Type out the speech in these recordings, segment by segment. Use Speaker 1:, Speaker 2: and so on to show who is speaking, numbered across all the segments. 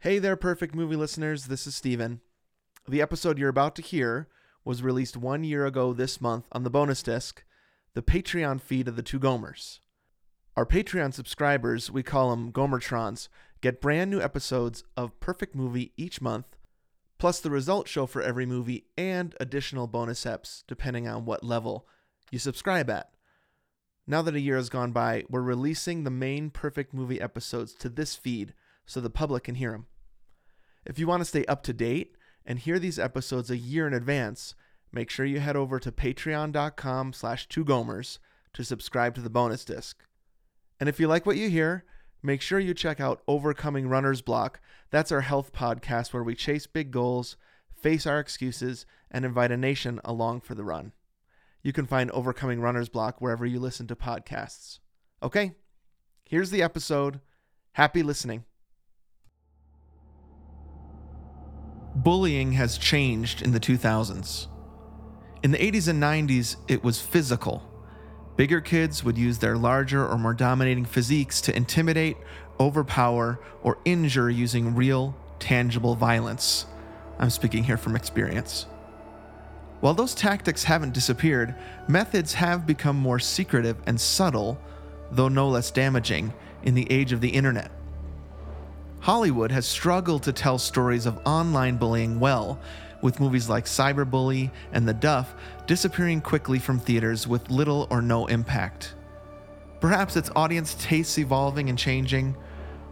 Speaker 1: Hey there, perfect movie listeners. This is Steven. The episode you're about to hear was released one year ago this month on the bonus disc, the Patreon feed of the Two Gomers. Our Patreon subscribers, we call them Gomertrons, get brand new episodes of Perfect Movie each month, plus the result show for every movie and additional bonus eps depending on what level you subscribe at. Now that a year has gone by, we're releasing the main Perfect Movie episodes to this feed so the public can hear them. If you want to stay up to date and hear these episodes a year in advance, make sure you head over to patreon.com slash two gomers to subscribe to the bonus disc. And if you like what you hear, make sure you check out Overcoming Runner's Block. That's our health podcast where we chase big goals, face our excuses, and invite a nation along for the run. You can find Overcoming Runner's Block wherever you listen to podcasts. Okay, here's the episode. Happy listening. Bullying has changed in the 2000s. In the 80s and 90s, it was physical. Bigger kids would use their larger or more dominating physiques to intimidate, overpower, or injure using real, tangible violence. I'm speaking here from experience. While those tactics haven't disappeared, methods have become more secretive and subtle, though no less damaging, in the age of the internet. Hollywood has struggled to tell stories of online bullying well, with movies like Cyberbully and The Duff disappearing quickly from theaters with little or no impact. Perhaps its audience tastes evolving and changing,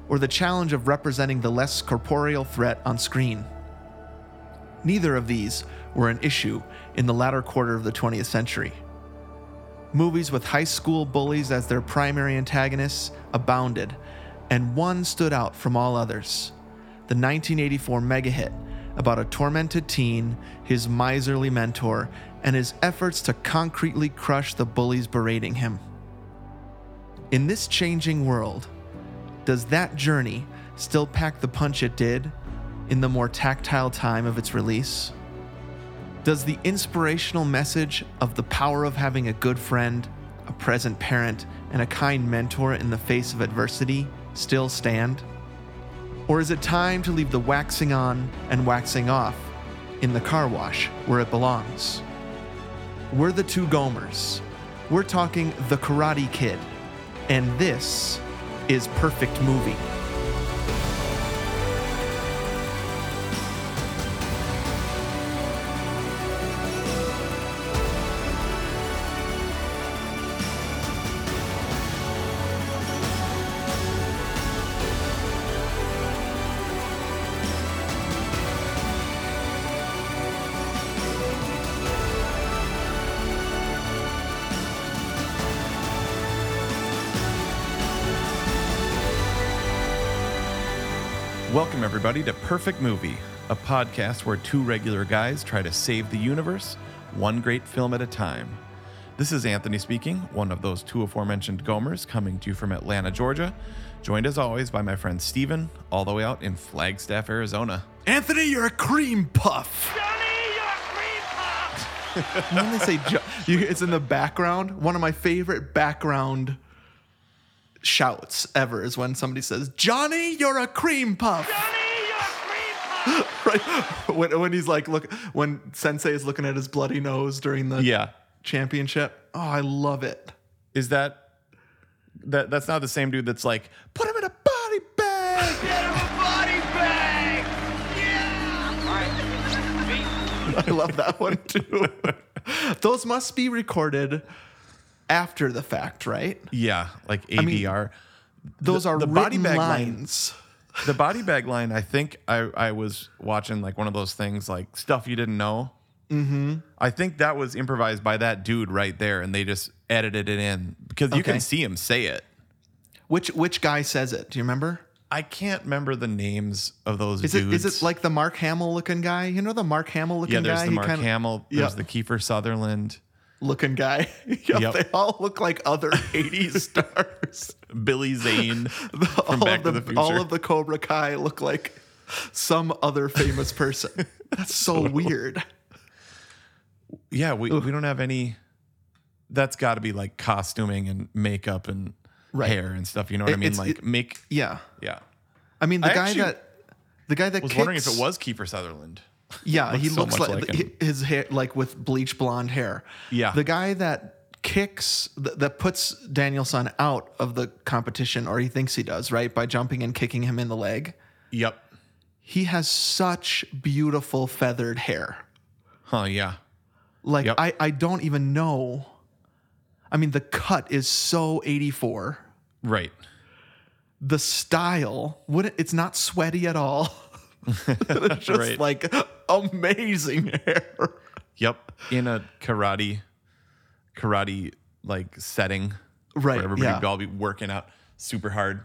Speaker 1: or the challenge of representing the less corporeal threat on screen. Neither of these were an issue in the latter quarter of the 20th century. Movies with high school bullies as their primary antagonists abounded, and one stood out from all others the 1984 mega hit about a tormented teen, his miserly mentor, and his efforts to concretely crush the bullies berating him. In this changing world, does that journey still pack the punch it did in the more tactile time of its release? Does the inspirational message of the power of having a good friend, a present parent, and a kind mentor in the face of adversity still stand? Or is it time to leave the waxing on and waxing off in the car wash where it belongs? We're the two Gomers. We're talking The Karate Kid. And this is Perfect Movie.
Speaker 2: Welcome, everybody, to Perfect Movie, a podcast where two regular guys try to save the universe, one great film at a time. This is Anthony speaking, one of those two aforementioned Gomers coming to you from Atlanta, Georgia, joined as always by my friend Steven, all the way out in Flagstaff, Arizona.
Speaker 1: Anthony, you're a cream puff.
Speaker 3: Johnny, you're a cream puff.
Speaker 1: When they say ju- you, it's in the background, one of my favorite background shouts ever is when somebody says, Johnny, you're a cream puff.
Speaker 3: Johnny, you're a cream puff.
Speaker 1: right? When, when he's like, look, when Sensei is looking at his bloody nose during the
Speaker 2: Yeah.
Speaker 1: championship. Oh, I love it.
Speaker 2: Is that. that that's not the same dude that's like, put him in a body bag!
Speaker 3: Get him a body bag. Yeah. All right.
Speaker 1: I love that one too. Those must be recorded after the fact, right?
Speaker 2: yeah, like ADR.
Speaker 1: mean, Those are
Speaker 2: the
Speaker 1: body
Speaker 2: body bag line-
Speaker 1: lines.
Speaker 2: the body bag line i think i i was watching like one of those things like stuff you didn't know mm-hmm. i think that was improvised by that dude right there and they just edited it in because you
Speaker 1: Okay.
Speaker 2: can see him say it
Speaker 1: Which which guy says it? Do you remember?
Speaker 2: i can't remember the names of those
Speaker 1: Is it
Speaker 2: dudes
Speaker 1: is it like the Mark Hamill looking guy? You know the Mark Hamill looking
Speaker 2: yeah there's
Speaker 1: guy?
Speaker 2: the
Speaker 1: He
Speaker 2: mark
Speaker 1: kinda-
Speaker 2: hamill
Speaker 1: yeah.
Speaker 2: there's the kiefer sutherland
Speaker 1: looking guy. yeah,
Speaker 2: Yep.
Speaker 1: They all look like other 80s stars.
Speaker 2: billy zane from
Speaker 1: all
Speaker 2: back
Speaker 1: of the,
Speaker 2: to the future
Speaker 1: all of the Cobra Kai look like some other famous person. That's so weird.
Speaker 2: yeah we, we don't have any that's got to be like costuming and makeup and
Speaker 1: Right.
Speaker 2: hair and stuff you know what
Speaker 1: It-
Speaker 2: i mean
Speaker 1: it's-
Speaker 2: like
Speaker 1: it-
Speaker 2: make
Speaker 1: Yeah,
Speaker 2: yeah
Speaker 1: I mean the
Speaker 2: I
Speaker 1: guy
Speaker 2: actually-
Speaker 1: that The guy that
Speaker 2: was
Speaker 1: kicks,
Speaker 2: wondering if it was Kiefer Sutherland.
Speaker 1: Yeah, he
Speaker 2: so
Speaker 1: looks
Speaker 2: much
Speaker 1: like,
Speaker 2: like him.
Speaker 1: his hair, like with bleach blonde hair.
Speaker 2: Yeah.
Speaker 1: the guy that kicks th- that puts Danielson out of the competition, or he thinks he does, right, by jumping and kicking him in the leg.
Speaker 2: Yep.
Speaker 1: He has such beautiful feathered hair.
Speaker 2: Huh. Yeah.
Speaker 1: Like
Speaker 2: Yep.
Speaker 1: I, I don't even know. I mean, the cut is so eighty four.
Speaker 2: Right.
Speaker 1: The style wouldn't. It's not sweaty at all. it's just
Speaker 2: Right.
Speaker 1: like amazing hair.
Speaker 2: Yep. In a karate, karate like setting
Speaker 1: Right.
Speaker 2: where everybody
Speaker 1: yeah.
Speaker 2: would all be working out super hard.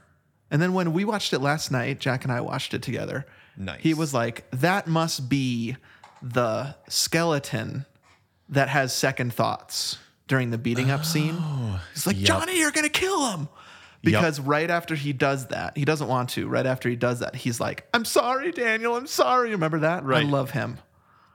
Speaker 1: And then when we watched it last night, Jack and I watched it together.
Speaker 2: Nice.
Speaker 1: He was like, "That must be the skeleton that has second thoughts during the beating up scene." He's like,
Speaker 2: yep.
Speaker 1: "Johnny, you're gonna kill him." Because right after he does that, he doesn't want to. Right after he does that, he's like, "I'm sorry, Daniel. I'm sorry." Remember that?
Speaker 2: Right.
Speaker 1: I love him.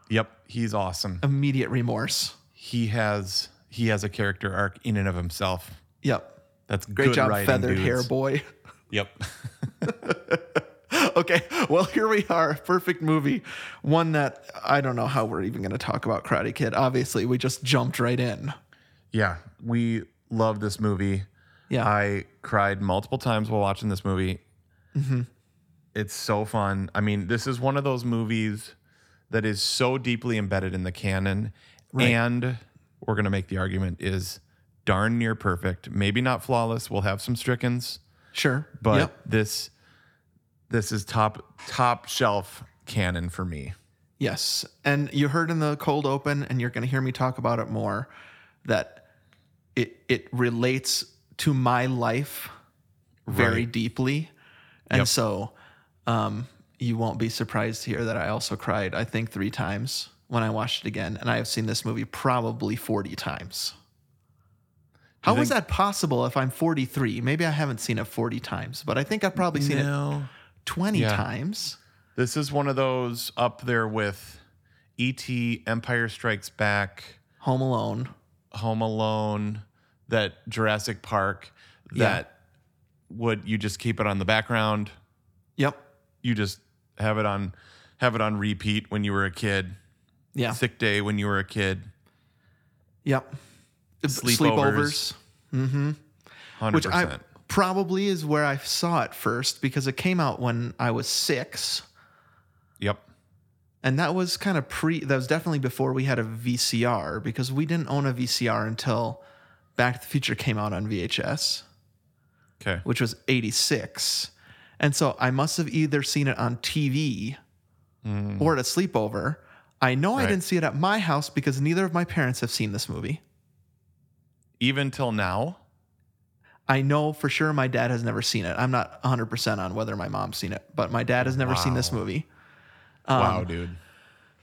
Speaker 2: Yep. He's awesome.
Speaker 1: Immediate remorse.
Speaker 2: He has he has a character arc in and of himself.
Speaker 1: Yep.
Speaker 2: That's
Speaker 1: Great
Speaker 2: good
Speaker 1: job,
Speaker 2: writing,
Speaker 1: feathered hair
Speaker 2: dudes.
Speaker 1: boy.
Speaker 2: Yep.
Speaker 1: okay, well here we are. Perfect movie. One that I don't know how we're even going to talk about Karate Kid. Obviously, we just jumped right in.
Speaker 2: Yeah, we love this movie.
Speaker 1: Yeah.
Speaker 2: I cried multiple times while watching this movie. It's so fun. I mean, this is one of those movies that is so deeply embedded in the canon, and we're gonna make the argument is darn near perfect. Maybe not flawless. We'll have some strickens,
Speaker 1: Sure.
Speaker 2: but this this is top top shelf canon for me.
Speaker 1: yes. And you heard in the cold open and you're going to hear me talk about it more that it it relates to my life very
Speaker 2: Right.
Speaker 1: deeply. And
Speaker 2: Yep.
Speaker 1: so um you won't be surprised to hear that I also cried I think 3 times when I watched it again and I have seen this movie probably 40 times. How is that
Speaker 2: think-
Speaker 1: possible if I'm 43? Maybe I haven't seen it 40 times, but I think I've probably seen it 20
Speaker 2: Yeah.
Speaker 1: times.
Speaker 2: This is one of those up there with E.T., Empire Strikes Back,
Speaker 1: Home Alone.
Speaker 2: Home Alone, that Jurassic Park,
Speaker 1: Yeah.
Speaker 2: that would you just keep it on the background?
Speaker 1: Yep.
Speaker 2: You just have it on have it on repeat when you were a kid.
Speaker 1: Yeah.
Speaker 2: Sick day when you were a kid.
Speaker 1: Yep.
Speaker 2: Sleepovers. Hundred
Speaker 1: which I
Speaker 2: percent.
Speaker 1: probably is where I saw it first because it came out when I was six,
Speaker 2: Yep.
Speaker 1: and that was kind of pre. That was definitely before we had a VCR because we didn't own a VCR until Back to the Future came out on VHS,
Speaker 2: Okay.
Speaker 1: which was '86, and so I must have either seen it on TV
Speaker 2: Mm-hmm.
Speaker 1: or at a sleepover. I know I
Speaker 2: Hmm. Right.
Speaker 1: didn't see it at my house because neither of my parents have seen this movie.
Speaker 2: Even till now.
Speaker 1: I know for sure my dad has never seen it. I'm not 100% on whether my mom's seen it, but my dad has never seen this
Speaker 2: Wow.
Speaker 1: movie. Um,
Speaker 2: wow, dude.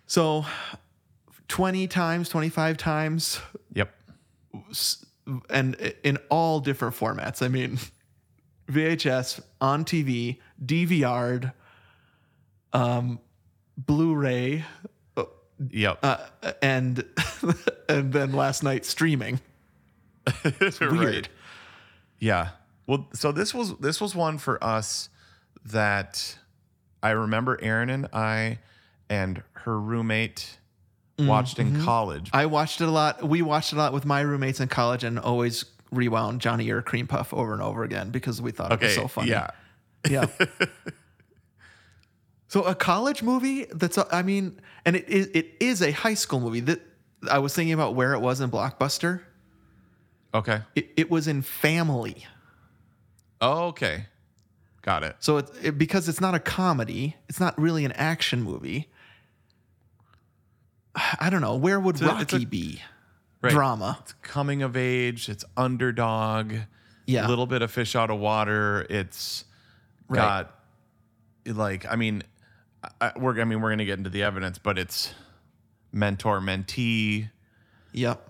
Speaker 1: So 20 times, 25 times,
Speaker 2: Yep.
Speaker 1: and in all different formats. I mean, VHS, on TV, DVR'd, um, Blu ray,
Speaker 2: Yep.
Speaker 1: um, uh, and, and then last night streaming.
Speaker 2: it's
Speaker 1: weird.
Speaker 2: Yeah. Well, so this was this was one for us that I remember Erin and I and her roommate
Speaker 1: Mm-hmm.
Speaker 2: watched in college.
Speaker 1: I watched it a lot. We watched it a lot with my roommates in college and always rewound Johnny or Cream Puff over and over again because we thought it was so funny.
Speaker 2: Yeah.
Speaker 1: Yeah. so a college movie that's a- I mean, and it is it is a high school movie. That I was thinking about where it was in Blockbuster.
Speaker 2: Okay.
Speaker 1: It, it was in Family.
Speaker 2: Oh, okay. Got it.
Speaker 1: So it's it, because it's not a comedy, it's not really an action movie. I don't know. Where would
Speaker 2: a- it's
Speaker 1: Rocky
Speaker 2: a-
Speaker 1: be?
Speaker 2: Right.
Speaker 1: Drama.
Speaker 2: It's coming of age. It's underdog.
Speaker 1: Yeah.
Speaker 2: A little bit of fish out of water. It's
Speaker 1: Right.
Speaker 2: got like I mean, I, I- we're I mean we're gonna get into the evidence, but it's mentor mentee.
Speaker 1: Yep.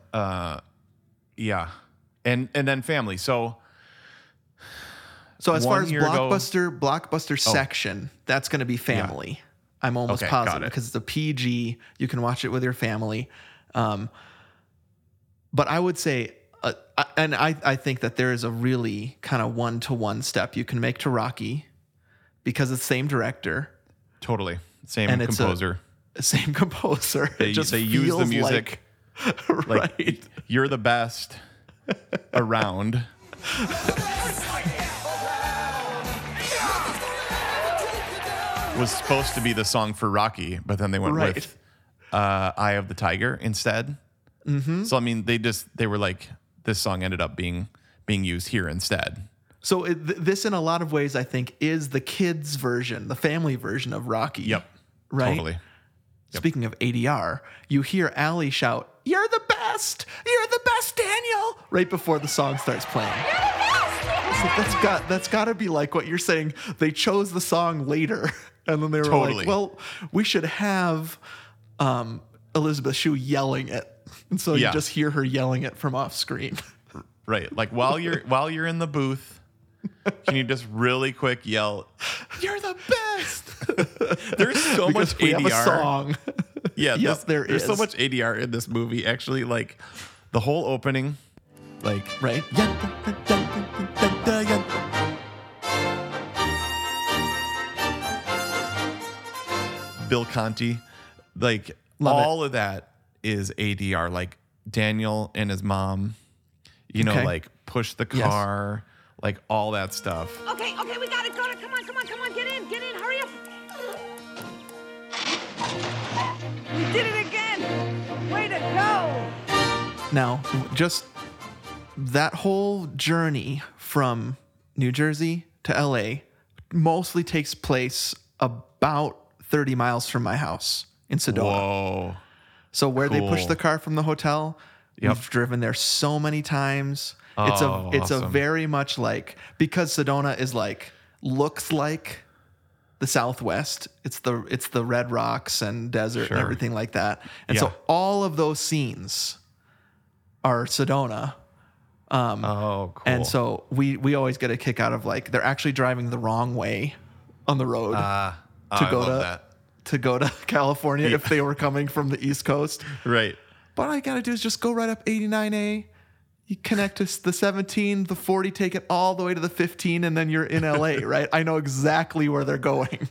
Speaker 2: Yeah. And and then family. So
Speaker 1: So as far
Speaker 2: one
Speaker 1: as
Speaker 2: year ago- Oh.
Speaker 1: blockbuster, blockbuster section, that's going to be family. I'm almost
Speaker 2: Okay, got
Speaker 1: positive
Speaker 2: it.
Speaker 1: because it's a PG. You can watch it with your family. Um, but I would say, uh, I- and I, I think that there is a really kind of one to one step you can make to Rocky because it's the same director.
Speaker 2: Totally. Same
Speaker 1: And it's a-
Speaker 2: composer.
Speaker 1: Same composer.
Speaker 2: They-
Speaker 1: it just
Speaker 2: they use the
Speaker 1: feels
Speaker 2: music,
Speaker 1: like,
Speaker 2: like
Speaker 1: right.
Speaker 2: you're the best around. was supposed to be the song for Rocky, but then they went
Speaker 1: Right.
Speaker 2: with uh, Eye of the Tiger instead.
Speaker 1: Mm-hmm.
Speaker 2: So I mean, they just they were like this song ended up being being used here instead.
Speaker 1: So it, th- this, in a lot of ways, I think, is the kids' version, the family version of Rocky.
Speaker 2: Yep.
Speaker 1: Right.
Speaker 2: Totally.
Speaker 1: Speaking of ADR, you hear Allie shout, "You're the best! You're the best, Daniel!" Right before the song starts playing.
Speaker 4: Oh,
Speaker 1: So that's got that's got to be like what you're saying. They chose the song later, and then they were
Speaker 2: Totally.
Speaker 1: like, "Well, we should have um, Elizabeth Shue yelling it." And so
Speaker 2: Yeah.
Speaker 1: you just hear her yelling it from off screen.
Speaker 2: Right. Like while you're while you're in the booth, can you just really quick yell, "You're the best." There's so much
Speaker 1: Because we
Speaker 2: ADR.
Speaker 1: have a song.
Speaker 2: Yeah.
Speaker 1: Yes,
Speaker 2: this-
Speaker 1: there
Speaker 2: there's so
Speaker 1: is.
Speaker 2: much ADR in this movie. Actually, like the whole opening, like
Speaker 1: right?
Speaker 2: Bill Conti, like
Speaker 1: Love it.
Speaker 2: all of that is ADR. Like Daniel and his mom, you know,
Speaker 1: Okay.
Speaker 2: like push the
Speaker 1: Yes.
Speaker 2: car, like all that stuff.
Speaker 4: Okay, okay, we gotta go. Come on, come on, come on. Get in, get in. Hurry up. We did it again. Way to go.
Speaker 1: Now, just that whole journey from New Jersey to LA mostly takes place about 30 miles from my house in Sedona.
Speaker 2: Whoa.
Speaker 1: So where they push
Speaker 2: cool.
Speaker 1: the car from the hotel,
Speaker 2: Yep.
Speaker 1: we've driven there so many times. it's
Speaker 2: Oh,
Speaker 1: a it's a
Speaker 2: awesome.
Speaker 1: very much like because Sedona is like looks like the Southwest. It's the it's the red rocks and desert
Speaker 2: Sure.
Speaker 1: and everything like that. And
Speaker 2: Yeah.
Speaker 1: so all of those scenes are Sedona.
Speaker 2: Oh, cool.
Speaker 1: And so we we always get a kick out of like they're actually driving the wrong way on the road
Speaker 2: Ah, ah,
Speaker 1: to
Speaker 2: I
Speaker 1: go
Speaker 2: love
Speaker 1: to-
Speaker 2: that.
Speaker 1: to go to California if they were coming from the East Coast.
Speaker 2: Right.
Speaker 1: But all you gotta do is just go right up 89A. You connect to s- the 17, the 40, take it all the way to the 15, and then you're in LA, right? I know exactly where they're going.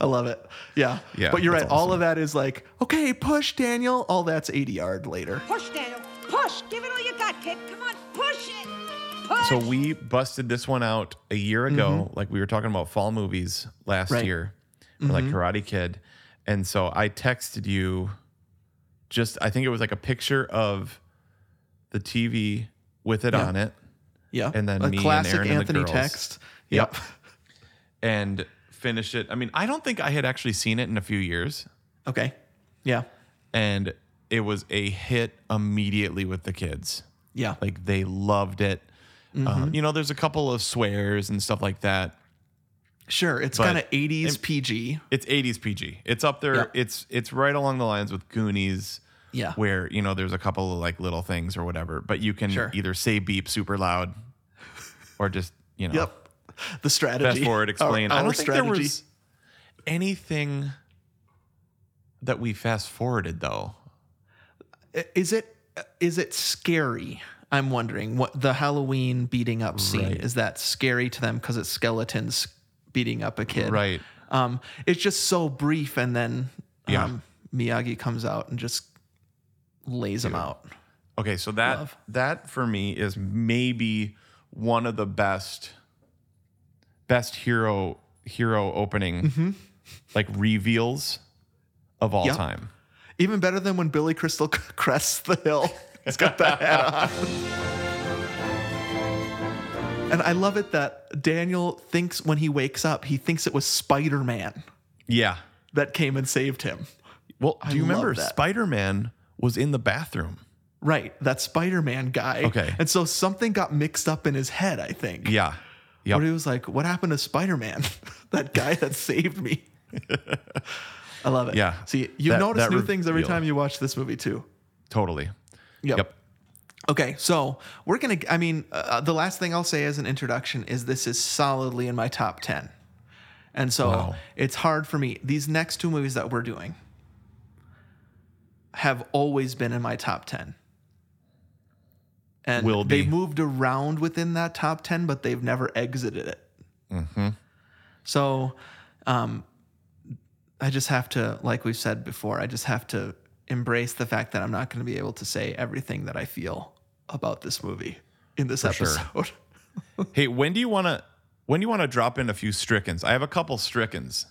Speaker 1: I love it. Yeah.
Speaker 2: Yeah,
Speaker 1: but you're
Speaker 2: that's
Speaker 1: right. All
Speaker 2: awesome.
Speaker 1: of that is like, okay, push, Daniel. All that's 80 yard later.
Speaker 4: Push, Daniel. Push. Give it all you got, kid. Come on, push it. Push.
Speaker 2: So we busted this one out a year ago. Like we were talking about fall movies last
Speaker 1: Mm-hmm. Right. Mm-hmm.
Speaker 2: year, or like Karate Kid. And so I texted you just, I think it was like a picture of the TV with it
Speaker 1: Yeah.
Speaker 2: on it
Speaker 1: Yeah.
Speaker 2: And then
Speaker 1: a
Speaker 2: me and
Speaker 1: classic
Speaker 2: Aaron and the
Speaker 1: Anthony
Speaker 2: girls.
Speaker 1: text.
Speaker 2: Yep.
Speaker 1: Yep.
Speaker 2: and finished it. I mean, I don't think I had actually seen it in a few years.
Speaker 1: Okay. Yeah.
Speaker 2: And it was a hit immediately with the kids.
Speaker 1: Yeah.
Speaker 2: Like they loved it.
Speaker 1: Mm-hmm.
Speaker 2: Um, you know, there's a couple of swears and stuff like that.
Speaker 1: sure. It's
Speaker 2: but-
Speaker 1: kind of 80s PG.
Speaker 2: It's 80s PG. It's up there.
Speaker 1: Yeah.
Speaker 2: It's it's right along the lines with Goonies.
Speaker 1: Yeah.
Speaker 2: Where, you know, there's a couple of like little things or whatever, but you can
Speaker 1: Sure.
Speaker 2: either say beep super loud or just, you know,
Speaker 1: Yep. The strategy. Oh,
Speaker 2: fast forward, explain.
Speaker 1: Our,
Speaker 2: I
Speaker 1: our
Speaker 2: don't
Speaker 1: strategy.
Speaker 2: think there was anything that we fast forwarded though.
Speaker 1: is it is it scary? I'm wondering what the Halloween beating up scene
Speaker 2: Right.
Speaker 1: is that scary to them because it's skeletons beating up a kid.
Speaker 2: Right.
Speaker 1: Um, it's just so brief, and then
Speaker 2: Yeah.
Speaker 1: um, Miyagi comes out and just lays him out.
Speaker 2: Okay, so that
Speaker 1: Love.
Speaker 2: that for me is maybe one of the best best hero hero opening
Speaker 1: Mm-hmm.
Speaker 2: like reveals of all
Speaker 1: Yep.
Speaker 2: time.
Speaker 1: Even better than when Billy Crystal crests the hill. He's got that hat on. And I love it that Daniel thinks when he wakes up, he thinks it was Spider Man
Speaker 2: Yeah.
Speaker 1: that came and saved him.
Speaker 2: Well, do you
Speaker 1: love
Speaker 2: remember
Speaker 1: that.
Speaker 2: Spider Man was in the bathroom?
Speaker 1: Right, that Spider Man guy.
Speaker 2: Okay.
Speaker 1: And so something got mixed up in his head, I think.
Speaker 2: Yeah.
Speaker 1: But he
Speaker 2: Yep.
Speaker 1: was like, What happened to Spider Man? that guy that saved me. I love it.
Speaker 2: Yeah.
Speaker 1: See, you
Speaker 2: That-
Speaker 1: notice
Speaker 2: that
Speaker 1: new things every
Speaker 2: reveal.
Speaker 1: time you watch this movie, too.
Speaker 2: Totally.
Speaker 1: Yep.
Speaker 2: Yep.
Speaker 1: Okay, so we're gonna. I mean, uh, the last thing I'll say as an introduction is this is solidly in my top ten, and so
Speaker 2: Wow.
Speaker 1: it's hard for me. These next two movies that we're doing have always been in my top ten, and
Speaker 2: Will
Speaker 1: they
Speaker 2: be.
Speaker 1: moved
Speaker 2: Mm-hmm.
Speaker 1: around within that top ten, but they've never exited it. So Um, I just have to, like we've said before, I just have to embrace the fact that I'm not going to be able to say everything that I feel about this movie in this
Speaker 2: sure.
Speaker 1: episode.
Speaker 2: Hey, when do you want to when do you want to drop in a few Strickens? I have a couple Strickens.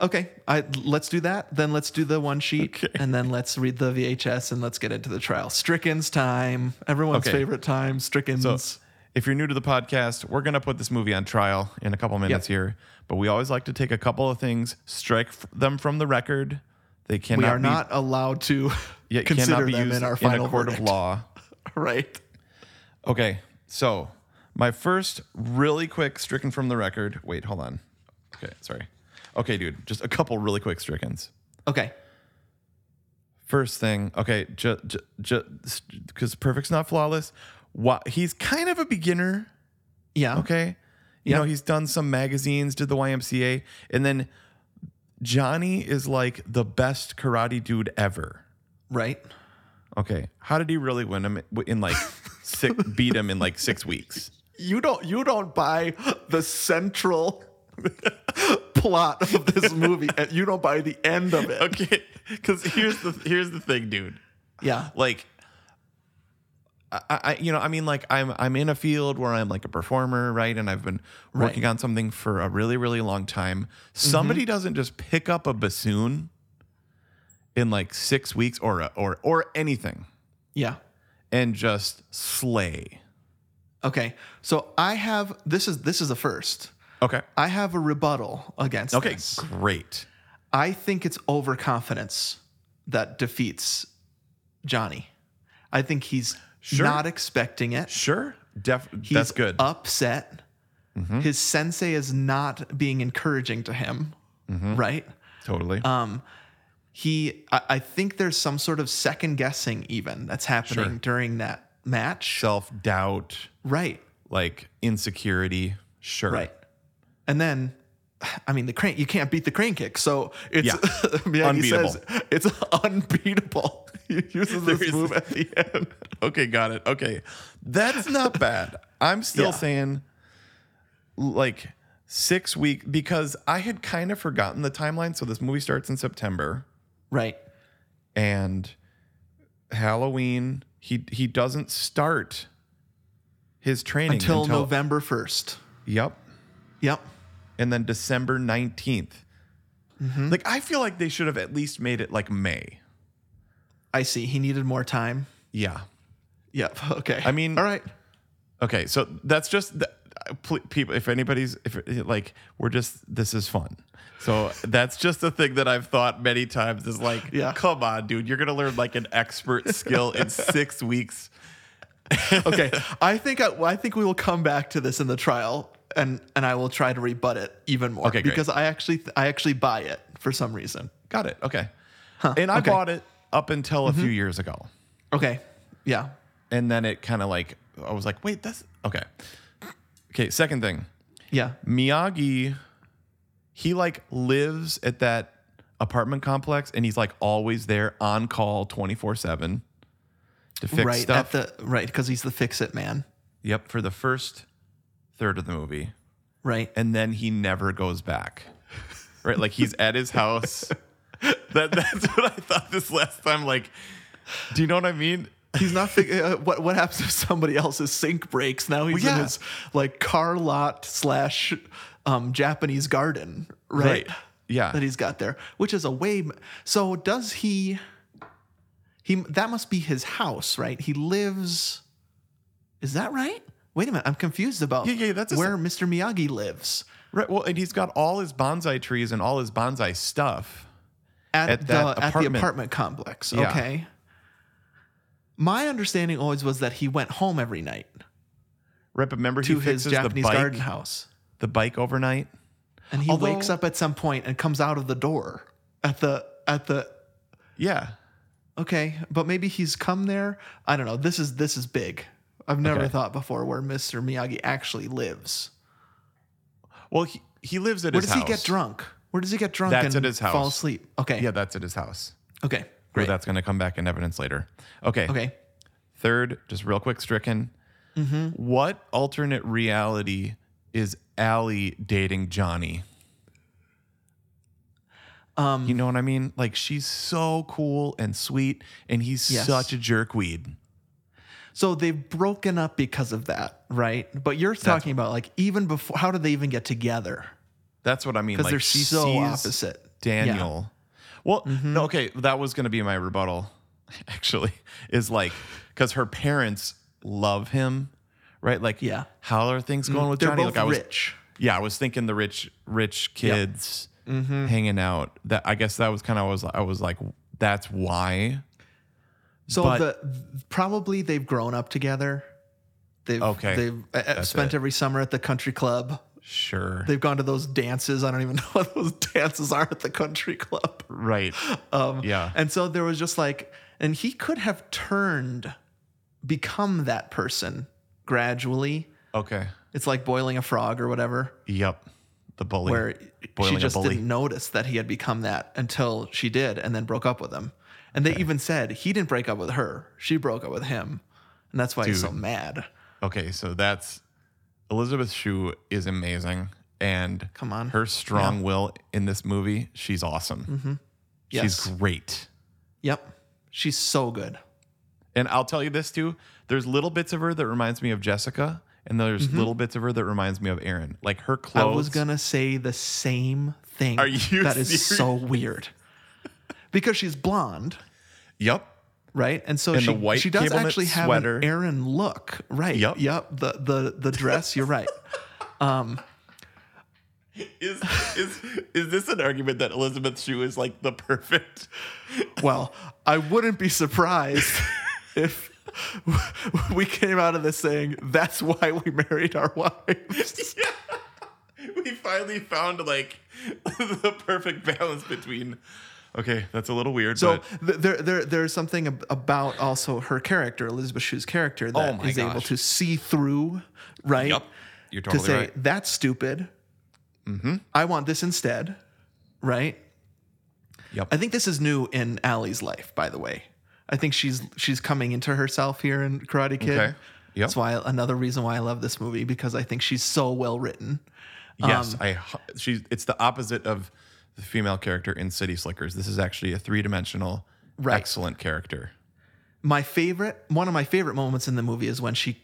Speaker 1: okay, I let's do that. Then let's do the one sheet, and then let's read the VHS, and let's get into the trial. Stricken's time, everyone's
Speaker 2: Okay.
Speaker 1: favorite time. Stricken's.
Speaker 2: If you're new to the podcast, we're going to put this movie on trial in a couple minutes
Speaker 1: Yep.
Speaker 2: here, but we always like to take a couple of things, strike f- them from the record. They cannot
Speaker 1: we are
Speaker 2: be,
Speaker 1: not allowed to
Speaker 2: yeah, it
Speaker 1: consider
Speaker 2: cannot be
Speaker 1: them
Speaker 2: used
Speaker 1: in our final
Speaker 2: a court of
Speaker 1: verdict.
Speaker 2: law.
Speaker 1: Right.
Speaker 2: Okay, so my first really quick stricken from the record. Wait, hold on. Okay, sorry. Okay, dude, just a couple really quick strickens.
Speaker 1: Okay.
Speaker 2: First thing, okay, just because perfect's not flawless. Why, he's kind of a beginner,
Speaker 1: Yeah.
Speaker 2: okay? You
Speaker 1: Yeah.
Speaker 2: know, he's done some magazines, did the YMCA, and then Johnny is like the best karate dude ever.
Speaker 1: Right.
Speaker 2: Okay, how did he really win him in like six, beat him in like six weeks?
Speaker 1: You don't you don't buy the central plot of this movie. and you don't buy the end of it.
Speaker 2: Okay, because here's the here's the thing, dude.
Speaker 1: Yeah.
Speaker 2: Like, I, I you know I mean like I'm I'm in a field where I'm like a performer, right? And I've been working
Speaker 1: Right.
Speaker 2: on something for a really really long time. Somebody doesn't just pick up a bassoon in like six weeks or a, or or anything
Speaker 1: Yeah.
Speaker 2: and just slay.
Speaker 1: Okay. So I have this is this is a first.
Speaker 2: Okay.
Speaker 1: I have a rebuttal against
Speaker 2: Okay.
Speaker 1: this.
Speaker 2: Great.
Speaker 1: I think it's overconfidence that defeats Johnny. I think he's
Speaker 2: Sure.
Speaker 1: not expecting it.
Speaker 2: Sure. Def.
Speaker 1: He's
Speaker 2: that's good.
Speaker 1: upset. His sensei is not being encouraging to him, right?
Speaker 2: Totally.
Speaker 1: He, I, I think there's some sort of second guessing even that's happening
Speaker 2: Sure.
Speaker 1: during that match,
Speaker 2: Self doubt.
Speaker 1: right?
Speaker 2: like insecurity. Sure.
Speaker 1: Right. And then, I mean, the crane, you can't beat the crane kick. So it's,
Speaker 2: Yeah.
Speaker 1: Miyagi
Speaker 2: Unbeatable.
Speaker 1: says it's unbeatable. He uses this
Speaker 2: There is-
Speaker 1: move at the end.
Speaker 2: Okay, got it. Okay. That's not bad. I'm still
Speaker 1: Yeah.
Speaker 2: saying like six week because I had kind of forgotten the timeline. So this movie starts in September
Speaker 1: Right.
Speaker 2: and Halloween, he he doesn't start his training
Speaker 1: Until, November 1st.
Speaker 2: Yep.
Speaker 1: Yep.
Speaker 2: And then December 19th.
Speaker 1: Mm-hmm.
Speaker 2: Like I feel like they should have at least made it like May.
Speaker 1: I see. He needed more time.
Speaker 2: Yeah.
Speaker 1: Yep. Okay.
Speaker 2: I mean-
Speaker 1: all right.
Speaker 2: Okay, so that's just the, pl- people. If anybody's, if like, we're just this is fun. So that's just a thing that I've thought many times. Is like,
Speaker 1: Yeah.
Speaker 2: come on, dude, you're gonna learn like an expert skill in six weeks.
Speaker 1: Okay, I think I, I think we will come back to this in the trial, and and I will try to rebut it even more.
Speaker 2: Okay, great.
Speaker 1: because I actually I actually buy it for some reason.
Speaker 2: Got it. Okay, and I
Speaker 1: okay. Mm-hmm.
Speaker 2: bought it up until a few years ago,
Speaker 1: Okay, yeah,
Speaker 2: and then it kind of like I was like, wait, that's okay. Okay, second thing,
Speaker 1: yeah,
Speaker 2: Miyagi, he like lives at that apartment complex and he's like always there on call 24/7 to fix
Speaker 1: right
Speaker 2: stuff.
Speaker 1: at the right because he's the fix it man,
Speaker 2: yep, for the first third of the movie.
Speaker 1: right?
Speaker 2: And then he never goes back. Right? Like he's at his house. That that's what I thought this last time like do you know what I mean?
Speaker 1: He's not. Fi- uh, what what happens if somebody else's sink breaks? Now he's in
Speaker 2: yeah.
Speaker 1: his like car lot slash um, Japanese garden, right?
Speaker 2: Yeah.
Speaker 1: That he's got there, which is a way. m- So does he? He that must be his house, right? He lives. Is that right? Wait a minute, I'm confused about
Speaker 2: Yeah, yeah, that's a-
Speaker 1: where Mr. Miyagi lives
Speaker 2: right. Well, and he's got all his bonsai trees and all his bonsai stuff.
Speaker 1: at,
Speaker 2: At
Speaker 1: the
Speaker 2: that
Speaker 1: at the
Speaker 2: apartment.
Speaker 1: apartment complex.
Speaker 2: Yeah.
Speaker 1: Okay. My understanding always was that he went home every night
Speaker 2: Right, but remember
Speaker 1: to
Speaker 2: he
Speaker 1: his
Speaker 2: fixes
Speaker 1: Japanese
Speaker 2: the bike,
Speaker 1: garden house.
Speaker 2: the bike overnight.
Speaker 1: and he
Speaker 2: Although-
Speaker 1: wakes up at some point and comes out of the door at the at the
Speaker 2: Yeah.
Speaker 1: okay but maybe he's come there i don't know this is this is big i've never
Speaker 2: Okay.
Speaker 1: thought before where mr miyagi actually lives
Speaker 2: Well, he, he lives at
Speaker 1: where
Speaker 2: his
Speaker 1: does
Speaker 2: house.
Speaker 1: he get drunk where does he get drunk
Speaker 2: That's
Speaker 1: and
Speaker 2: at his house.
Speaker 1: fall asleep okay
Speaker 2: Yeah, that's at his house.
Speaker 1: okay
Speaker 2: Where
Speaker 1: great
Speaker 2: that's going to come back in evidence later. Okay.
Speaker 1: okay
Speaker 2: Third, just real quick, stricken.
Speaker 1: Mm-hmm.
Speaker 2: What alternate reality is Allie dating Johnny?
Speaker 1: um,
Speaker 2: you know what I mean? Like she's so cool and sweet, and he's
Speaker 1: Yes.
Speaker 2: such a jerkweed.
Speaker 1: So they've broken up because of that, right? But you're talking about like even before, how did they even get together?
Speaker 2: That's what I mean.
Speaker 1: Because
Speaker 2: Like
Speaker 1: they're
Speaker 2: she
Speaker 1: so
Speaker 2: sees
Speaker 1: opposite.
Speaker 2: Daniel. Well, no, okay, that was going to be my rebuttal. Actually, is like because her parents love him, right? Like,
Speaker 1: Yeah. Mm-hmm.
Speaker 2: How are things going with
Speaker 1: They're
Speaker 2: Johnny?
Speaker 1: both
Speaker 2: like, I was,
Speaker 1: rich.
Speaker 2: yeah, I was thinking the rich, rich kids
Speaker 1: Mm-hmm.
Speaker 2: hanging out. That I guess that was kind of I was I was like, that's why.
Speaker 1: So
Speaker 2: But-
Speaker 1: the probably they've grown up together. They've
Speaker 2: Okay.
Speaker 1: they've uh, uh,
Speaker 2: That's
Speaker 1: spent
Speaker 2: it.
Speaker 1: every summer at the country club.
Speaker 2: Sure.
Speaker 1: They've gone to those dances. I don't even know what those dances are at the country club.
Speaker 2: right.
Speaker 1: Um,
Speaker 2: Yeah.
Speaker 1: And so there was just like, and he could have turned, become that person gradually.
Speaker 2: Okay.
Speaker 1: It's like boiling a frog or whatever,
Speaker 2: Yep. The bully.
Speaker 1: where
Speaker 2: Boiling
Speaker 1: she
Speaker 2: a
Speaker 1: just
Speaker 2: bully.
Speaker 1: didn't notice that he had become that until she did and then broke up with him. And they even said he didn't break up with her, she broke up with him. And that's why he's so
Speaker 2: Dude.
Speaker 1: mad.
Speaker 2: Okay, so that's Elizabeth Shue is amazing, and
Speaker 1: Come on.
Speaker 2: her strong will in this movie, she's awesome.
Speaker 1: Mm-hmm. Yes.
Speaker 2: She's great.
Speaker 1: yep. She's so good.
Speaker 2: And I'll tell you this too: there's little bits of her that reminds me of Jessica, and there's little bits of her that reminds me of Aaron. Like her
Speaker 1: Mm-hmm. I
Speaker 2: clothes.
Speaker 1: was gonna say the same thing.
Speaker 2: Are you
Speaker 1: That is
Speaker 2: serious?
Speaker 1: so weird. Because she's blonde,
Speaker 2: Yep.
Speaker 1: right? And so
Speaker 2: And
Speaker 1: she
Speaker 2: the white
Speaker 1: she does
Speaker 2: cable knit
Speaker 1: actually have
Speaker 2: sweater.
Speaker 1: an Aaron look, right?
Speaker 2: Yup.
Speaker 1: Yep. The the the dress. You're right.
Speaker 2: Is is is this an argument that Elizabeth Shue is like the perfect?
Speaker 1: Well, I wouldn't be surprised if we came out of this saying that's why we married our wives.
Speaker 2: we finally found like the perfect balance between. Okay, that's a little weird.
Speaker 1: So
Speaker 2: but
Speaker 1: th- there, there, there's something ab- about also her character, Elizabeth Shue's character, that
Speaker 2: Oh
Speaker 1: is
Speaker 2: my
Speaker 1: able
Speaker 2: gosh.
Speaker 1: to see through, right?
Speaker 2: Yup. You're
Speaker 1: to
Speaker 2: totally
Speaker 1: say
Speaker 2: right. Mm-hmm.
Speaker 1: that's stupid. I want this instead, right?
Speaker 2: Yep.
Speaker 1: I think this is new in Allie's life, by the way. I think she's she's coming into herself here in Karate Kid.
Speaker 2: Okay. Yep.
Speaker 1: That's why another reason why I love this movie because I think she's so well written.
Speaker 2: Yes,
Speaker 1: Um,
Speaker 2: I. hu- She's. It's the opposite of the female character in City Slickers. This is actually a three-dimensional,
Speaker 1: Right.
Speaker 2: excellent character.
Speaker 1: my favorite one of my favorite moments in the movie is when she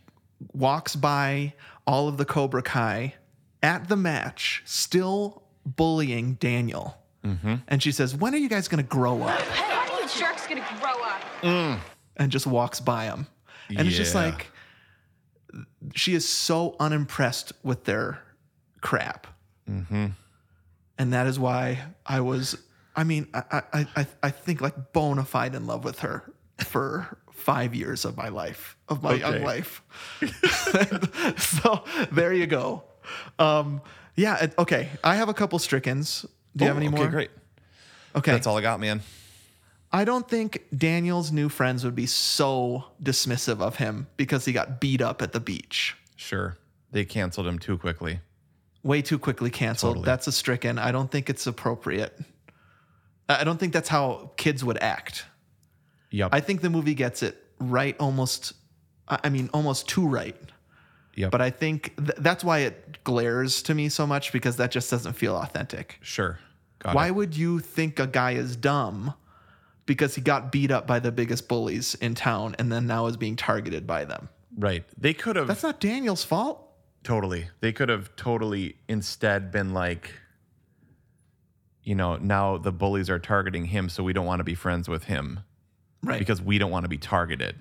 Speaker 1: walks by all of the cobra kai at the match still bullying daniel and she says when are you guys going to grow up
Speaker 4: One of you jerks gonna grow up.
Speaker 1: and just walks by him and it's just
Speaker 2: Yeah.
Speaker 1: like she is so unimpressed with their crap and that is why i was i mean I- I, I, I, I think like bona fide in love with her for five years of my life of my young
Speaker 2: Okay.
Speaker 1: life so there you go um, yeah it- okay i have a couple strickens do you have
Speaker 2: Oh,
Speaker 1: any
Speaker 2: okay,
Speaker 1: more
Speaker 2: Great.
Speaker 1: okay
Speaker 2: That's all I got, man.
Speaker 1: I don't think Daniel's new friends would be so dismissive of him because he got beat up at the beach.
Speaker 2: Sure. They canceled him too quickly.
Speaker 1: Way too quickly canceled.
Speaker 2: Totally.
Speaker 1: That's a stricken. I don't think it's appropriate. I I don't think that's how kids would act.
Speaker 2: Yep.
Speaker 1: I think the movie gets it right almost, I I mean, almost too right.
Speaker 2: yep.
Speaker 1: But I think th- that's why it glares to me so much because that just doesn't feel authentic.
Speaker 2: sure. Got
Speaker 1: Why
Speaker 2: It.
Speaker 1: would you think a guy is dumb because he got beat up by the biggest bullies in town and then now is being targeted by them?
Speaker 2: Right. They could have
Speaker 1: That's not Daniel's fault.
Speaker 2: totally. They could have totally instead been like. You know, now the bullies are targeting him, so we don't want to be friends with him
Speaker 1: Right.
Speaker 2: because we don't want to be targeted.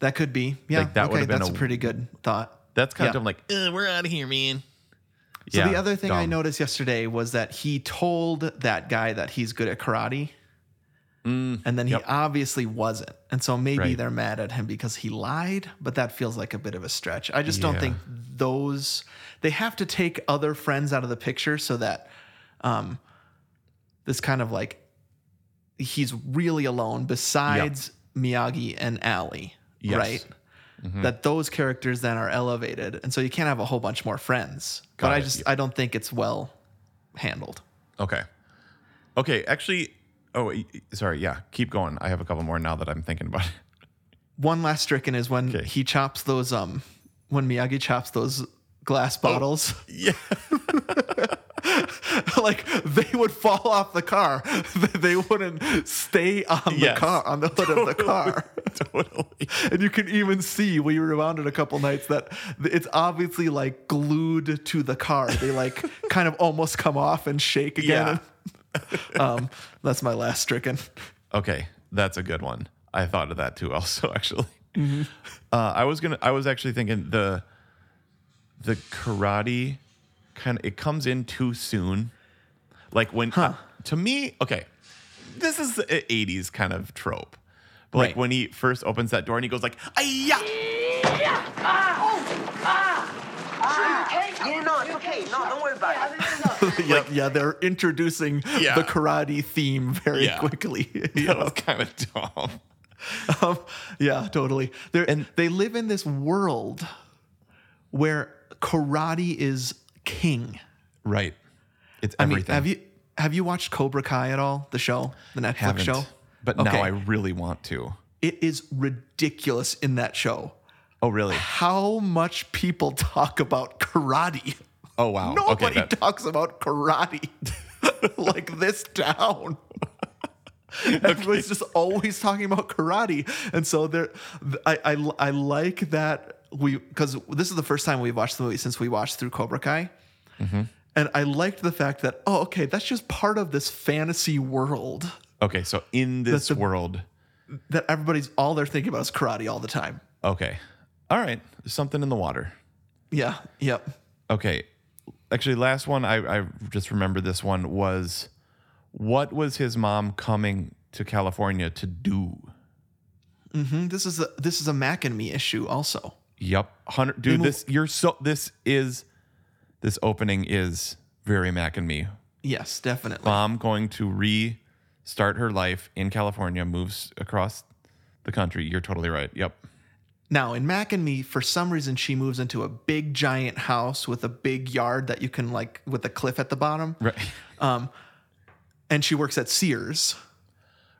Speaker 1: that could be. Yeah.
Speaker 2: Like, that
Speaker 1: okay,
Speaker 2: would've been
Speaker 1: that's a,
Speaker 2: a-
Speaker 1: pretty good thought.
Speaker 2: That's kind
Speaker 1: Yeah.
Speaker 2: of like, "Eh, we're out of here, man.
Speaker 1: So
Speaker 2: Yeah,
Speaker 1: the other thing I
Speaker 2: dumb.
Speaker 1: noticed yesterday was that he told that guy that he's good at karate.
Speaker 2: Mm.
Speaker 1: and then he
Speaker 2: Mm-hmm. yep.
Speaker 1: obviously wasn't. And so maybe
Speaker 2: Right.
Speaker 1: they're mad at him because he lied, but that feels like a bit of a stretch. I just don't
Speaker 2: Yeah.
Speaker 1: think those they have to take other friends out of the picture so that um this kind of like he's really alone besides Miyagi and Allie,
Speaker 2: Yes. Mm-hmm.
Speaker 1: right? That those characters then are elevated, and so you can't have a whole bunch more friends. but
Speaker 2: Got
Speaker 1: I
Speaker 2: it.
Speaker 1: just I don't think it's well handled.
Speaker 2: Okay. Okay. Actually, oh, y- y- sorry. Yeah. Keep going. I have a couple more now that I'm thinking about it.
Speaker 1: One last stricken is when
Speaker 2: Okay.
Speaker 1: he chops those um
Speaker 2: Oh,
Speaker 1: when Miyagi chops those glass bottles.
Speaker 2: Yeah.
Speaker 1: like they would fall off the car. they wouldn't stay on the
Speaker 2: Yes.
Speaker 1: car on the hood of the car.
Speaker 2: totally.
Speaker 1: And you can even see we rewound it a couple nights that it's obviously like glued to the car. They like kind of almost come off and shake again. um, that's my last stricken.
Speaker 2: Okay, that's a good one. I thought of that too. Also, actually, uh, I was gonna. I was actually thinking the the karate kind of it comes in too soon. Like when uh, to me, okay, this is the '80s kind of trope. But like
Speaker 1: Right.
Speaker 2: when he first opens that door and he goes like, "Ayah!"
Speaker 5: Yeah, no, it's okay. No, don't worry about it.
Speaker 1: like, yeah, they're introducing
Speaker 2: Yeah.
Speaker 1: the karate theme very
Speaker 2: Yeah.
Speaker 1: quickly.
Speaker 2: That was kind of dumb.
Speaker 1: Um, yeah, totally. They're, and they live in this world where karate is king.
Speaker 2: Right. It's
Speaker 1: I mean,
Speaker 2: everything.
Speaker 1: have you have you watched Cobra Kai at all? The show, the Netflix
Speaker 2: Haven't,
Speaker 1: show.
Speaker 2: But now
Speaker 1: Okay.
Speaker 2: I really want to.
Speaker 1: it is ridiculous in that show
Speaker 2: Oh really?
Speaker 1: how much people talk about karate.
Speaker 2: Oh wow.
Speaker 1: Nobody
Speaker 2: okay, that-
Speaker 1: talks about karate like this town. Everybody's just always talking about karate, and so there, I, I I like that we because this is the first time we've watched the movie since we watched through Cobra Kai,
Speaker 2: Mm-hmm.
Speaker 1: and I liked the fact that oh okay that's just part of this fantasy world
Speaker 2: okay, so in this
Speaker 1: the-
Speaker 2: world.
Speaker 1: that everybody's all they're thinking about is karate all the time.
Speaker 2: Okay. All right. Something in the water.
Speaker 1: Yeah, yep,
Speaker 2: Okay. Actually, last one, I, I just remember this one was what was his mom coming to California to do?
Speaker 1: hmm this is a this is a Mac and me issue also.
Speaker 2: Yep. Hundred dude,
Speaker 1: move-
Speaker 2: this you're so this is this opening is very Mac and me.
Speaker 1: Yes, definitely.
Speaker 2: Mom going to restart her life in California, moves across the country. You're totally right. Yep.
Speaker 1: Now, in Mac and Me, for some reason, she moves into a big giant house with a big yard that you can like with a cliff at the bottom,
Speaker 2: Right.
Speaker 1: and she works at Sears.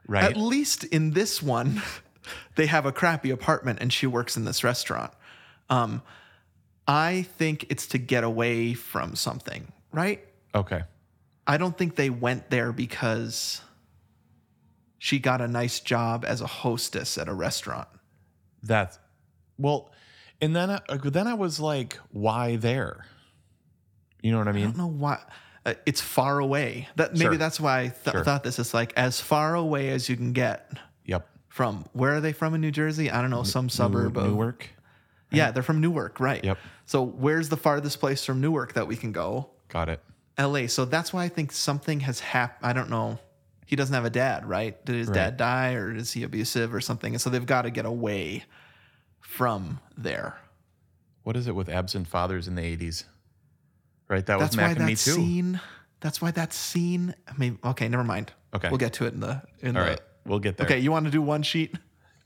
Speaker 2: Right.
Speaker 1: At least in this one, they have a crappy apartment, and she works in this restaurant. Um, I think it's to get away from something, right?
Speaker 2: okay.
Speaker 1: I don't think they went there because she got a nice job as a hostess at a restaurant.
Speaker 2: That's well, and then I, uh, then I was like, why there? You know what I
Speaker 1: I
Speaker 2: mean?
Speaker 1: don't know why. Uh, it's far away. That maybe
Speaker 2: Sure.
Speaker 1: that's why I th-
Speaker 2: Sure.
Speaker 1: thought this. It's like as far away as you can get
Speaker 2: Yep.
Speaker 1: from. Where are they from in New Jersey? I don't know, some suburb of
Speaker 2: Newark.
Speaker 1: Yeah, they're from Newark, right?
Speaker 2: Yep.
Speaker 1: So where's the farthest place from Newark that we can go?
Speaker 2: Got it.
Speaker 1: L.A. So that's why I think something has happened. I don't know. He doesn't have a dad, right? Did his dad die, or is he abusive, or something? And so they've got to get away from there.
Speaker 2: What is it with absent fathers in the eighties? Right. That
Speaker 1: That's
Speaker 2: was Mac
Speaker 1: why
Speaker 2: and
Speaker 1: that
Speaker 2: Me too.
Speaker 1: scene. That's why that scene. I mean, okay, never mind.
Speaker 2: Okay.
Speaker 1: we'll get to it in the in
Speaker 2: All
Speaker 1: the.
Speaker 2: right, we'll get there.
Speaker 1: Okay, you want to do one sheet?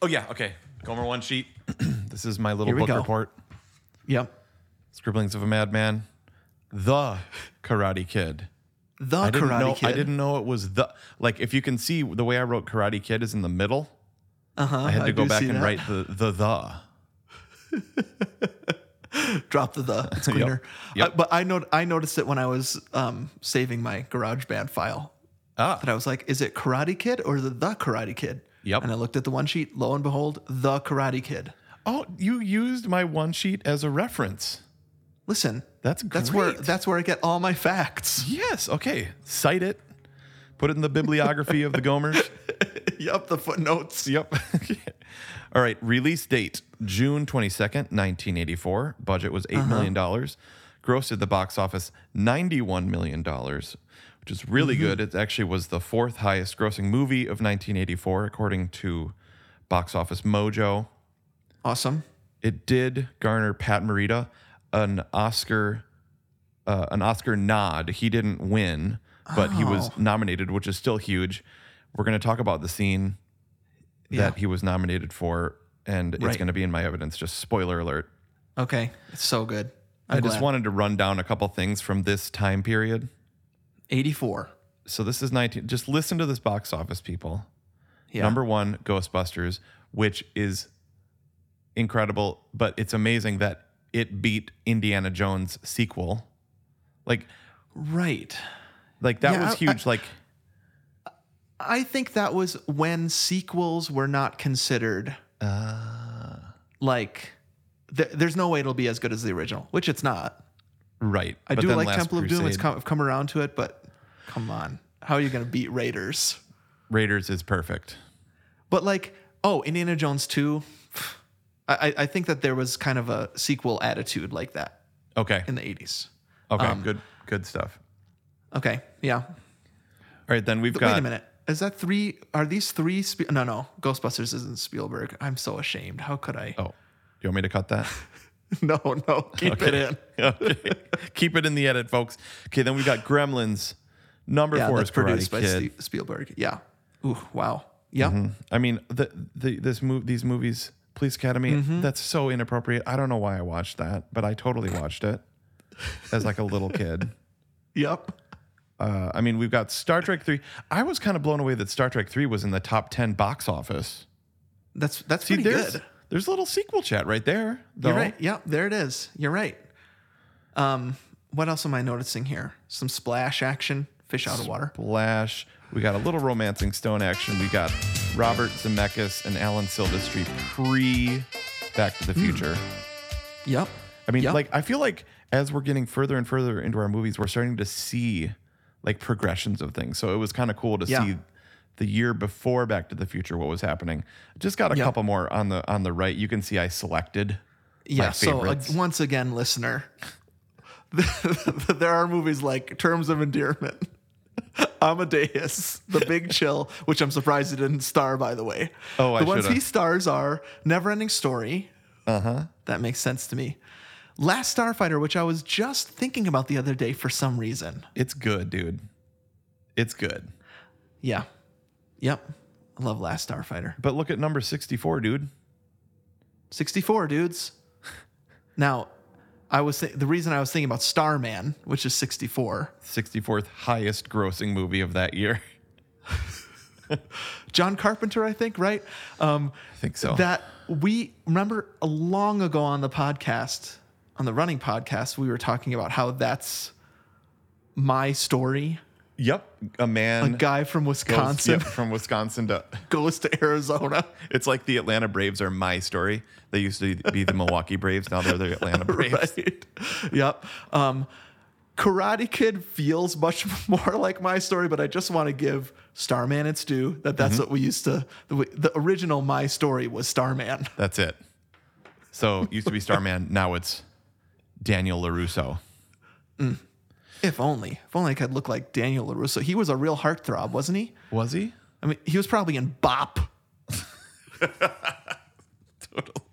Speaker 2: Oh yeah. Okay. Gomer one sheet. this is my little
Speaker 1: Here we
Speaker 2: book
Speaker 1: go.
Speaker 2: report.
Speaker 1: Yep.
Speaker 2: Scribblings of a Madman. The Karate Kid.
Speaker 1: The
Speaker 2: I didn't
Speaker 1: Karate
Speaker 2: know.
Speaker 1: Kid.
Speaker 2: I didn't know it was the like. If you can see the way I wrote Karate Kid is in the middle.
Speaker 1: Uh-huh,
Speaker 2: I had to go
Speaker 1: do
Speaker 2: back
Speaker 1: see
Speaker 2: and
Speaker 1: that.
Speaker 2: write the the the.
Speaker 1: Drop the the. It's cleaner.
Speaker 2: Yep.
Speaker 1: I- but I know I noticed it when I was um, saving my GarageBand file
Speaker 2: Ah,
Speaker 1: that I was like, is it Karate Kid or is it the Karate Kid?
Speaker 2: Yep.
Speaker 1: And I looked at the one sheet. Lo and behold, the Karate Kid.
Speaker 2: oh, you used my one sheet as a reference.
Speaker 1: Listen,
Speaker 2: That's
Speaker 1: that's where
Speaker 2: great.
Speaker 1: that's where I get all my facts.
Speaker 2: Yes. Okay. Cite it. Put it in the bibliography of the Gomers.
Speaker 1: yep, the footnotes.
Speaker 2: Yep. All right. Release date June 22nd, 1984. Budget was eight million dollars Gross at the box office $91 million, which is really good. It actually was the fourth highest grossing movie of 1984, according to Box Office Mojo.
Speaker 1: Awesome.
Speaker 2: It did garner Pat Morita an Oscar. Uh, an Oscar nod. He didn't win, but he
Speaker 1: Oh.
Speaker 2: was nominated, which is still huge. We're going to talk about the scene
Speaker 1: Yeah.
Speaker 2: that he was nominated for, and it's
Speaker 1: Right.
Speaker 2: going to be in my evidence. Just spoiler alert.
Speaker 1: Okay. It's so good.
Speaker 2: i
Speaker 1: I'm
Speaker 2: just
Speaker 1: glad.
Speaker 2: wanted to run down a couple things from this time period.
Speaker 1: 84.
Speaker 2: So this is 19. Just listen to this box office, people.
Speaker 1: Yeah.
Speaker 2: Number one, Ghostbusters, which is incredible, but it's amazing that it beat Indiana Jones sequel. Like
Speaker 1: Right.
Speaker 2: Like that
Speaker 1: Yeah,
Speaker 2: was
Speaker 1: I-
Speaker 2: huge. like
Speaker 1: I think that was when sequels were not considered.
Speaker 2: Ah.
Speaker 1: like, th- there's no way it'll be as good as the original, which it's not.
Speaker 2: right.
Speaker 1: I
Speaker 2: But
Speaker 1: do
Speaker 2: then
Speaker 1: like
Speaker 2: Last
Speaker 1: Temple of Doom. It's
Speaker 2: Crusade,
Speaker 1: come, I've come around to it, but come on, how are you going to beat Raiders?
Speaker 2: Raiders is perfect.
Speaker 1: But like, oh, Indiana Jones two. I, I- I think that there was kind of a sequel attitude like that
Speaker 2: Okay.
Speaker 1: in the 80s.
Speaker 2: Okay.
Speaker 1: um,
Speaker 2: good. Good stuff.
Speaker 1: Okay, yeah.
Speaker 2: All right, then we've
Speaker 1: But
Speaker 2: got.
Speaker 1: wait a minute. Is that three? Are these three? Spe- no, no. Ghostbusters isn't Spielberg. I'm so ashamed. How could I?
Speaker 2: Oh, do you want me to cut that?
Speaker 1: No, no. Keep it
Speaker 2: Okay.
Speaker 1: in.
Speaker 2: okay. Keep it in the edit, folks. Okay, then we got Gremlins. Number
Speaker 1: Yeah,
Speaker 2: four
Speaker 1: that's
Speaker 2: is Karate
Speaker 1: produced by
Speaker 2: Kid. Mm-hmm.
Speaker 1: Ste- Spielberg. Yeah. Ooh, wow. Yeah.
Speaker 2: I mean, the, the this move, these movies, Police Academy.
Speaker 1: Mm-hmm.
Speaker 2: That's so inappropriate. I don't know why I watched that, but I totally watched it as like a little kid.
Speaker 1: Yep.
Speaker 2: Uh, I mean, we've got Star Trek three. I was kind of blown away that Star Trek three was in the top ten box office.
Speaker 1: That's that's
Speaker 2: See,
Speaker 1: pretty
Speaker 2: there's
Speaker 1: good.
Speaker 2: there's a little sequel chat right there. Though.
Speaker 1: You're right. Yep. There it is. You're right. Um, what else am I noticing here? Some splash action. Fish out of water.
Speaker 2: Splash. We got a little romancing stone action. We got Robert Zemeckis and Alan Silvestri pre Back to
Speaker 1: Hmm.
Speaker 2: the Future.
Speaker 1: Yep.
Speaker 2: I mean,
Speaker 1: Yep.
Speaker 2: like I feel like as we're getting further and further into our movies, we're starting to see like progressions of things. So it was kind of cool to
Speaker 1: Yeah.
Speaker 2: see the year before Back to the Future what was happening. Just got a
Speaker 1: Yeah.
Speaker 2: couple more on the on the right. You can see I selected.
Speaker 1: Yeah. So uh,
Speaker 2: favorites.
Speaker 1: once again, listener, there are movies like Terms of Endearment, Amadeus, The Big Chill, which I'm surprised he didn't star, by the way.
Speaker 2: Oh, I
Speaker 1: the ones
Speaker 2: shoulda. Uh-huh.
Speaker 1: he stars are Neverending Story. Uh huh. That makes sense to me. Last Starfighter, which I was just thinking about the other day for some reason.
Speaker 2: It's good, dude. It's good.
Speaker 1: Yeah. Yep. I love Last Starfighter.
Speaker 2: But look at number 64, dude.
Speaker 1: 64 dudes now i was th- the reason i was thinking about starman which is 64
Speaker 2: 64th highest grossing movie of that year.
Speaker 1: john carpenter i think right um,
Speaker 2: I think so.
Speaker 1: that we remember a long ago on the podcast on the running podcast we were talking about how that's my story
Speaker 2: yep, a man
Speaker 1: a guy from
Speaker 2: goes-
Speaker 1: wisconsin
Speaker 2: yep, from Wisconsin to
Speaker 1: goes to arizona
Speaker 2: It's like the Atlanta Braves are my story. They used to be the Milwaukee Braves, now they're the Atlanta Braves.
Speaker 1: right yep um karate kid feels much more like my story but i just want to give starman its due that
Speaker 2: Mm-hmm.
Speaker 1: that's what we used to the, the original my story was starman
Speaker 2: That's it. So used to be Starman, now it's Daniel LaRusso.
Speaker 1: if only if only i could look like daniel larusso he was a real heartthrob wasn't he
Speaker 2: Was he?
Speaker 1: i mean he was probably in bop
Speaker 2: Totally.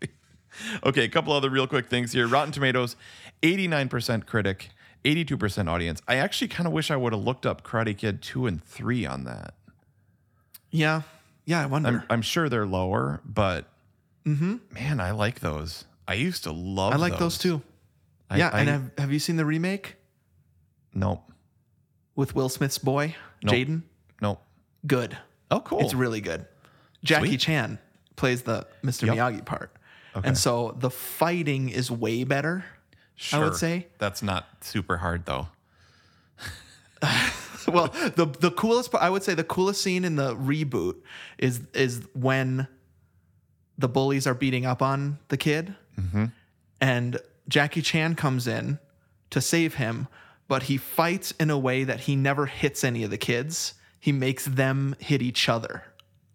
Speaker 2: Okay, a couple other real quick things here. Rotten Tomatoes, 89% critic, 82% audience. I actually kind of wish I would have looked up Karate Kid 2 and 3 on that.
Speaker 1: yeah yeah i wonder
Speaker 2: I'm, I'm sure they're lower, but man, I like those. I used to love.
Speaker 1: Mm-hmm. i like those, too
Speaker 2: I-
Speaker 1: yeah
Speaker 2: I-
Speaker 1: and have, have you seen the remake
Speaker 2: nope,
Speaker 1: with will smith's boy
Speaker 2: Nope.
Speaker 1: jaden
Speaker 2: nope.
Speaker 1: good
Speaker 2: Oh, cool.
Speaker 1: It's really good. Jackie
Speaker 2: Sweet.
Speaker 1: Chan plays the Mr.
Speaker 2: Yep.
Speaker 1: Miyagi part. And so the fighting is way better. I would
Speaker 2: Sure.
Speaker 1: say.
Speaker 2: that's not super hard though.
Speaker 1: Well, the the coolest part I would say the coolest scene in the reboot is is when the bullies are beating up on the kid and Jackie Chan comes in to save him, but he fights in a way that he never hits any of the kids. He makes them hit each other.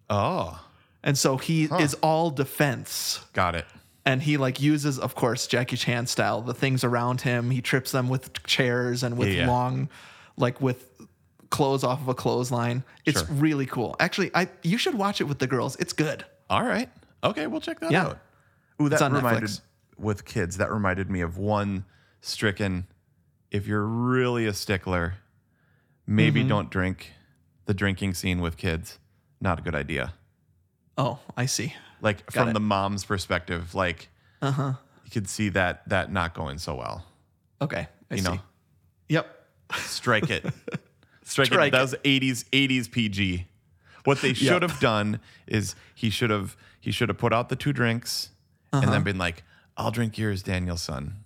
Speaker 2: Oh,
Speaker 1: And so he is all defense.
Speaker 2: got it.
Speaker 1: and he like uses of course jackie chan style the things around him he trips them with chairs and with
Speaker 2: Yeah.
Speaker 1: long like with clothes off of a clothesline it's
Speaker 2: Sure.
Speaker 1: really cool actually i you should watch it with the girls it's good Oh,
Speaker 2: All right. Okay, we'll check that
Speaker 1: Yeah.
Speaker 2: out. Ooh,
Speaker 1: It's on Netflix.
Speaker 2: with kids. That reminded me of one stricken. If you're really a stickler,
Speaker 1: Mm-hmm.
Speaker 2: maybe don't drink. The drinking scene with kids, not a good idea.
Speaker 1: oh i see
Speaker 2: like
Speaker 1: Got
Speaker 2: from
Speaker 1: it. Uh-huh.
Speaker 2: the mom's perspective like you could see that that not going so well
Speaker 1: okay i
Speaker 2: You
Speaker 1: see
Speaker 2: know.
Speaker 1: yep
Speaker 2: strike it strike, it
Speaker 1: Strike
Speaker 2: that was 80s 80s pg what they should have done is he should have he should have put out the two drinks and
Speaker 1: Uh-huh.
Speaker 2: then been like i'll drink yours daniel's son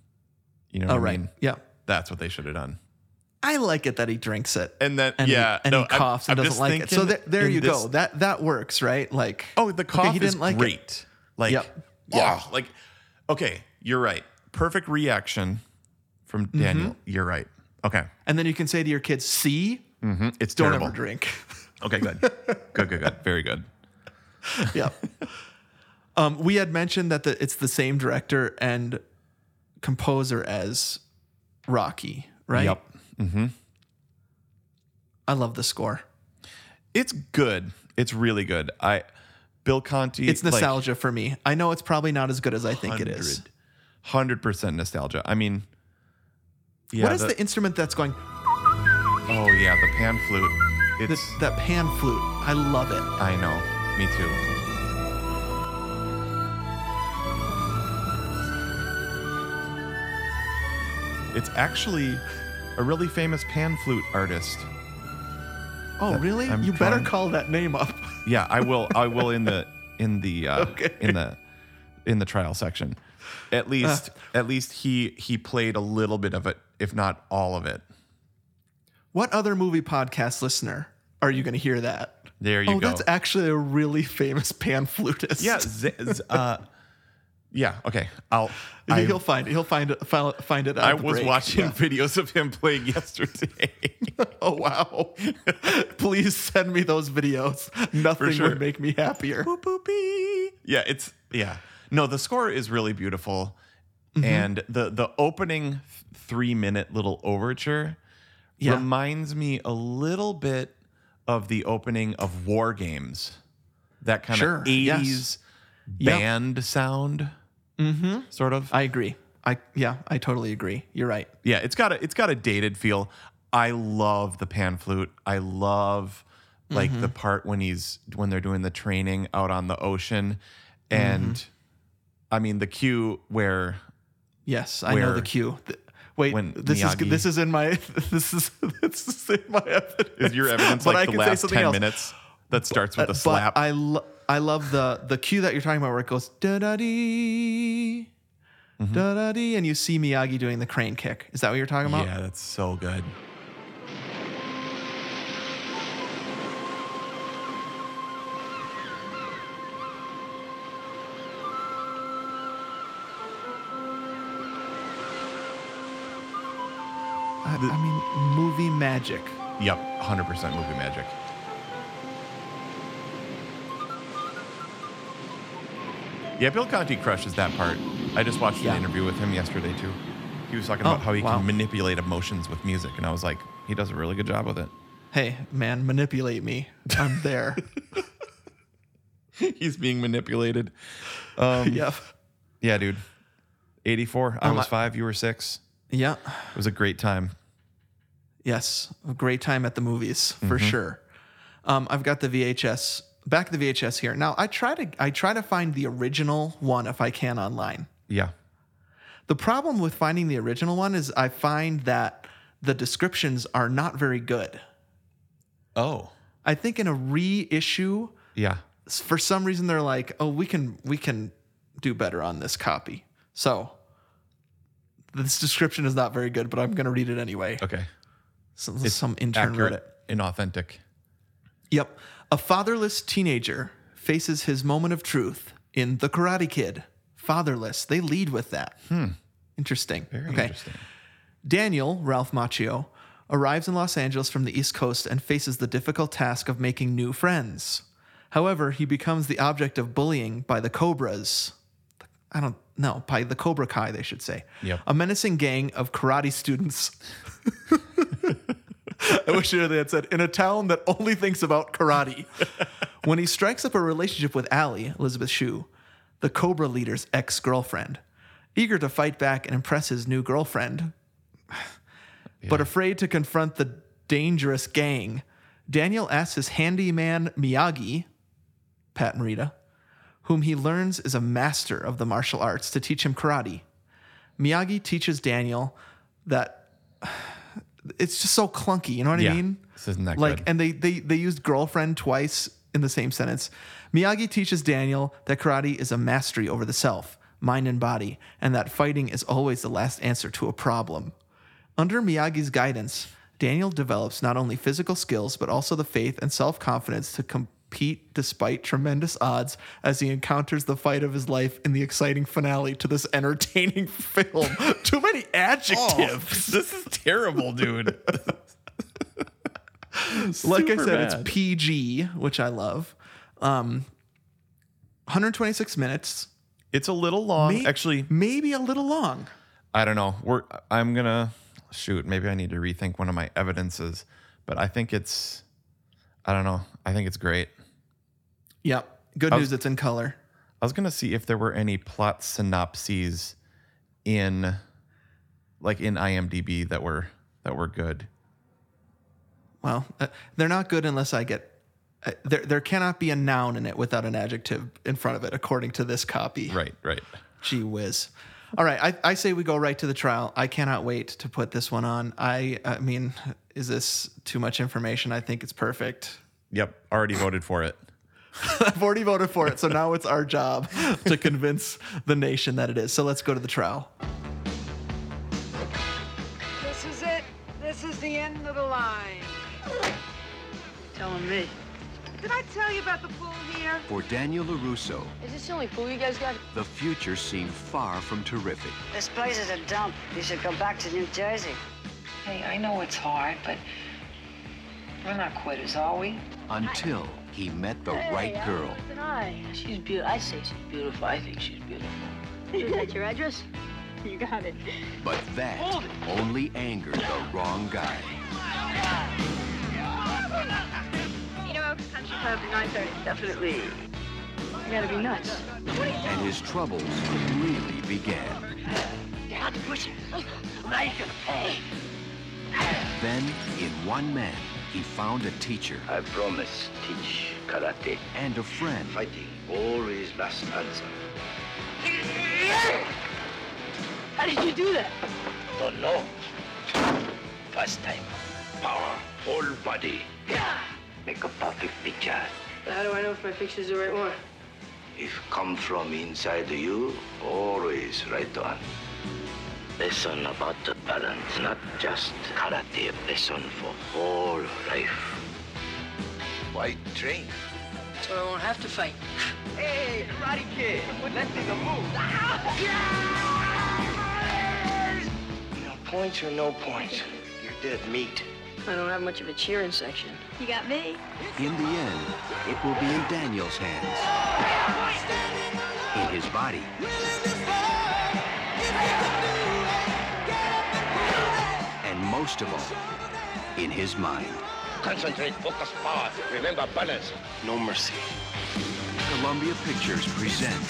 Speaker 2: you know what
Speaker 1: all
Speaker 2: i
Speaker 1: Oh, right
Speaker 2: mean
Speaker 1: yep
Speaker 2: that's what they should have done
Speaker 1: I like it that he drinks it.
Speaker 2: And that-
Speaker 1: and he-
Speaker 2: yeah,
Speaker 1: and
Speaker 2: no,
Speaker 1: he
Speaker 2: I'm-
Speaker 1: coughs
Speaker 2: I'm
Speaker 1: and
Speaker 2: just
Speaker 1: doesn't like it. So
Speaker 2: thinking
Speaker 1: there, there
Speaker 2: in
Speaker 1: you go.
Speaker 2: this-
Speaker 1: That that works, right? Like,
Speaker 2: Oh, the cough
Speaker 1: okay, he
Speaker 2: is
Speaker 1: didn't like
Speaker 2: great.
Speaker 1: It.
Speaker 2: Like,
Speaker 1: Yep.
Speaker 2: yeah. like, okay, you're right. Perfect reaction from
Speaker 1: Mm-hmm.
Speaker 2: Daniel. You're right. Okay,
Speaker 1: And then you can say to your kids, "See,
Speaker 2: it's
Speaker 1: don't
Speaker 2: terrible.
Speaker 1: ever drink."
Speaker 2: Okay, good, good, good, good. Very good.
Speaker 1: yep. Um, we had mentioned that the, it's the same director and composer as Rocky, right?
Speaker 2: Yep.
Speaker 1: I love the score.
Speaker 2: It's good. It's really good. I, Bill Conti.
Speaker 1: It's
Speaker 2: like,
Speaker 1: nostalgia for me. I know it's probably not as good as I think it is.
Speaker 2: Hundred percent nostalgia. I mean, yeah.
Speaker 1: what is the, instrument that's going?
Speaker 2: oh yeah, the pan flute.
Speaker 1: That,
Speaker 2: It's
Speaker 1: that pan flute. I love it.
Speaker 2: I know. Me too. It's actually a really famous pan flute artist.
Speaker 1: Oh,
Speaker 2: That-
Speaker 1: really?
Speaker 2: I'm
Speaker 1: you better
Speaker 2: trying-
Speaker 1: call that name up.
Speaker 2: Yeah, I will. I will in the in the uh,
Speaker 1: Okay. Uh.
Speaker 2: in the in the trial section. At least, at least he he played a little bit of it, if not all of it.
Speaker 1: What other movie podcast listener are you going to hear that?
Speaker 2: There you
Speaker 1: oh,
Speaker 2: go.
Speaker 1: that's actually a really famous pan flutist.
Speaker 2: yeah, z- z- uh, yeah. Okay, I'll.
Speaker 1: He-
Speaker 2: I-
Speaker 1: he'll find he'll find it- fi- find it. on
Speaker 2: I
Speaker 1: the
Speaker 2: was
Speaker 1: break.
Speaker 2: watching
Speaker 1: Yeah.
Speaker 2: videos of him playing yesterday.
Speaker 1: Oh wow! Please send me those videos. Nothing
Speaker 2: sure.
Speaker 1: would make me happier.
Speaker 2: yeah, it's yeah. No, the score is really beautiful,
Speaker 1: Mm-hmm.
Speaker 2: and the the opening three minute little overture
Speaker 1: Yeah.
Speaker 2: reminds me a little bit of the opening of War Games, that kind
Speaker 1: Sure,
Speaker 2: of
Speaker 1: yes.
Speaker 2: eighties
Speaker 1: Yep.
Speaker 2: band sound, mm-hmm. sort of.
Speaker 1: I agree. I yeah, I totally agree. You're right.
Speaker 2: yeah, it's got a it's got a dated feel. I love the pan flute. I love like the part when he's when they're doing the training out on the ocean, and I mean the cue where
Speaker 1: Yes, I know
Speaker 2: Where-
Speaker 1: the cue. Th- Wait,
Speaker 2: when
Speaker 1: this
Speaker 2: Miyagi-
Speaker 1: is this is in my this is this is in my evidence.
Speaker 2: is your evidence
Speaker 1: But I
Speaker 2: like the
Speaker 1: can say
Speaker 2: last
Speaker 1: something
Speaker 2: ten
Speaker 1: else.
Speaker 2: minutes that starts with a
Speaker 1: But
Speaker 2: slap.
Speaker 1: I lo- I love the the cue that you're talking about where it goes da da dee
Speaker 2: Mm-hmm.
Speaker 1: da da dee, and you see Miyagi doing the crane kick. Is that what you're talking about?
Speaker 2: yeah, that's so good.
Speaker 1: I, I mean, movie magic.
Speaker 2: Yep, hundred percent movie magic. Yeah, Bill Conti crushes that part. I just watched
Speaker 1: Yeah.
Speaker 2: an interview with him yesterday too. He was talking
Speaker 1: Oh,
Speaker 2: about how he
Speaker 1: wow.
Speaker 2: can manipulate emotions with music, and I was like, he does a really good job with it.
Speaker 1: Hey, man, manipulate me. I'm there.
Speaker 2: He's being manipulated.
Speaker 1: yep.
Speaker 2: Yeah, dude. Eighty-four. I
Speaker 1: Um,
Speaker 2: was
Speaker 1: I-
Speaker 2: five. You were six.
Speaker 1: Yeah.
Speaker 2: It was a great time.
Speaker 1: Yes. A great time at the movies for sure. Um, I've got the VHS back the VHS here. Now I try to I try to find the original one if I can online.
Speaker 2: Yeah.
Speaker 1: The problem with finding the original one is I find that the descriptions are not very good.
Speaker 2: Oh.
Speaker 1: I think in a reissue,
Speaker 2: Yeah.
Speaker 1: s- for some reason they're like, "Oh, we can we can do better on this copy." So this description is not very good, but I'm going to read it anyway.
Speaker 2: Okay.
Speaker 1: Some, some intern
Speaker 2: Accurate
Speaker 1: read it.
Speaker 2: and authentic.
Speaker 1: Yep. A fatherless teenager faces his moment of truth in The Karate Kid. Fatherless. They lead with that. Hmm. Interesting.
Speaker 2: Very
Speaker 1: okay.
Speaker 2: interesting.
Speaker 1: Daniel, Ralph Macchio, arrives in Los Angeles from the East Coast and faces the difficult task of making new friends. However, he becomes the object of bullying by the Cobras. I don't know, by the Cobra Kai, they should say.
Speaker 2: Yep.
Speaker 1: A menacing gang of karate students. I wish they had said, in a town that only thinks about karate. when he strikes up a relationship with Allie, Elizabeth Shue, the Cobra leader's ex girlfriend, eager to fight back and impress his new girlfriend, but afraid to confront the dangerous gang, Daniel asks his handyman Miyagi, Pat Morita, whom he learns is a master of the martial arts, to teach him karate. Miyagi teaches Daniel that it's just so clunky, you know what
Speaker 2: Yeah.
Speaker 1: I mean?
Speaker 2: This isn't that
Speaker 1: like
Speaker 2: good.
Speaker 1: and they, they they used girlfriend twice in the same sentence miyagi teaches daniel that karate is a mastery over the self mind and body and that fighting is always the last answer to a problem under miyagi's guidance Daniel develops not only physical skills, but also the faith and self confidence to compete despite tremendous odds as he encounters the fight of his life in the exciting finale to this entertaining film. Too many
Speaker 2: Oh,
Speaker 1: adjectives.
Speaker 2: this is terrible, dude.
Speaker 1: like I
Speaker 2: super
Speaker 1: said, it's
Speaker 2: bad.
Speaker 1: PG, which I love. Um, 126 minutes.
Speaker 2: it's a little long.
Speaker 1: May-
Speaker 2: Actually,
Speaker 1: maybe a little long.
Speaker 2: I don't know. We're I'm gonna shoot. Maybe I need to rethink one of my evidences, but I think it's I don't know. I think it's great.
Speaker 1: Yep. Good
Speaker 2: I was-
Speaker 1: news, it's in color.
Speaker 2: I was gonna see if there were any plot synopses in like in IMDb that were that were good.
Speaker 1: Well, uh, they're not good unless I get. Uh, there, there cannot be a noun in it without an adjective in front of it, according to this copy.
Speaker 2: Right, right.
Speaker 1: Gee whiz. All right, I, I say we go right to the trial. I cannot wait to put this one on. I, I mean, is this too much information? I think it's perfect.
Speaker 2: Yep, already voted for it.
Speaker 1: I've already voted for it, so now it's our job to convince the nation that it is. So let's go to the trial.
Speaker 4: This is it. This is the end of the line.
Speaker 5: Telling me.
Speaker 4: Did I tell you about the pool here?
Speaker 6: For Daniel LaRusso,
Speaker 7: Is this the only pool you guys got?
Speaker 6: the future seemed far from terrific.
Speaker 8: This place is a dump. You should go back to New Jersey.
Speaker 9: Hey, I know it's hard, but we're not quitters, are we?
Speaker 6: Until he met the right girl.
Speaker 7: An eye. She's beautiful. I say she's beautiful. I think she's beautiful. Is that your address? You got it.
Speaker 6: But that only angered the wrong guy.
Speaker 7: You know, country club at 9:30. Definitely. You gotta be nuts.
Speaker 6: And his troubles really began.
Speaker 7: You had to push it. Now you can pay.
Speaker 6: Then, in one man, he found a teacher
Speaker 10: I promise, teach karate,
Speaker 6: and a friend.
Speaker 10: fighting, always last answer.
Speaker 7: How did you do that?
Speaker 10: Don't know. First time, power, whole body. Make a perfect picture.
Speaker 7: How do I know if my picture's the right one?
Speaker 10: If come from inside you, always right on. Lesson about the parents, not just karate. Lesson for whole life. Why train?
Speaker 7: So I won't have to fight.
Speaker 3: Hey, karate kid, let's take a move.
Speaker 10: No points or no points. You're dead meat.
Speaker 7: I don't have much of a cheering section. You got me.
Speaker 6: In the end, it will be in Daniel's hands. In his body. And most of all, in his mind.
Speaker 10: Concentrate, focus, power. Remember balance. No mercy.
Speaker 6: Columbia Pictures presents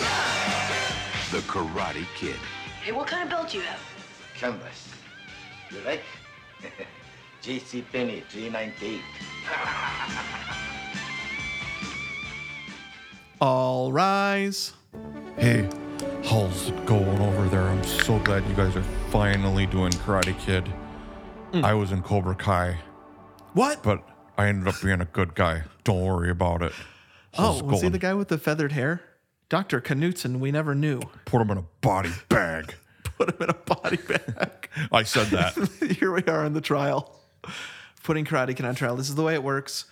Speaker 6: The Karate Kid.
Speaker 7: Hey, what kind of belt do you have?
Speaker 10: Canvas. You like? J.C. Penny, 398.
Speaker 1: All rise.
Speaker 2: Hey, how's it going over there? I'm so glad you guys are finally doing Karate Kid. I was in Cobra Kai,
Speaker 1: What?
Speaker 2: but I ended up being a good guy. Don't worry about it.
Speaker 1: oh,
Speaker 2: How's it
Speaker 1: was he
Speaker 2: going?
Speaker 1: the guy with the feathered hair? Dr. Knutson, we never knew.
Speaker 2: Put him in a body bag.
Speaker 1: Put him in a body bag.
Speaker 2: I said that.
Speaker 1: here we are in the trial, putting Karate Kid on trial. This is the way it works.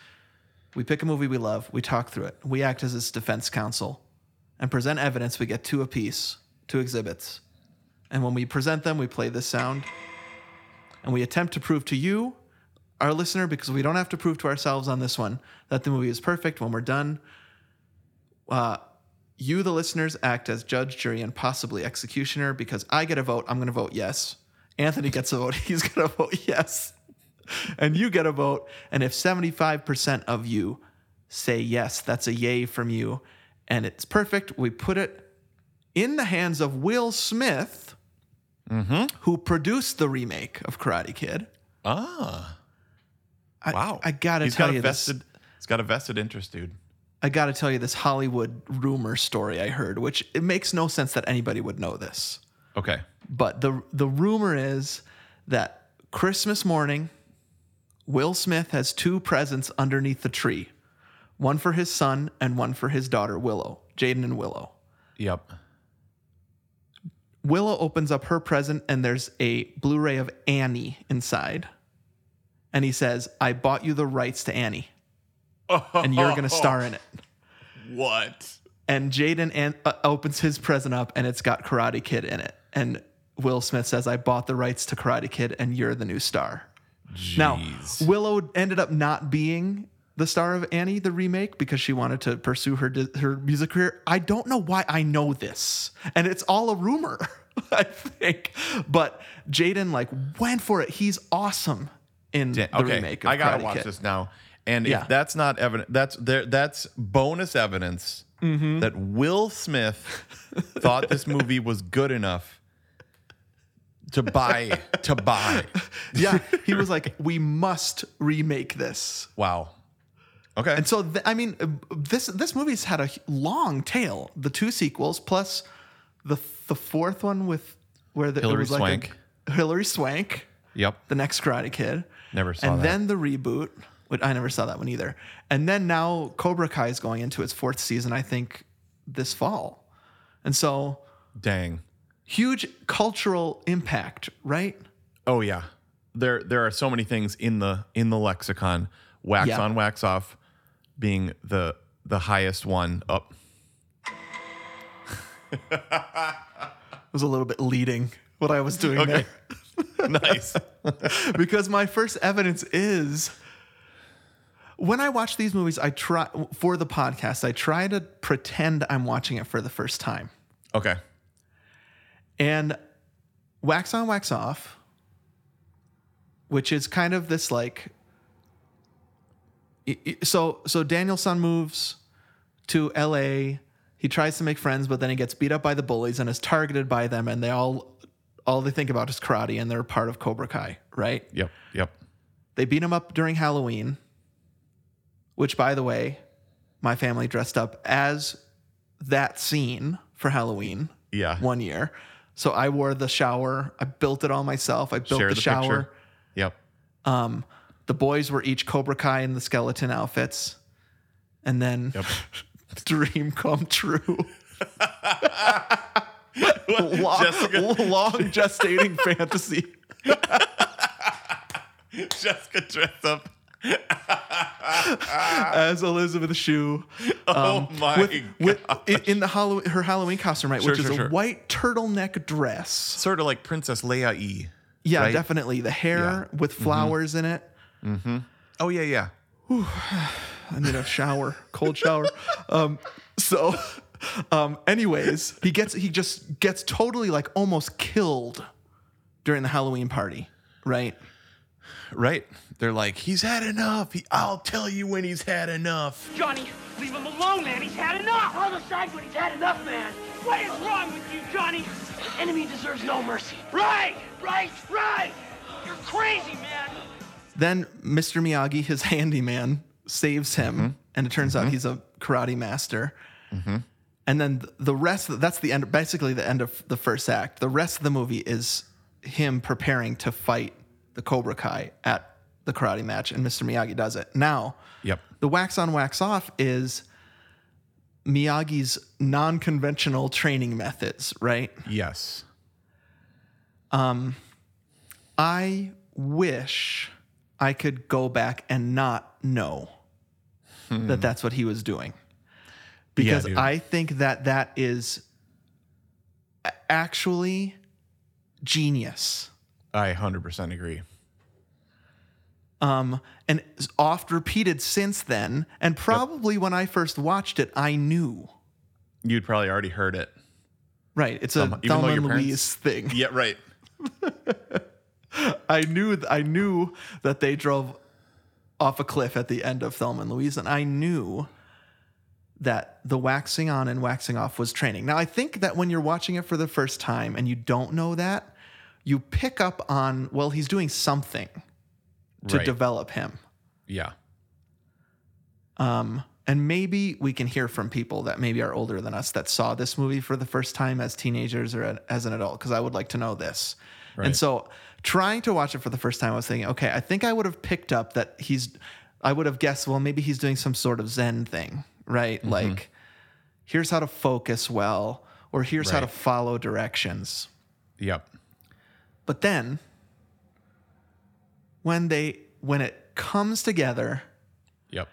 Speaker 1: We pick a movie we love, we talk through it, we act as its defense counsel, and present evidence. We get two apiece, two exhibits. And when we present them, we play this sound. And we attempt to prove to you, our listener, because we don't have to prove to ourselves on this one that the movie is perfect when we're done. Uh, you, the listeners, act as judge, jury, and possibly executioner because I get a vote. I'm going to vote yes. Anthony gets a vote. He's going to vote yes. And you get a vote. And if 75% of you say yes, that's a yay from you. And it's perfect. We put it in the hands of Will Smith,
Speaker 2: Mm-hmm.
Speaker 1: who produced the remake of Karate Kid.
Speaker 2: ah,
Speaker 1: I-
Speaker 2: wow.
Speaker 1: I, got to
Speaker 2: He's
Speaker 1: tell
Speaker 2: got a
Speaker 1: you this.
Speaker 2: vested, He's got a vested interest, dude.
Speaker 1: I got to tell you this Hollywood rumor story I heard, which it makes no sense that anybody would know this.
Speaker 2: Okay.
Speaker 1: But the the rumor is that Christmas morning, Will Smith has two presents underneath the tree, one for his son and one for his daughter Willow, Jaden and Willow.
Speaker 2: Yep.
Speaker 1: Willow opens up her present and there's a Blu-ray of Annie inside. and he says, I bought you the rights to Annie. And you're going to star in it.
Speaker 2: What?
Speaker 1: And Jaden an- uh, opens his present up and it's got Karate Kid in it. And Will Smith says, I bought the rights to Karate Kid and you're the new star.
Speaker 2: Jeez.
Speaker 1: Now, Willow ended up not being the star of Annie, the remake, because she wanted to pursue her di- her music career. I don't know why I know this, and it's all a rumor, I think. But Jaden like went for it. He's awesome in
Speaker 2: Da-
Speaker 1: the remake. Of
Speaker 2: I gotta
Speaker 1: Karate
Speaker 2: watch
Speaker 1: Kid.
Speaker 2: this now. And
Speaker 1: Yeah.
Speaker 2: if that's not evidence, that's there. That's bonus evidence
Speaker 1: Mm-hmm.
Speaker 2: that Will Smith thought this movie was good enough to buy. To buy.
Speaker 1: Yeah, he was like, "We must remake this."
Speaker 2: Wow. Okay.
Speaker 1: And so, th- I mean, uh, this this movie's had a h- long tail. The two sequels plus the the fourth one with where the,
Speaker 2: Hilary
Speaker 1: it was like
Speaker 2: Swank.
Speaker 1: A, Hillary Swank,
Speaker 2: yep.
Speaker 1: the next Karate Kid.
Speaker 2: Never saw
Speaker 1: And
Speaker 2: that.
Speaker 1: then the reboot, which I never saw that one either. And then now Cobra Kai is going into its fourth season, I think, this fall. And so
Speaker 2: Dang.
Speaker 1: huge cultural impact, right?
Speaker 2: Oh yeah. There there are so many things in the in the lexicon. Wax
Speaker 1: Yeah.
Speaker 2: on, wax off, being the the highest one up.
Speaker 1: It was a little bit leading what I was doing
Speaker 2: Okay.
Speaker 1: there.
Speaker 2: nice.
Speaker 1: because my first evidence is when I watch these movies, I try for the podcast, I try to pretend I'm watching it for the first time.
Speaker 2: Okay.
Speaker 1: And Wax On, Wax Off, which is kind of this like i- i- so so Daniel Sun moves to LA. He tries to make friends, but then he gets beat up by the bullies and is targeted by them, and they all all they think about is karate and they're part of Cobra Kai, right?
Speaker 2: Yep. Yep.
Speaker 1: They beat him up during Halloween, which, by the way, my family dressed up as that scene for Halloween
Speaker 2: Yeah.
Speaker 1: one year. So I wore the shower. I built it all myself. I built
Speaker 2: Share
Speaker 1: the,
Speaker 2: the
Speaker 1: shower.
Speaker 2: picture. Yep.
Speaker 1: Um, the boys were each Cobra Kai in the skeleton outfits. And then dream come true. long, long gestating fantasy.
Speaker 2: Jessica dressed up.
Speaker 1: as Elizabeth Shue.
Speaker 2: Oh my
Speaker 1: with, with i- in the Halloween her Halloween costume, right,
Speaker 2: Sure,
Speaker 1: which
Speaker 2: sure,
Speaker 1: is
Speaker 2: sure.
Speaker 1: a white turtleneck dress.
Speaker 2: sort of like Princess Leia E.
Speaker 1: Yeah,
Speaker 2: Right? Mm-hmm.
Speaker 1: definitely the hair with flowers in it.
Speaker 2: Oh yeah, yeah.
Speaker 1: I need a shower, cold shower. Um, so, um, anyways, he gets he just gets totally like almost killed during the Halloween party, right?
Speaker 2: Right. They're like, he's had enough. He, I'll tell you when he's had enough.
Speaker 3: Johnny, leave him alone, man. He's had enough. I'll decide when he's had enough, man. What is wrong with you, Johnny? The enemy deserves no mercy. Right, right, right. You're crazy, man.
Speaker 1: Then Mr. Miyagi, his handyman, saves him, and it turns out he's a karate master. And then th- the rest, that's the end, basically the end of the first act. The rest of the movie is him preparing to fight the Cobra Kai at the karate match, and Mr. Miyagi does it. Now,
Speaker 2: Yep.
Speaker 1: the wax on, wax off is Miyagi's non conventional training methods, right?
Speaker 2: Yes.
Speaker 1: I wish I could go back and not know that that's what he was doing. Because
Speaker 2: Hmm. dude.
Speaker 1: I think that that is a- actually genius.
Speaker 2: I 100% agree.
Speaker 1: Um, and is oft repeated since then. And probably when I first watched it, I knew.
Speaker 2: You'd probably already heard it.
Speaker 1: Right. It's a
Speaker 2: Thelma- even though
Speaker 1: Thelma and
Speaker 2: your parents-
Speaker 1: Louise thing.
Speaker 2: Yeah, right.
Speaker 1: I knew I knew that they drove off a cliff at the end of Thelma and Louise, and I knew that the waxing on and waxing off was training. Now I think that when you're watching it for the first time and you don't know that, you pick up on well he's doing something to
Speaker 2: Right.
Speaker 1: develop him.
Speaker 2: Yeah.
Speaker 1: Um, and maybe we can hear from people that maybe are older than us that saw this movie for the first time as teenagers or as an adult, because I would like to know this.
Speaker 2: Right.
Speaker 1: And so, trying to watch it for the first time, I was thinking, okay, I think I would have picked up that he's, I would have guessed, well, maybe he's doing some sort of Zen thing, right?
Speaker 2: Mm-hmm.
Speaker 1: Like, here's how to focus well, or here's how to
Speaker 2: Right.
Speaker 1: follow directions.
Speaker 2: Yep.
Speaker 1: But then, when they when it comes together
Speaker 2: Yep.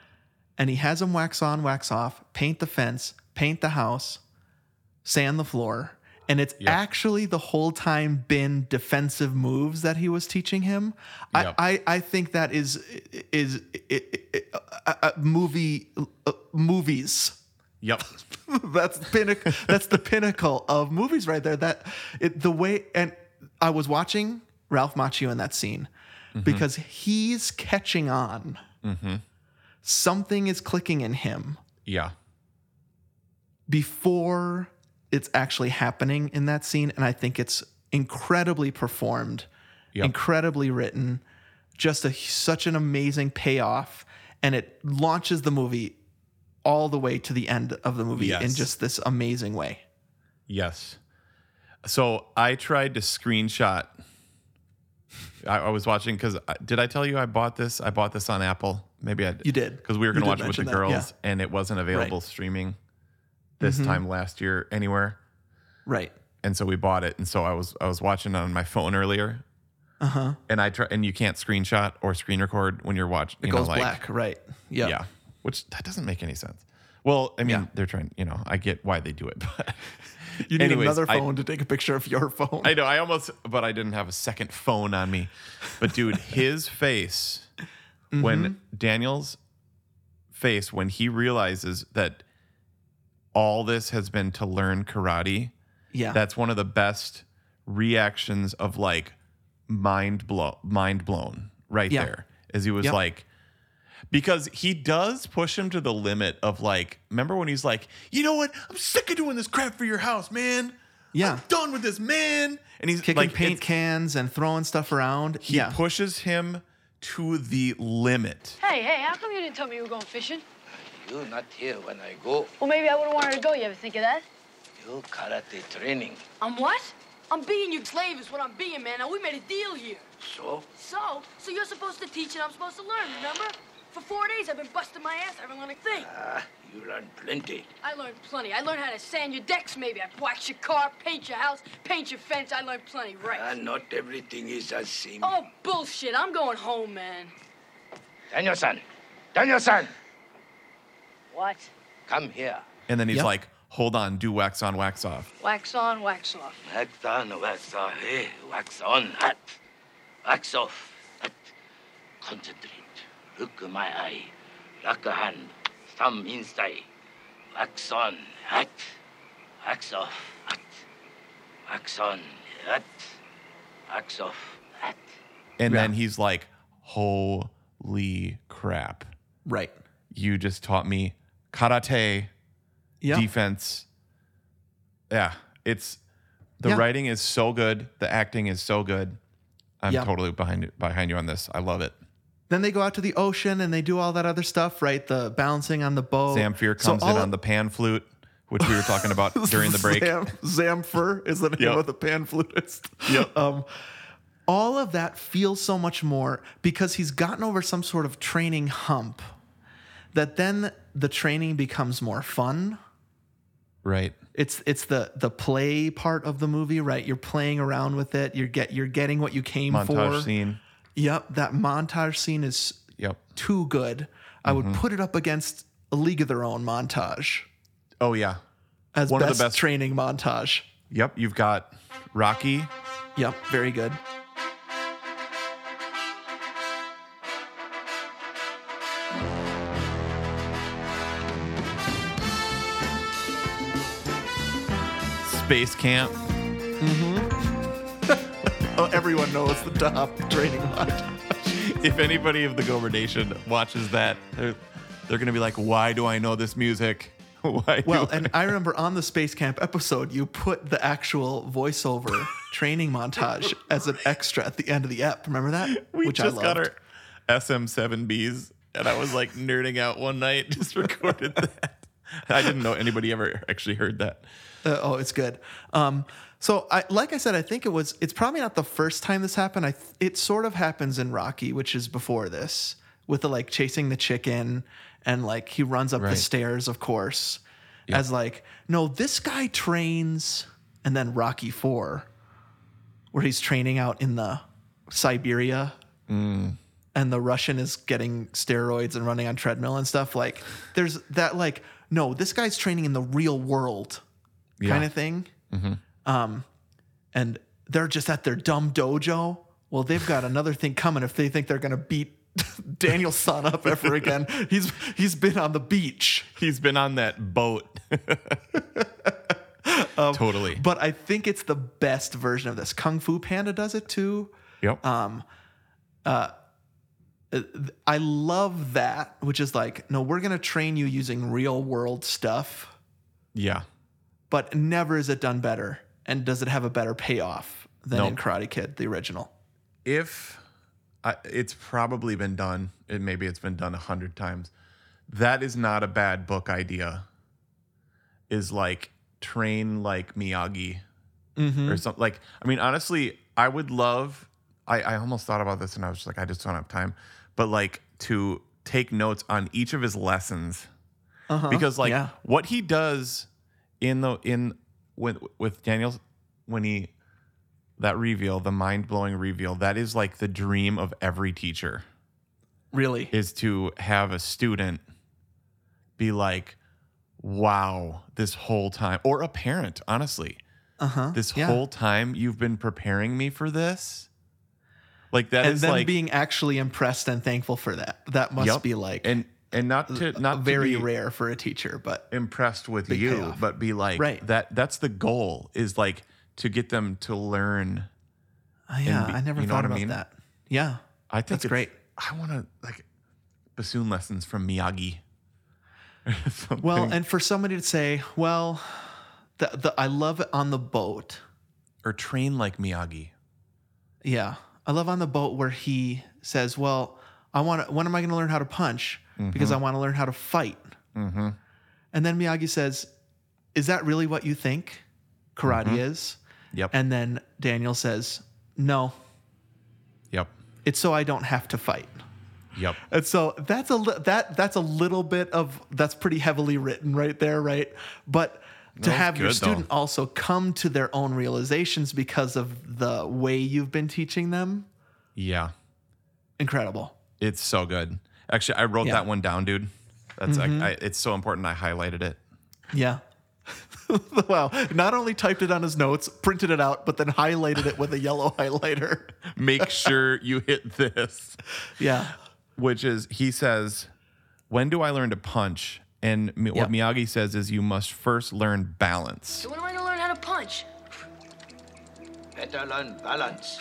Speaker 1: and he has him wax on, wax off, paint the fence, paint the house, sand the floor. And it's
Speaker 2: Yep.
Speaker 1: actually the whole time been defensive moves that he was teaching him.
Speaker 2: Yep.
Speaker 1: I, I, I think that is is, is, uh uh uh, movie uh, movies.
Speaker 2: Yep.
Speaker 1: that's pinnacle. that's the pinnacle of movies right there. That it, the way and I was watching Ralph Macchio in that scene
Speaker 2: Mm-hmm.
Speaker 1: because he's catching on. Something is clicking in him
Speaker 2: Yeah.
Speaker 1: before it's actually happening in that scene, and I think it's incredibly performed,
Speaker 2: Yep.
Speaker 1: incredibly written, just a such an amazing payoff, and it launches the movie all the way to the end of the movie in
Speaker 2: Yes.
Speaker 1: just this amazing way.
Speaker 2: Yes. So I tried to screenshot. I, I was watching because did I tell you I bought this? I bought this on Apple. Maybe I
Speaker 1: You did.
Speaker 2: because we were
Speaker 1: You
Speaker 2: going
Speaker 1: did
Speaker 2: to watch it with the
Speaker 1: mention that,
Speaker 2: girls,
Speaker 1: yeah. Mm-hmm.
Speaker 2: and it wasn't available streaming this time last year anywhere.
Speaker 1: Right.
Speaker 2: And so we bought it, and so I was I was watching it on my phone earlier,
Speaker 1: Uh huh.
Speaker 2: and I try and you can't screenshot or screen record when you're watching.
Speaker 1: It goes black. Right. Yeah.
Speaker 2: Yeah, which that doesn't make any sense. Well, I mean,
Speaker 1: Yeah.
Speaker 2: they're trying. You know, I get why they do it, but
Speaker 1: You need
Speaker 2: Anyways,
Speaker 1: another
Speaker 2: I-
Speaker 1: phone to take a picture of your phone.
Speaker 2: I know. I almost, but I didn't have a second phone on me. But dude, his face when
Speaker 1: Mm-hmm.
Speaker 2: Daniel's face when he realizes that all this has been to learn karate.
Speaker 1: yeah.
Speaker 2: That's one of the best reactions of like mind blow, mind blown right
Speaker 1: Yeah.
Speaker 2: there. As he was
Speaker 1: Yep.
Speaker 2: like, because he does push him to the limit of like, remember when he's like, you know what? I'm sick of doing this crap for your house, man.
Speaker 1: Yeah.
Speaker 2: I'm done with this, man. And he's
Speaker 1: Kicking
Speaker 2: like,
Speaker 1: paint
Speaker 2: it's-
Speaker 1: cans and throwing stuff around.
Speaker 2: he
Speaker 1: yeah.
Speaker 2: pushes him to the limit.
Speaker 7: Hey, hey, how come you didn't tell me you were going fishing?
Speaker 5: You're not here when I go.
Speaker 7: Well, maybe I would have wanted to go. You ever think of that?
Speaker 5: You karate training.
Speaker 7: I'm what? I'm being your slave is what I'm being, man. Now, we made a deal here.
Speaker 5: So
Speaker 7: So, so you're supposed to teach and I'm supposed to learn, remember? For four days, I've been busting my ass every little thing.
Speaker 5: you learn plenty.
Speaker 7: I learned plenty. I learned how to sand your decks, maybe. I wax your car, paint your house, paint your fence. I learned plenty, right?
Speaker 5: And not everything is as seen.
Speaker 7: Oh, bullshit. I'm going home, man.
Speaker 5: Danielson! Danielson!
Speaker 7: What?
Speaker 5: Come here.
Speaker 2: And then he's
Speaker 1: Yep.
Speaker 2: like, hold on, do wax on, wax off.
Speaker 7: Wax on, wax off.
Speaker 5: Wax on, wax off. Hey, wax on, hot. Wax off, hot. Concentrate. Look in my eye. Lock a hand. Thumb inside. Wax on, hot. Wax off, hot. Wax on, hot. Wax off, hot.
Speaker 2: And
Speaker 1: Yeah.
Speaker 2: then he's like, holy crap.
Speaker 1: right.
Speaker 2: You just taught me karate
Speaker 1: Yeah.
Speaker 2: defense. Yeah, it's the
Speaker 1: Yeah.
Speaker 2: writing is so good, the acting is so good. I'm
Speaker 1: Yeah.
Speaker 2: totally behind behind you on this. I love it.
Speaker 1: then they go out to the ocean and they do all that other stuff, right? The balancing on the boat.
Speaker 2: Zamfir
Speaker 1: Oh, So
Speaker 2: comes in
Speaker 1: all-
Speaker 2: on the pan flute, which we were talking about during the break.
Speaker 1: Zam, Zamfir is the name
Speaker 2: Yep.
Speaker 1: of the pan flutist.
Speaker 2: Yep.
Speaker 1: Um, all of that feels so much more because he's gotten over some sort of training hump that then the training becomes more fun.
Speaker 2: Right.
Speaker 1: It's it's the the play part of the movie, right? You're playing around with it. You're get you're getting what you came
Speaker 2: Montage
Speaker 1: for.
Speaker 2: scene.
Speaker 1: Yep, that montage scene is
Speaker 2: Yep.
Speaker 1: too good. I
Speaker 2: Mm-hmm.
Speaker 1: would put it up against a League of Their Own montage
Speaker 2: Oh yeah.
Speaker 1: as
Speaker 2: One of the
Speaker 1: best
Speaker 2: best-
Speaker 1: training montage.
Speaker 2: Yep. You've got Rocky.
Speaker 1: Yep, very good.
Speaker 2: Space Camp. Mm-hmm.
Speaker 1: Oh, everyone knows the top training montage.
Speaker 2: If anybody of the Gomer Nation watches that, they're they're gonna be like, "Why do I know this music? Why?"
Speaker 1: Well,
Speaker 2: do I-"
Speaker 1: and I remember on the Space Camp episode, you put the actual voiceover training montage as an extra at the end of the ep. Remember that?
Speaker 2: we
Speaker 1: Which
Speaker 2: just
Speaker 1: I
Speaker 2: got
Speaker 1: loved.
Speaker 2: our SM7Bs, and I was like nerding out one night, just recorded that. I didn't know anybody ever actually heard that.
Speaker 1: Uh, oh, it's good. Um, so, I, like I said, I think it was. It's probably not the first time this happened. I th- it sort of happens in Rocky, which is before this, with the like chasing the chicken, and like he runs up the
Speaker 2: Right.
Speaker 1: stairs, of course, as like, no, this guy trains, and then Rocky Four, where he's training out in the Siberia and the Russian is getting steroids and running on treadmill and stuff. Like there's that like no, this guy's training in the real world
Speaker 2: Yeah. Mm-hmm.
Speaker 1: kind of thing. Um, and they're just at their dumb dojo. Well, they've got another thing coming if they think they're gonna beat Daniel Son up ever again. He's he's been on the beach.
Speaker 2: He's been on that boat. totally.
Speaker 1: But I think it's the best version of this. Kung Fu Panda does it too.
Speaker 2: Yep.
Speaker 1: Um, uh, I love that, which is like, no, we're gonna train you using real world stuff,
Speaker 2: yeah.
Speaker 1: but never is it done better, and does it have a better payoff than in
Speaker 2: Nope.
Speaker 1: Karate Kid, the original?
Speaker 2: If I, it's probably been done, it, maybe it's been done a hundred times. That is not a bad book idea. Is like train like Miyagi
Speaker 1: Mhm.
Speaker 2: or something. Like, I mean, honestly, I would love. I, I almost thought about this and I was just like, I just don't have time. But like to take notes on each of his lessons
Speaker 1: Uh-huh.
Speaker 2: because like
Speaker 1: yeah.
Speaker 2: what he does in the in with with Daniels when he that reveal the mind blowing reveal that is like the dream of every teacher
Speaker 1: really
Speaker 2: is to have a student be like wow this whole time or a parent honestly
Speaker 1: Uh huh.
Speaker 2: this whole time you've been preparing me for this like that is
Speaker 1: and then
Speaker 2: like
Speaker 1: being actually impressed and thankful for that. That must
Speaker 2: Yup.
Speaker 1: be like
Speaker 2: and and not to not
Speaker 1: very
Speaker 2: to be,
Speaker 1: rare for a teacher, but
Speaker 2: impressed with
Speaker 1: Big
Speaker 2: you,
Speaker 1: payoff.
Speaker 2: but be like
Speaker 1: Right.
Speaker 2: that that's the goal is like to get them to learn.
Speaker 1: Oh, yeah,
Speaker 2: be-
Speaker 1: I never
Speaker 2: you know
Speaker 1: thought
Speaker 2: what
Speaker 1: about
Speaker 2: I mean?
Speaker 1: that. Yeah,
Speaker 2: I think
Speaker 1: That's
Speaker 2: it's-
Speaker 1: great.
Speaker 2: I want to like bassoon lessons from Miyagi. Something.
Speaker 1: Well, and for somebody to say, well, the, the I love it on the boat.
Speaker 2: or train like Miyagi.
Speaker 1: Yeah, I love on the boat where he says, well, I want. to When am I going to learn how to punch? Because I want to learn how to fight.
Speaker 2: Mm-hmm.
Speaker 1: And then Miyagi says, Is that really what you think karate
Speaker 2: Mm-hmm.
Speaker 1: is?
Speaker 2: Yep.
Speaker 1: And then Daniel says, No,
Speaker 2: Yep.
Speaker 1: it's so I don't have to fight.
Speaker 2: Yep.
Speaker 1: And so that's a li- that that's a little bit of that's pretty heavily written right there, right? But to
Speaker 2: That was
Speaker 1: have your
Speaker 2: good, though.
Speaker 1: student also come to their own realizations because of the way you've been teaching them,
Speaker 2: Yeah.
Speaker 1: incredible.
Speaker 2: It's so good. Actually, I wrote
Speaker 1: Yeah. Mm-hmm.
Speaker 2: that one down, dude. That's I, I, it's so important. I highlighted it.
Speaker 1: Yeah. wow. Not only typed it on his notes, printed it out, but then highlighted it with a yellow highlighter.
Speaker 2: Make sure you hit this.
Speaker 1: Yeah.
Speaker 2: which is he says, "When do I learn to punch?" And Mi- what Miyagi says is, "You must first learn balance."
Speaker 7: So when am I gonna learn how to punch?
Speaker 5: Better learn balance.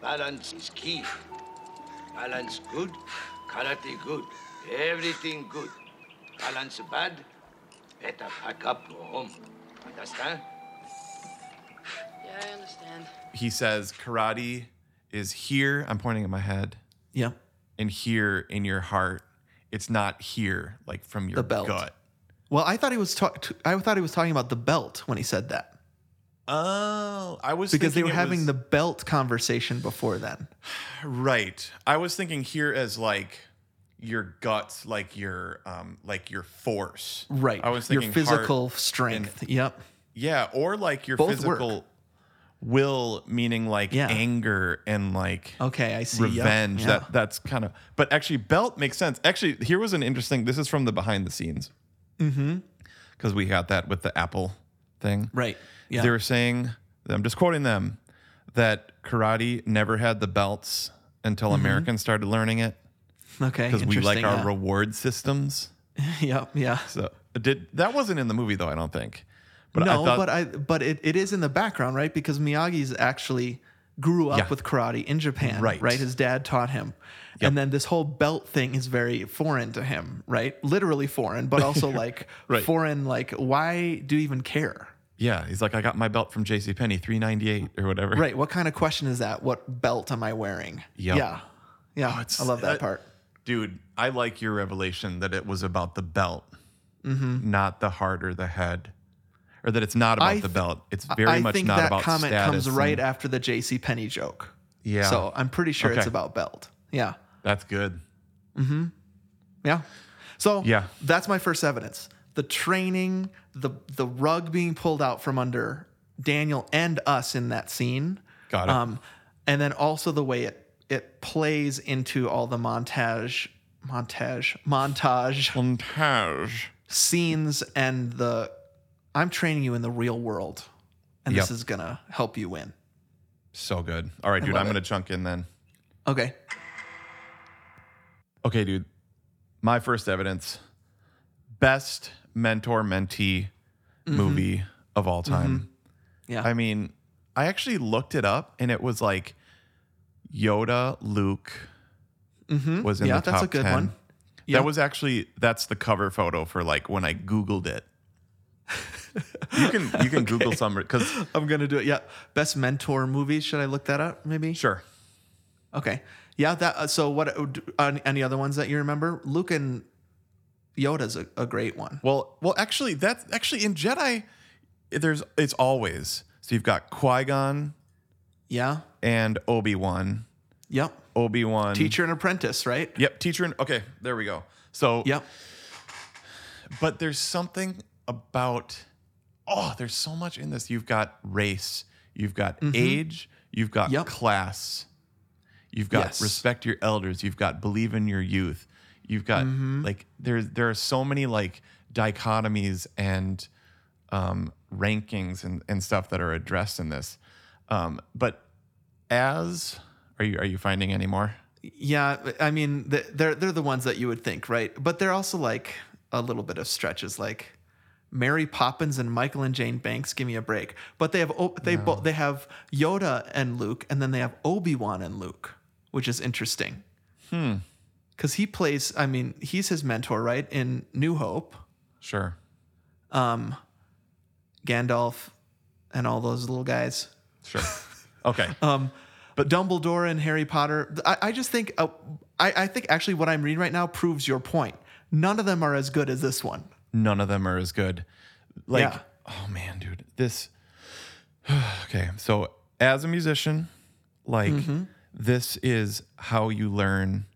Speaker 5: Balance is key. Balance good, karate good, everything good. Balance bad, better pack up, go home. Understand?
Speaker 7: Yeah, I understand.
Speaker 2: He says, "Karate is here." I'm pointing at my head,
Speaker 1: Yeah.
Speaker 2: and here in your heart. It's not here, like from your
Speaker 1: The belt.
Speaker 2: gut.
Speaker 1: Well, I thought he was talk- I thought he was talking about the belt when he said that
Speaker 2: Oh, I was
Speaker 1: because they were
Speaker 2: thinking it
Speaker 1: having
Speaker 2: was-
Speaker 1: the belt conversation before then.
Speaker 2: right. I was thinking here as like your guts, like your um, like your force.
Speaker 1: Right.
Speaker 2: I was thinking
Speaker 1: your
Speaker 2: heart
Speaker 1: physical strength. Yep.
Speaker 2: Yeah, or like your
Speaker 1: Both
Speaker 2: physical
Speaker 1: work.
Speaker 2: will, meaning like
Speaker 1: Yeah. Oh,
Speaker 2: anger and like
Speaker 1: Okay, I see. Yep.
Speaker 2: revenge.
Speaker 1: Yeah.
Speaker 2: That that's kind of. But actually, belt makes sense. Actually, here was an interesting. This is from the behind the scenes
Speaker 1: Mhm.
Speaker 2: because we got that with the Apple thing.
Speaker 1: Right. Yeah.
Speaker 2: They were saying, I'm just quoting them, that karate never had the belts until Americans started learning it
Speaker 1: okay.
Speaker 2: because we
Speaker 1: Mm-hmm.
Speaker 2: like
Speaker 1: interesting,
Speaker 2: our
Speaker 1: yeah.
Speaker 2: reward systems.
Speaker 1: yep. Yeah.
Speaker 2: So did that wasn't in the movie though? I don't think. But
Speaker 1: no,
Speaker 2: I thought,
Speaker 1: but I but it, it is in the background, right? Because Miyagi's actually grew up
Speaker 2: Yeah.
Speaker 1: with karate in Japan,
Speaker 2: Right.
Speaker 1: Right, his dad taught him, and then this whole belt thing is very foreign to him, right? Literally foreign, but also like
Speaker 2: Right.
Speaker 1: foreign. Like, why do you even care?
Speaker 2: Yeah, he's like, I got my belt from J.C. Penney, three ninety eight or whatever.
Speaker 1: Right. What kind of question is that? What belt am I wearing?
Speaker 2: Yep.
Speaker 1: Yeah. Yeah.
Speaker 2: Oh, it's-
Speaker 1: I love that
Speaker 2: uh,
Speaker 1: part.
Speaker 2: dude. I like your revelation that it was about the belt, not the heart or the head, or that it's not about
Speaker 1: Mm-hmm. I
Speaker 2: the
Speaker 1: th-
Speaker 2: belt. It's very
Speaker 1: I
Speaker 2: much
Speaker 1: think
Speaker 2: not
Speaker 1: that
Speaker 2: about
Speaker 1: comment
Speaker 2: status.
Speaker 1: comes right
Speaker 2: and-
Speaker 1: after the J.C. Penny joke.
Speaker 2: yeah,
Speaker 1: So I'm pretty sure it's
Speaker 2: Okay.
Speaker 1: about belt. Yeah.
Speaker 2: that's good.
Speaker 1: Yeah. So
Speaker 2: Yeah.
Speaker 1: that's my first evidence. The training, the the rug being pulled out from under Daniel and us in that scene.
Speaker 2: Got it.
Speaker 1: Um, and then also the way it it plays into all the montage montage montage
Speaker 2: montage
Speaker 1: scenes and the I'm training you in the real world and this
Speaker 2: Yep.
Speaker 1: is going to help you win.
Speaker 2: So good. All right,
Speaker 1: I
Speaker 2: dude,
Speaker 1: love
Speaker 2: I'm
Speaker 1: it.
Speaker 2: going to chunk in then.
Speaker 1: Okay.
Speaker 2: Okay, dude. My first evidence best mentor mentee movie of all time.
Speaker 1: Mm-hmm. Yeah.
Speaker 2: I mean, I actually looked it up and it was like Yoda, Luke
Speaker 1: Mhm.
Speaker 2: was in
Speaker 1: Yeah,
Speaker 2: the top
Speaker 1: that's a good
Speaker 2: 10.
Speaker 1: one. Yeah.
Speaker 2: That was actually that's the cover photo for like when I googled it. you can you can google some because
Speaker 1: I'm going to do it. Yeah. Best mentor movie, should I look that up maybe?
Speaker 2: Sure.
Speaker 1: Okay. Yeah, that uh, so what uh, d- uh, any other ones that you remember? Luke and Yoda's a, a great one.
Speaker 2: Well, well, actually, that's actually in Jedi. There's it's always so you've got Qui Gon
Speaker 1: Yeah.
Speaker 2: and Obi Wan.
Speaker 1: Yep.
Speaker 2: Obi Wan
Speaker 1: Teacher and apprentice, right?
Speaker 2: Yep, teacher and okay, there we go. So
Speaker 1: Yep.
Speaker 2: but there's something about oh, there's so much in this. You've got race, you've got age, you've got
Speaker 1: Mm-hmm. Yep.
Speaker 2: class, you've got
Speaker 1: Yes.
Speaker 2: respect your elders, you've got believe in your youth, you've got
Speaker 1: Mm-hmm.
Speaker 2: like there's there are so many like dichotomies and um, rankings and, and stuff that are addressed in this. Um, but as are you are you finding any more?
Speaker 1: Yeah, I mean th- they're they're the ones that you would think, right? But they're also like a little bit of stretches, like Mary Poppins and Michael and Jane Banks. Give me a break. But they have o- they bo- they have Yoda and Luke, and then they have Obi Wan and Luke, which is interesting. Hmm. Because he plays, I mean, he's his mentor, right? In New Hope,
Speaker 2: Sure.
Speaker 1: Gandalf, and all those little guys.
Speaker 2: Sure. Okay.
Speaker 1: Uh, But Dumbledore and Harry Potter, th- I, I just think, uh, I, I think actually what I'm reading right now proves your point. None of them are as good as this one.
Speaker 2: None of them are as good. Like,
Speaker 1: Yeah.
Speaker 2: oh man, dude, this. okay. So, as a musician, like,
Speaker 1: Mm-hmm.
Speaker 2: this is how you learn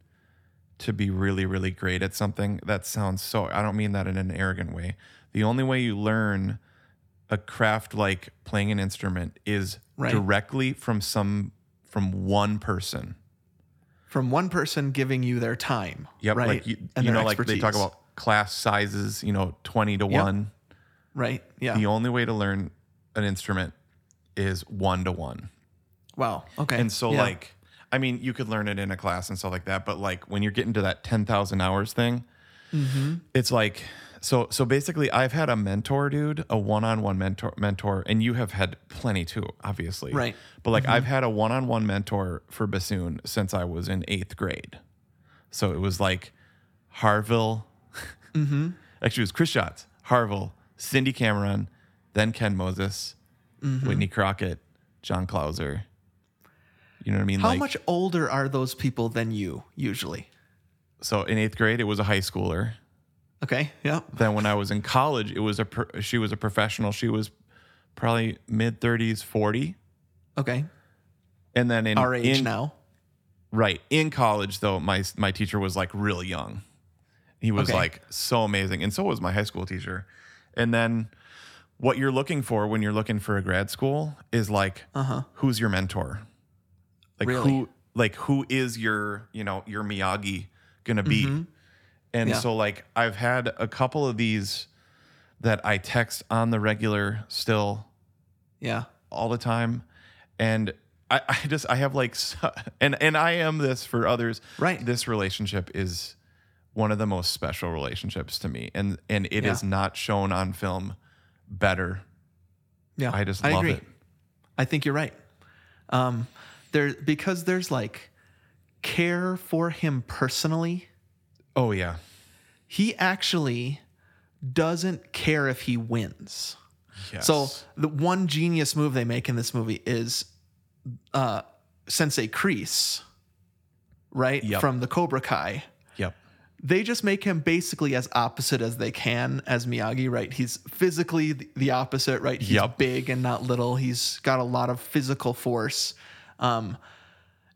Speaker 2: to be really, really great at something. That sounds so, I don't mean that in an arrogant way. The only way you learn a craft like playing an instrument is
Speaker 1: Right.
Speaker 2: directly from some, from one person.
Speaker 1: From one person giving you their time.
Speaker 2: Yep.
Speaker 1: Right.
Speaker 2: Like, you,
Speaker 1: and
Speaker 2: you
Speaker 1: their
Speaker 2: know, like they talk
Speaker 1: expertise,
Speaker 2: about class sizes, you know, 20 to
Speaker 1: Yep.
Speaker 2: 1.
Speaker 1: Right. Yeah.
Speaker 2: the only way to learn an instrument is one to one.
Speaker 1: wow. Okay.
Speaker 2: And so,
Speaker 1: Yeah.
Speaker 2: like, I mean, you could learn it in a class and stuff like that, but like when you're getting to that 10,000 hours thing,
Speaker 1: Mm-hmm.
Speaker 2: it's like, so, so basically, I've had a mentor, dude, a one on one mentor, mentor, and you have had plenty too, obviously.
Speaker 1: Right. Mm-hmm.
Speaker 2: But like, I've had a one on one mentor for bassoon since I was in eighth grade. So it was like Harville.
Speaker 1: Mm-hmm.
Speaker 2: Actually, it was Chris Schatz, Harville, Cindy Cameron, then Ken Moses,
Speaker 1: Mm-hmm.
Speaker 2: Whitney Crockett, John Clauser. You know what I mean?
Speaker 1: how
Speaker 2: like,
Speaker 1: much older are those people than you usually?
Speaker 2: So in eighth grade, it was a high schooler.
Speaker 1: Okay. Yeah.
Speaker 2: Then when I was in college, it was a pro- she was a professional. She was probably mid thirties, forty.
Speaker 1: Okay.
Speaker 2: And then in
Speaker 1: Our age
Speaker 2: in-
Speaker 1: now.
Speaker 2: Right. In college, though, my my teacher was like real young. He was
Speaker 1: Okay.
Speaker 2: like so amazing, and so was my high school teacher. And then, what you're looking for when you're looking for a grad school is like,
Speaker 1: Uh-huh,
Speaker 2: who's your mentor? Like
Speaker 1: Really?
Speaker 2: who? Like who is your you know your Miyagi gonna be? And
Speaker 1: Mm-hmm. Yeah.
Speaker 2: so like I've had a couple of these that I text on the regular still
Speaker 1: Yeah.
Speaker 2: all the time and I, I just i have like so- and and i am this for others
Speaker 1: Right.
Speaker 2: this relationship is one of the most special relationships to me and and it is
Speaker 1: Yeah.
Speaker 2: not shown on film better
Speaker 1: Yeah.
Speaker 2: i just love it
Speaker 1: I think you're right. Um, there because there's like care for him personally.
Speaker 2: oh yeah
Speaker 1: he actually doesn't care if he wins.
Speaker 2: yes.
Speaker 1: So the one genius move they make in this movie is uh, Sensei Crease, right
Speaker 2: Yep.
Speaker 1: from the Cobra Kai.
Speaker 2: yep
Speaker 1: They just make him basically as opposite as they can as Miyagi, right? He's physically th- the opposite, right? He's
Speaker 2: Yep.
Speaker 1: big and not little. He's got a lot of physical force. Um,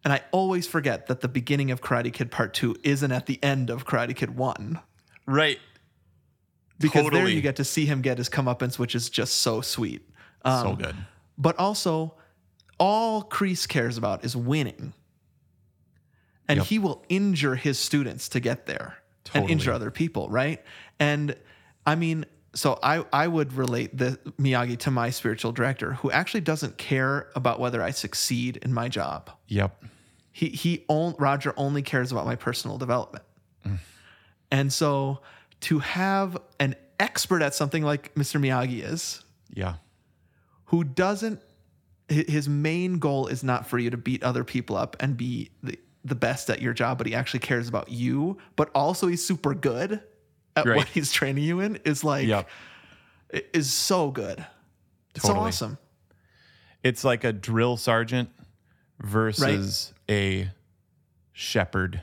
Speaker 1: and I always forget that the beginning of Karate Kid Part 2 isn't at the end of Karate Kid 1
Speaker 2: right
Speaker 1: because there
Speaker 2: Totally.
Speaker 1: you get to see him get his comeuppance, which is just so sweet. Um,
Speaker 2: so good
Speaker 1: But also, all Kreese cares about is winning. and he will injure his students to get there and
Speaker 2: Totally.
Speaker 1: injure other people, right? And I mean, so I I would relate the Miyagi to my spiritual director, who actually doesn't care about whether I succeed in my job.
Speaker 2: Yep.
Speaker 1: He he on, Roger only cares about my personal development. And so to have an expert at something like Mr. Miyagi is,
Speaker 2: Yeah.
Speaker 1: who doesn't hi- his main goal is not for you to beat other people up and be the, the best at your job but he actually cares about you but also he's super good at
Speaker 2: Right.
Speaker 1: what he's training you in is like
Speaker 2: Yep.
Speaker 1: i- is so good It's so
Speaker 2: Totally.
Speaker 1: awesome
Speaker 2: It's like a drill sergeant versus a shepherd.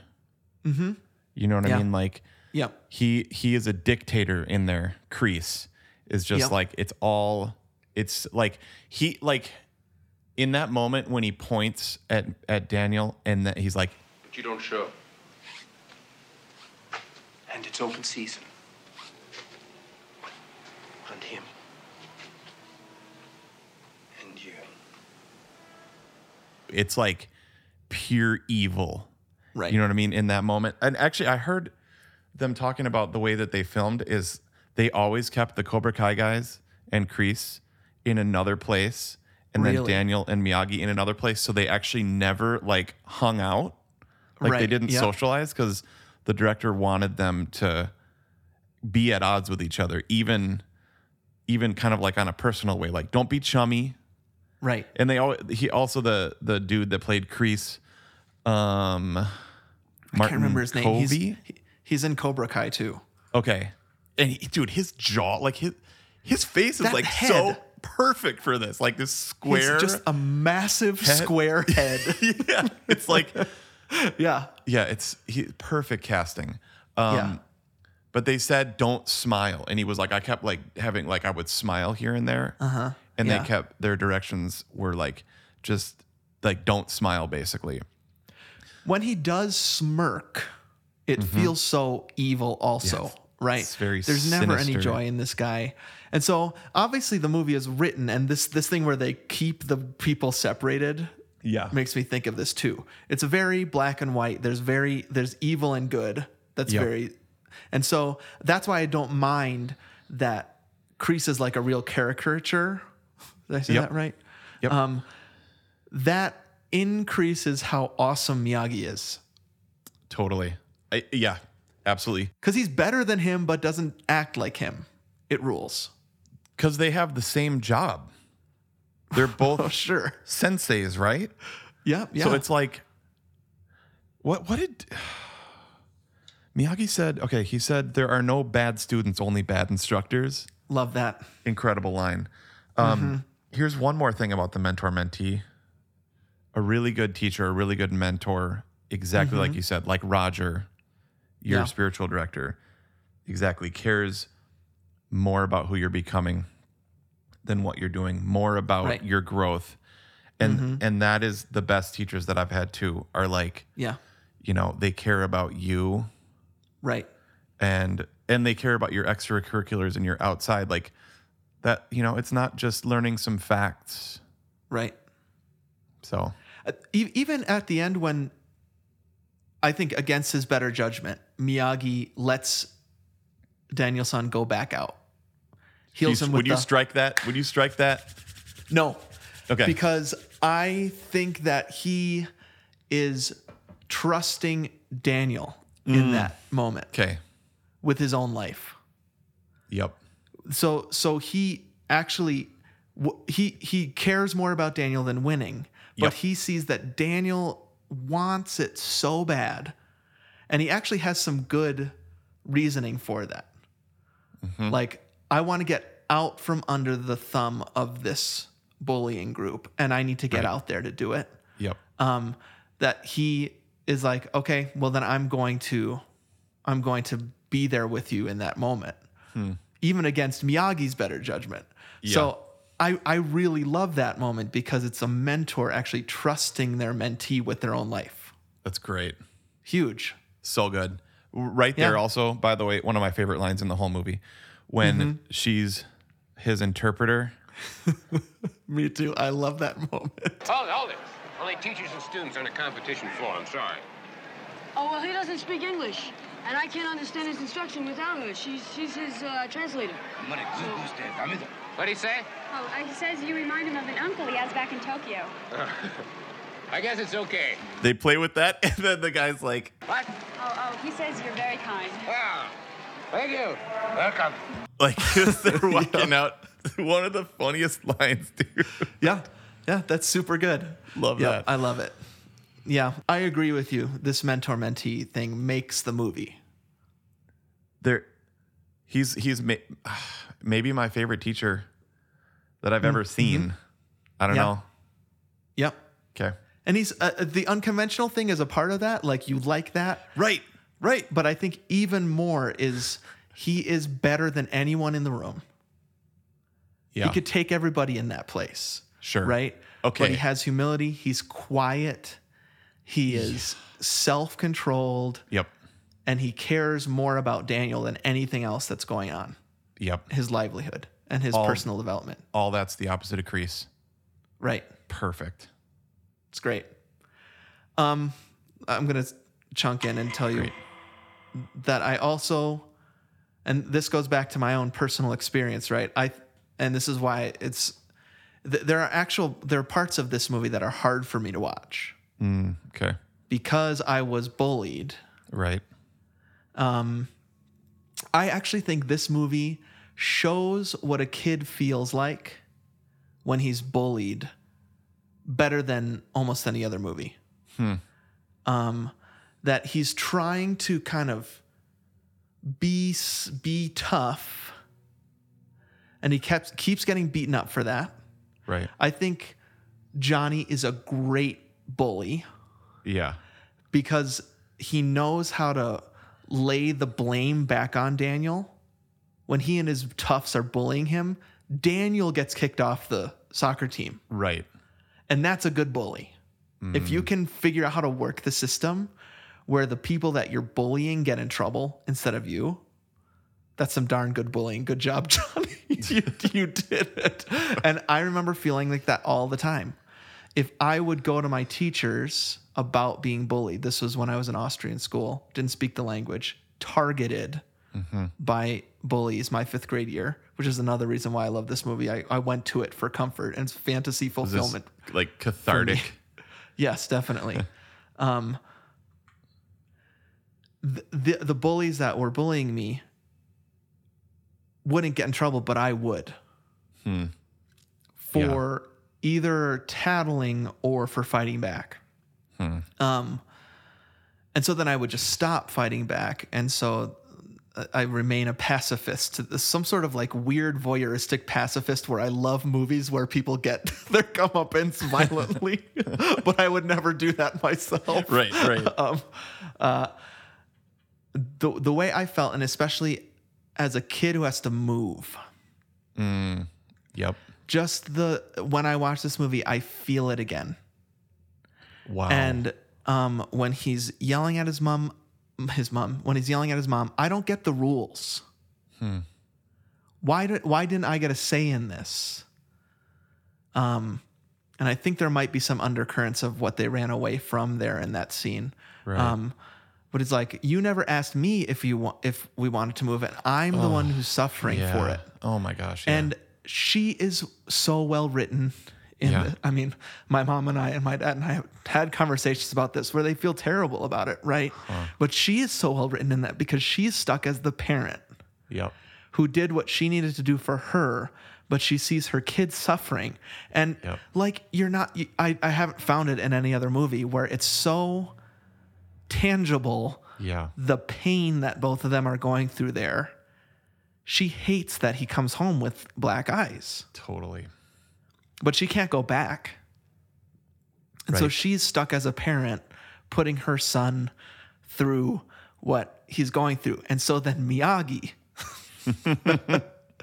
Speaker 1: mm-hmm
Speaker 2: You know what
Speaker 1: Yeah.
Speaker 2: I mean? Like
Speaker 1: yep
Speaker 2: he he is a dictator in their crease. Is just
Speaker 1: Yep.
Speaker 2: like it's all it's like he like in that moment when he points at at Daniel and that he's like
Speaker 11: But you don't show. And it's open season. On him. And you.
Speaker 2: it's like pure evil.
Speaker 1: Right.
Speaker 2: You know what I mean? In that moment. And actually, I heard them talking about the way that they filmed is they always kept the Cobra Kai guys and Crease in another place and then
Speaker 1: Really?
Speaker 2: Daniel and Miyagi in another place. So they actually never like hung out. Like they
Speaker 1: Right,
Speaker 2: didn't
Speaker 1: yeah.
Speaker 2: socialize because the director wanted them to be at odds with each other, even even kind of like on a personal way. Like don't be chummy.
Speaker 1: right
Speaker 2: And they all he also the the dude that played Crease, um, Martin
Speaker 1: i can't remember his name
Speaker 2: Covey.
Speaker 1: he's he- he's in cobra kai too
Speaker 2: okay, and he, dude, his jaw, like his his face is
Speaker 1: That
Speaker 2: like so
Speaker 1: head.
Speaker 2: perfect for this, like this square.
Speaker 1: he's just a massive
Speaker 2: Head.
Speaker 1: square head
Speaker 2: yeah, it's like
Speaker 1: yeah
Speaker 2: yeah, it's he, perfect casting. Um,
Speaker 1: Yeah.
Speaker 2: But they said don't smile, and he was like, I kept like having like I would smile here and there,
Speaker 1: uh-huh
Speaker 2: and
Speaker 1: Yeah.
Speaker 2: they kept their directions were like just like don't smile basically.
Speaker 1: when he does smirk, it feels so evil also,
Speaker 2: Mm-hmm. Yes.
Speaker 1: right?
Speaker 2: It's very
Speaker 1: There's never any
Speaker 2: sinister.
Speaker 1: joy in this guy. And so obviously the movie is written and this this thing where they keep the people separated
Speaker 2: Yeah.
Speaker 1: makes me think of this too. It's very black and white. There's very there's evil and good. That's
Speaker 2: Yep.
Speaker 1: very and so that's why I don't mind that Crease is like a real caricature. Did I say
Speaker 2: Yep.
Speaker 1: that right?
Speaker 2: Yep.
Speaker 1: Um that increases how awesome Miyagi is.
Speaker 2: Totally. I, yeah, absolutely.
Speaker 1: Because he's better than him, but doesn't act like him. It rules.
Speaker 2: Because they have the same job. They're both
Speaker 1: Sure.
Speaker 2: senseis, right?
Speaker 1: Yep. Oh, Yeah.
Speaker 2: So it's like, what? What did Miyagi said? Okay, he said there are no bad students, only bad instructors.
Speaker 1: love that.
Speaker 2: Incredible line. Um,
Speaker 1: Mm-hmm.
Speaker 2: Here's one more thing about the mentor mentee. A really good teacher, a really good mentor, exactly like you said, like Roger, your
Speaker 1: Mm-hmm. Yeah.
Speaker 2: spiritual director, exactly cares more about who you're becoming than what you're doing, more about
Speaker 1: Right. Mm-hmm.
Speaker 2: your growth. And and that is the best teachers that I've had too are like,
Speaker 1: Yeah.
Speaker 2: you know, they care about you
Speaker 1: Right.
Speaker 2: and and they care about your extracurriculars and your outside like that you know it's not just learning some facts
Speaker 1: Right.
Speaker 2: so
Speaker 1: Uh, e- even at the end, when I think against his better judgment, Miyagi lets Daniel San go back out, heals
Speaker 2: Do you-
Speaker 1: him with
Speaker 2: would you
Speaker 1: the-
Speaker 2: strike that would you strike that
Speaker 1: No.
Speaker 2: Okay.
Speaker 1: Because I think that he is trusting Daniel in
Speaker 2: Mm.
Speaker 1: that moment
Speaker 2: okay
Speaker 1: with his own life.
Speaker 2: yep
Speaker 1: so so he actually w- he he cares more about Daniel than winning, but
Speaker 2: Yep.
Speaker 1: he sees that Daniel wants it so bad, and he actually has some good reasoning for that. Like I want to get out from under the thumb of this bullying group, and I need to get out there to do it.
Speaker 2: yep
Speaker 1: Um, that he is like, okay, well then I'm going to, I'm going to be there with you in that moment even against Miyagi's better judgment.
Speaker 2: Hmm. Yeah.
Speaker 1: So I, I really love that moment because it's a mentor actually trusting their mentee with their own life.
Speaker 2: that's great
Speaker 1: Huge.
Speaker 2: so good right there
Speaker 1: Yeah.
Speaker 2: also by the way one of my favorite lines in the whole movie when
Speaker 1: Mm-hmm.
Speaker 2: she's his interpreter
Speaker 1: Me too. I love that moment.
Speaker 12: Hold it, hold it. Only teachers and students on a competition floor, I'm sorry. Oh, well, he doesn't speak English, and I can't understand his instruction without her. She's, she's his uh, translator.
Speaker 13: What'd he say?
Speaker 14: Oh, uh, he says you remind him of an uncle he has back in Tokyo.
Speaker 13: I guess it's okay.
Speaker 2: They play with that, and then the guy's like,
Speaker 14: What? Oh, oh, he says you're very kind.
Speaker 13: Wow. Ah, Thank you. Welcome.
Speaker 2: like as they're walking out. One of the funniest lines, dude.
Speaker 1: Yeah, yeah, that's super good.
Speaker 2: Love
Speaker 1: Yep,
Speaker 2: that.
Speaker 1: I love it. Yeah, I agree with you. This mentor mentee thing makes the movie.
Speaker 2: there he's he's ma- maybe my favorite teacher that I've ever seen. I don't
Speaker 1: Yeah.
Speaker 2: know.
Speaker 1: Yep.
Speaker 2: Okay.
Speaker 1: And he's uh, the unconventional thing is a part of that. Like you like that,
Speaker 2: right? Right.
Speaker 1: But I think even more is he is better than anyone in the room.
Speaker 2: Yeah.
Speaker 1: He could take everybody in that place.
Speaker 2: Sure.
Speaker 1: Right.
Speaker 2: Okay.
Speaker 1: But he has humility. He's quiet. He is self-controlled,
Speaker 2: Yep.
Speaker 1: and he cares more about Daniel than anything else that's going on.
Speaker 2: Yep.
Speaker 1: His livelihood and his
Speaker 2: All-
Speaker 1: personal development.
Speaker 2: All that's the opposite of crease.
Speaker 1: Right.
Speaker 2: Perfect.
Speaker 1: It's great. Um, I'm gonna chunk in and tell you that I also, and this goes back to my own personal experience, right? I, and this is why it's, th- there are actual there are parts of this movie that are hard for me to watch
Speaker 2: Mm, okay.
Speaker 1: because I was bullied.
Speaker 2: Right.
Speaker 1: Um, I actually think this movie shows what a kid feels like when he's bullied better than almost any other movie.
Speaker 2: Hmm.
Speaker 1: Um, that he's trying to kind of be s- be tough, and he kept keeps getting beaten up for that.
Speaker 2: Right.
Speaker 1: I think Johnny is a great bully
Speaker 2: Yeah.
Speaker 1: because he knows how to lay the blame back on Daniel. When he and his toughs are bullying him, Daniel gets kicked off the soccer team.
Speaker 2: Right.
Speaker 1: And that's a good bully. If
Speaker 2: Mm.
Speaker 1: you can figure out how to work the system where the people that you're bullying get in trouble instead of you, that's some darn good bullying. Good job, Johnny. you, you did it. And I remember feeling like that all the time. If I would go to my teachers about being bullied, this was when I was in Austrian school, didn't speak the language, targeted
Speaker 2: Mm-hmm.
Speaker 1: by bullies my fifth grade year, which is another reason why I love this movie. I, I went to it for comfort and it's fantasy
Speaker 2: Is this,
Speaker 1: fulfillment.
Speaker 2: like cathartic.
Speaker 1: Yes, definitely. um, th- the the bullies that were bullying me wouldn't get in trouble, but I would
Speaker 2: Hmm.
Speaker 1: for either tattling or for fighting back.
Speaker 2: Hmm.
Speaker 1: Um, and so then I would just stop fighting back, and so uh, I remain a pacifist, some sort of like weird voyeuristic pacifist where I love movies where people get their comeuppance violently, but I would never do that myself.
Speaker 2: Right, right.
Speaker 1: Um, uh, the the way I felt, and especially as a kid who has to move
Speaker 2: Mm, yep.
Speaker 1: just the when I watch this movie, I feel it again.
Speaker 2: Wow.
Speaker 1: And um, when he's yelling at his mom, his mom, when he's yelling at his mom, I don't get the rules.
Speaker 2: Hmm.
Speaker 1: Why did why didn't I get a say in this? Um, and I think there might be some undercurrents of what they ran away from there in that scene.
Speaker 2: Right.
Speaker 1: Um, but it's like you never asked me if you want if we wanted to move, and I'm the
Speaker 2: Oh,
Speaker 1: one who's suffering for
Speaker 2: Yeah.
Speaker 1: it
Speaker 2: Oh my gosh. yeah.
Speaker 1: and she is so well written. In
Speaker 2: Yeah.
Speaker 1: the, I mean, my mom and I and my dad and I have had conversations about this where they feel terrible about it, right? But she is so well written in that because she's stuck as the parent
Speaker 2: yep.
Speaker 1: who did what she needed to do for her, but she sees her kids suffering. And
Speaker 2: Yep.
Speaker 1: like, you're not, you- I, I haven't found it in any other movie where it's so tangible
Speaker 2: Yeah.
Speaker 1: the pain that both of them are going through there. She hates that he comes home with black eyes,
Speaker 2: Totally.
Speaker 1: but she can't go back. And so
Speaker 2: Right.
Speaker 1: she's stuck as a parent putting her son through what he's going through. And so then Miyagi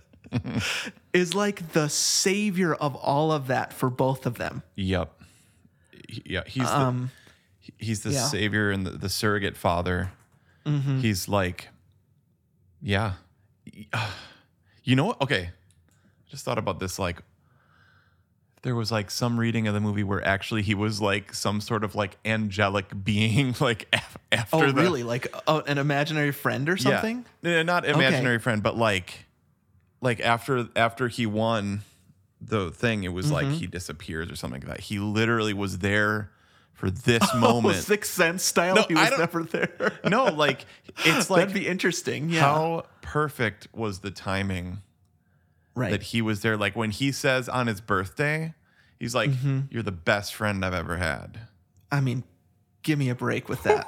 Speaker 1: is like the savior of all of that for both of them.
Speaker 2: Yep. He- Yeah, he's
Speaker 1: Um,
Speaker 2: the he- he's the
Speaker 1: yeah.
Speaker 2: savior and the, the surrogate father.
Speaker 1: Mhm.
Speaker 2: He's like, yeah, you know what? Okay, I just thought about this. Like, There was like some reading of the movie where actually he was like some sort of like angelic being, like af- after
Speaker 1: Oh,
Speaker 2: the
Speaker 1: really? Like uh, an imaginary friend or something?
Speaker 2: Yeah. Eh, Not imaginary
Speaker 1: Okay.
Speaker 2: friend, but like like after after he won the thing, it was like
Speaker 1: Mhm.
Speaker 2: he disappears or something like that. He literally was there for this
Speaker 1: Oh,
Speaker 2: moment.
Speaker 1: Sixth Sense style.
Speaker 2: No,
Speaker 1: he
Speaker 2: I
Speaker 1: was
Speaker 2: don't-
Speaker 1: never there.
Speaker 2: no, like it's like
Speaker 1: That'd be interesting. Yeah.
Speaker 2: how perfect was the timing
Speaker 1: Right.
Speaker 2: that he was there? Like when he says on his birthday, he's like,
Speaker 1: Mm-hmm.
Speaker 2: You're the best friend I've ever had.
Speaker 1: I mean, give me a break with that.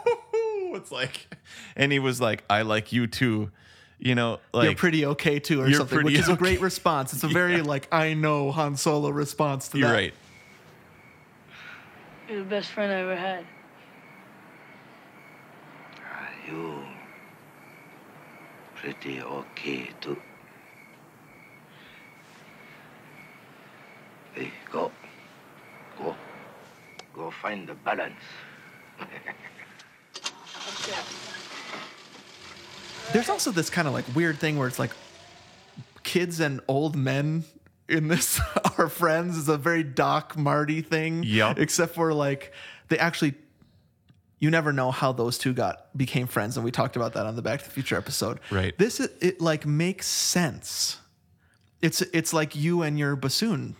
Speaker 2: it's like and he was like, I like you too. You know, like
Speaker 1: you're pretty okay too, or
Speaker 2: you're
Speaker 1: something,
Speaker 2: pretty
Speaker 1: which is a
Speaker 2: okay.
Speaker 1: great response. It's a very like I know Han Solo response to
Speaker 2: You're
Speaker 1: that.
Speaker 2: right.
Speaker 7: You're the best friend I ever had.
Speaker 10: You pretty okay too. Hey, go. Go. Go find the balance.
Speaker 1: There's also this kind of like weird thing where it's like kids and old men in this are friends is a very Doc Marty thing.
Speaker 2: Yep.
Speaker 1: Except for like they actually you never know how those two got became friends, and we talked about that on the Back to the Future episode.
Speaker 2: Right.
Speaker 1: This is, it like makes sense. It's it's like you and your bassoon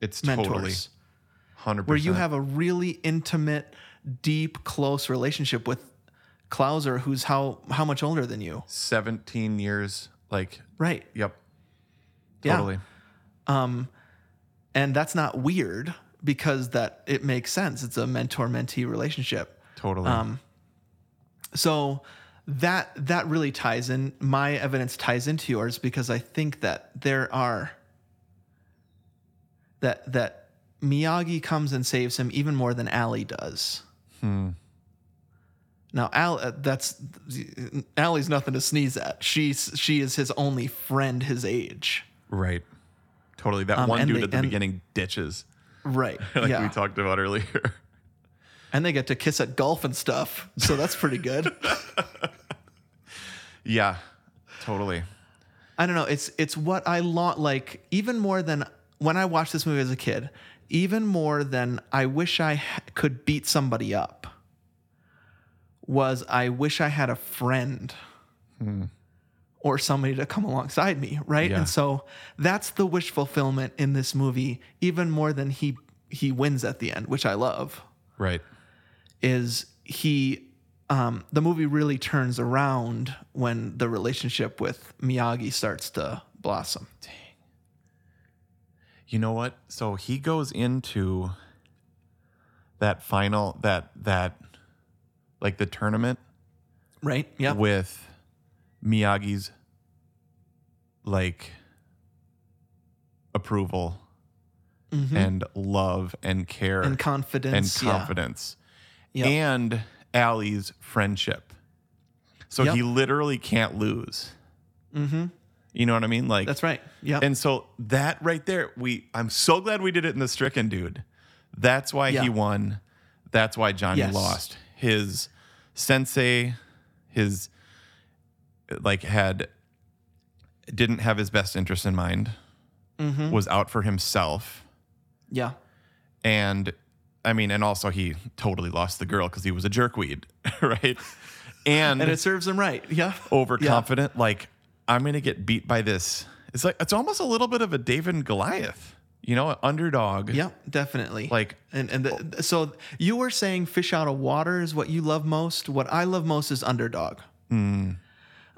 Speaker 2: It's
Speaker 1: mentors.
Speaker 2: totally hundred percent.
Speaker 1: where you have a really intimate, deep, close relationship with Klauser, who's how how much older than you?
Speaker 2: seventeen years, like
Speaker 1: Right.
Speaker 2: yep,
Speaker 1: Yeah.
Speaker 2: totally.
Speaker 1: Um, and that's not weird because that it makes sense. It's a mentor mentee relationship.
Speaker 2: Totally.
Speaker 1: Um, so that that really ties in. My evidence ties into yours because I think that there are that that Miyagi comes and saves him even more than Ali does.
Speaker 2: Hmm.
Speaker 1: Now, Al, uh, that's Allie's nothing to sneeze at. She's she is his only friend his age.
Speaker 2: Right. Totally. That
Speaker 1: Um,
Speaker 2: one
Speaker 1: and
Speaker 2: dude
Speaker 1: they-
Speaker 2: at the
Speaker 1: and-
Speaker 2: beginning ditches,
Speaker 1: Right.
Speaker 2: like
Speaker 1: yeah.
Speaker 2: we talked about earlier.
Speaker 1: and they get to kiss at golf and stuff. So that's pretty good.
Speaker 2: yeah. Totally.
Speaker 1: I don't know. It's it's what I long like even more than when I watched this movie as a kid, even more than I wish I ha- could beat somebody up. Was I wish I had a friend or somebody to come alongside me, right?
Speaker 2: Yeah.
Speaker 1: And so that's the wish fulfillment in this movie, even more than he he wins at the end, which I love
Speaker 2: Right.
Speaker 1: is he um, the movie really turns around when the relationship with Miyagi starts to blossom.
Speaker 2: You know what? So he goes into that final that that like the tournament
Speaker 1: Right? Yeah.
Speaker 2: with Miyagi's like approval
Speaker 1: Mhm.
Speaker 2: and love and care
Speaker 1: And confidence,
Speaker 2: and
Speaker 1: yeah.
Speaker 2: confidence
Speaker 1: Yep.
Speaker 2: and Allie's friendship. So
Speaker 1: Yep.
Speaker 2: he literally can't lose.
Speaker 1: Mm-hmm.
Speaker 2: You know what I mean? Like
Speaker 1: That's right. Yeah.
Speaker 2: And so that right there, we I'm so glad we did it in the Stricken dude. That's why
Speaker 1: Yeah.
Speaker 2: he won. That's why Johnny
Speaker 1: Yes.
Speaker 2: lost. His sensei, his like had didn't have his best interest in mind.
Speaker 1: Mhm.
Speaker 2: Was out for himself.
Speaker 1: Yeah.
Speaker 2: And I mean, and also he totally lost the girl because he was a jerkweed, right? And,
Speaker 1: And, it serves him right. Yeah.
Speaker 2: overconfident, like I'm gonna get beat by this. It's like it's almost a little bit of a David and Goliath, you know, an underdog.
Speaker 1: Yeah, definitely.
Speaker 2: Like
Speaker 1: and and the, so you were saying fish out of water is what you love most. What I love most is underdog.
Speaker 2: mm,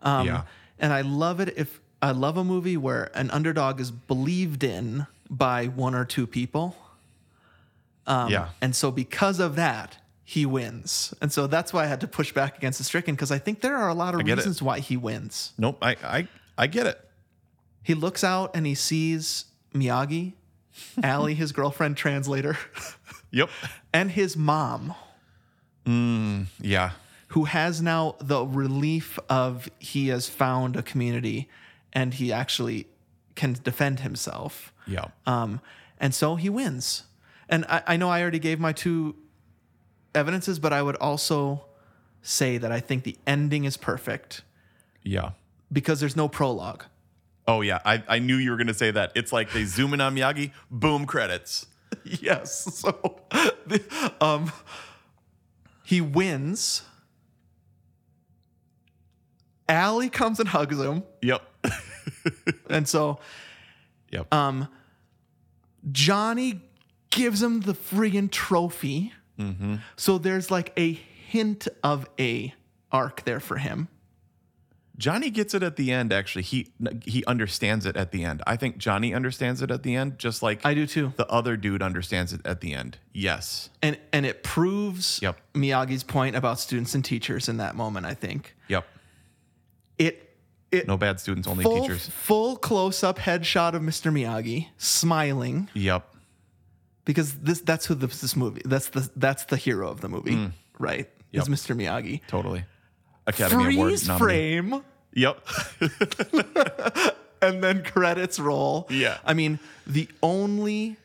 Speaker 1: Um,
Speaker 2: Yeah.
Speaker 1: And I love it if I love a movie where an underdog is believed in by one or two people. Um,
Speaker 2: Yeah.
Speaker 1: And so because of that, he wins. And so that's why I had to push back against the Stricken because I think there are a lot of
Speaker 2: I get it.
Speaker 1: reasons why he wins.
Speaker 2: nope, I I I get it.
Speaker 1: He looks out and he sees Miyagi, Allie, his girlfriend translator,
Speaker 2: Yep.
Speaker 1: and his mom,
Speaker 2: Mm, yeah.
Speaker 1: who has now the relief of he has found a community and he actually can defend himself.
Speaker 2: Yeah.
Speaker 1: Um, and so he wins. And I, I know I already gave my two evidences, but I would also say that I think the ending is perfect
Speaker 2: Yeah.
Speaker 1: because there's no prologue.
Speaker 2: Oh yeah, I, I knew you were gonna say that. It's like they zoom in on Miyagi, boom credits.
Speaker 1: yes. So, the- um, he wins. Allie comes and hugs him,
Speaker 2: Yep.
Speaker 1: and so,
Speaker 2: Yep.
Speaker 1: um, Johnny gives him the friggin' trophy.
Speaker 2: Mm-hmm.
Speaker 1: So there's like a hint of a arc there for him.
Speaker 2: Johnny gets it at the end. Actually, he he understands it at the end. I think Johnny understands it at the end, just like
Speaker 1: I do too.
Speaker 2: the other dude understands it at the end. Yes.
Speaker 1: And and it proves
Speaker 2: Yep.
Speaker 1: Miyagi's point about students and teachers in that moment, I think.
Speaker 2: Yep.
Speaker 1: It it
Speaker 2: No bad students, only
Speaker 1: full,
Speaker 2: teachers.
Speaker 1: full close up headshot of Mr. Miyagi smiling
Speaker 2: Yep.
Speaker 1: because this that's who this, this movie that's the that's the hero of the movie, right?
Speaker 2: Mm. Yep.
Speaker 1: Is Mr. Miyagi.
Speaker 2: Totally. Academy Award
Speaker 1: Freeze
Speaker 2: nominee.
Speaker 1: frame
Speaker 2: Yep.
Speaker 1: and then credits roll.
Speaker 2: Yeah.
Speaker 1: I mean, the only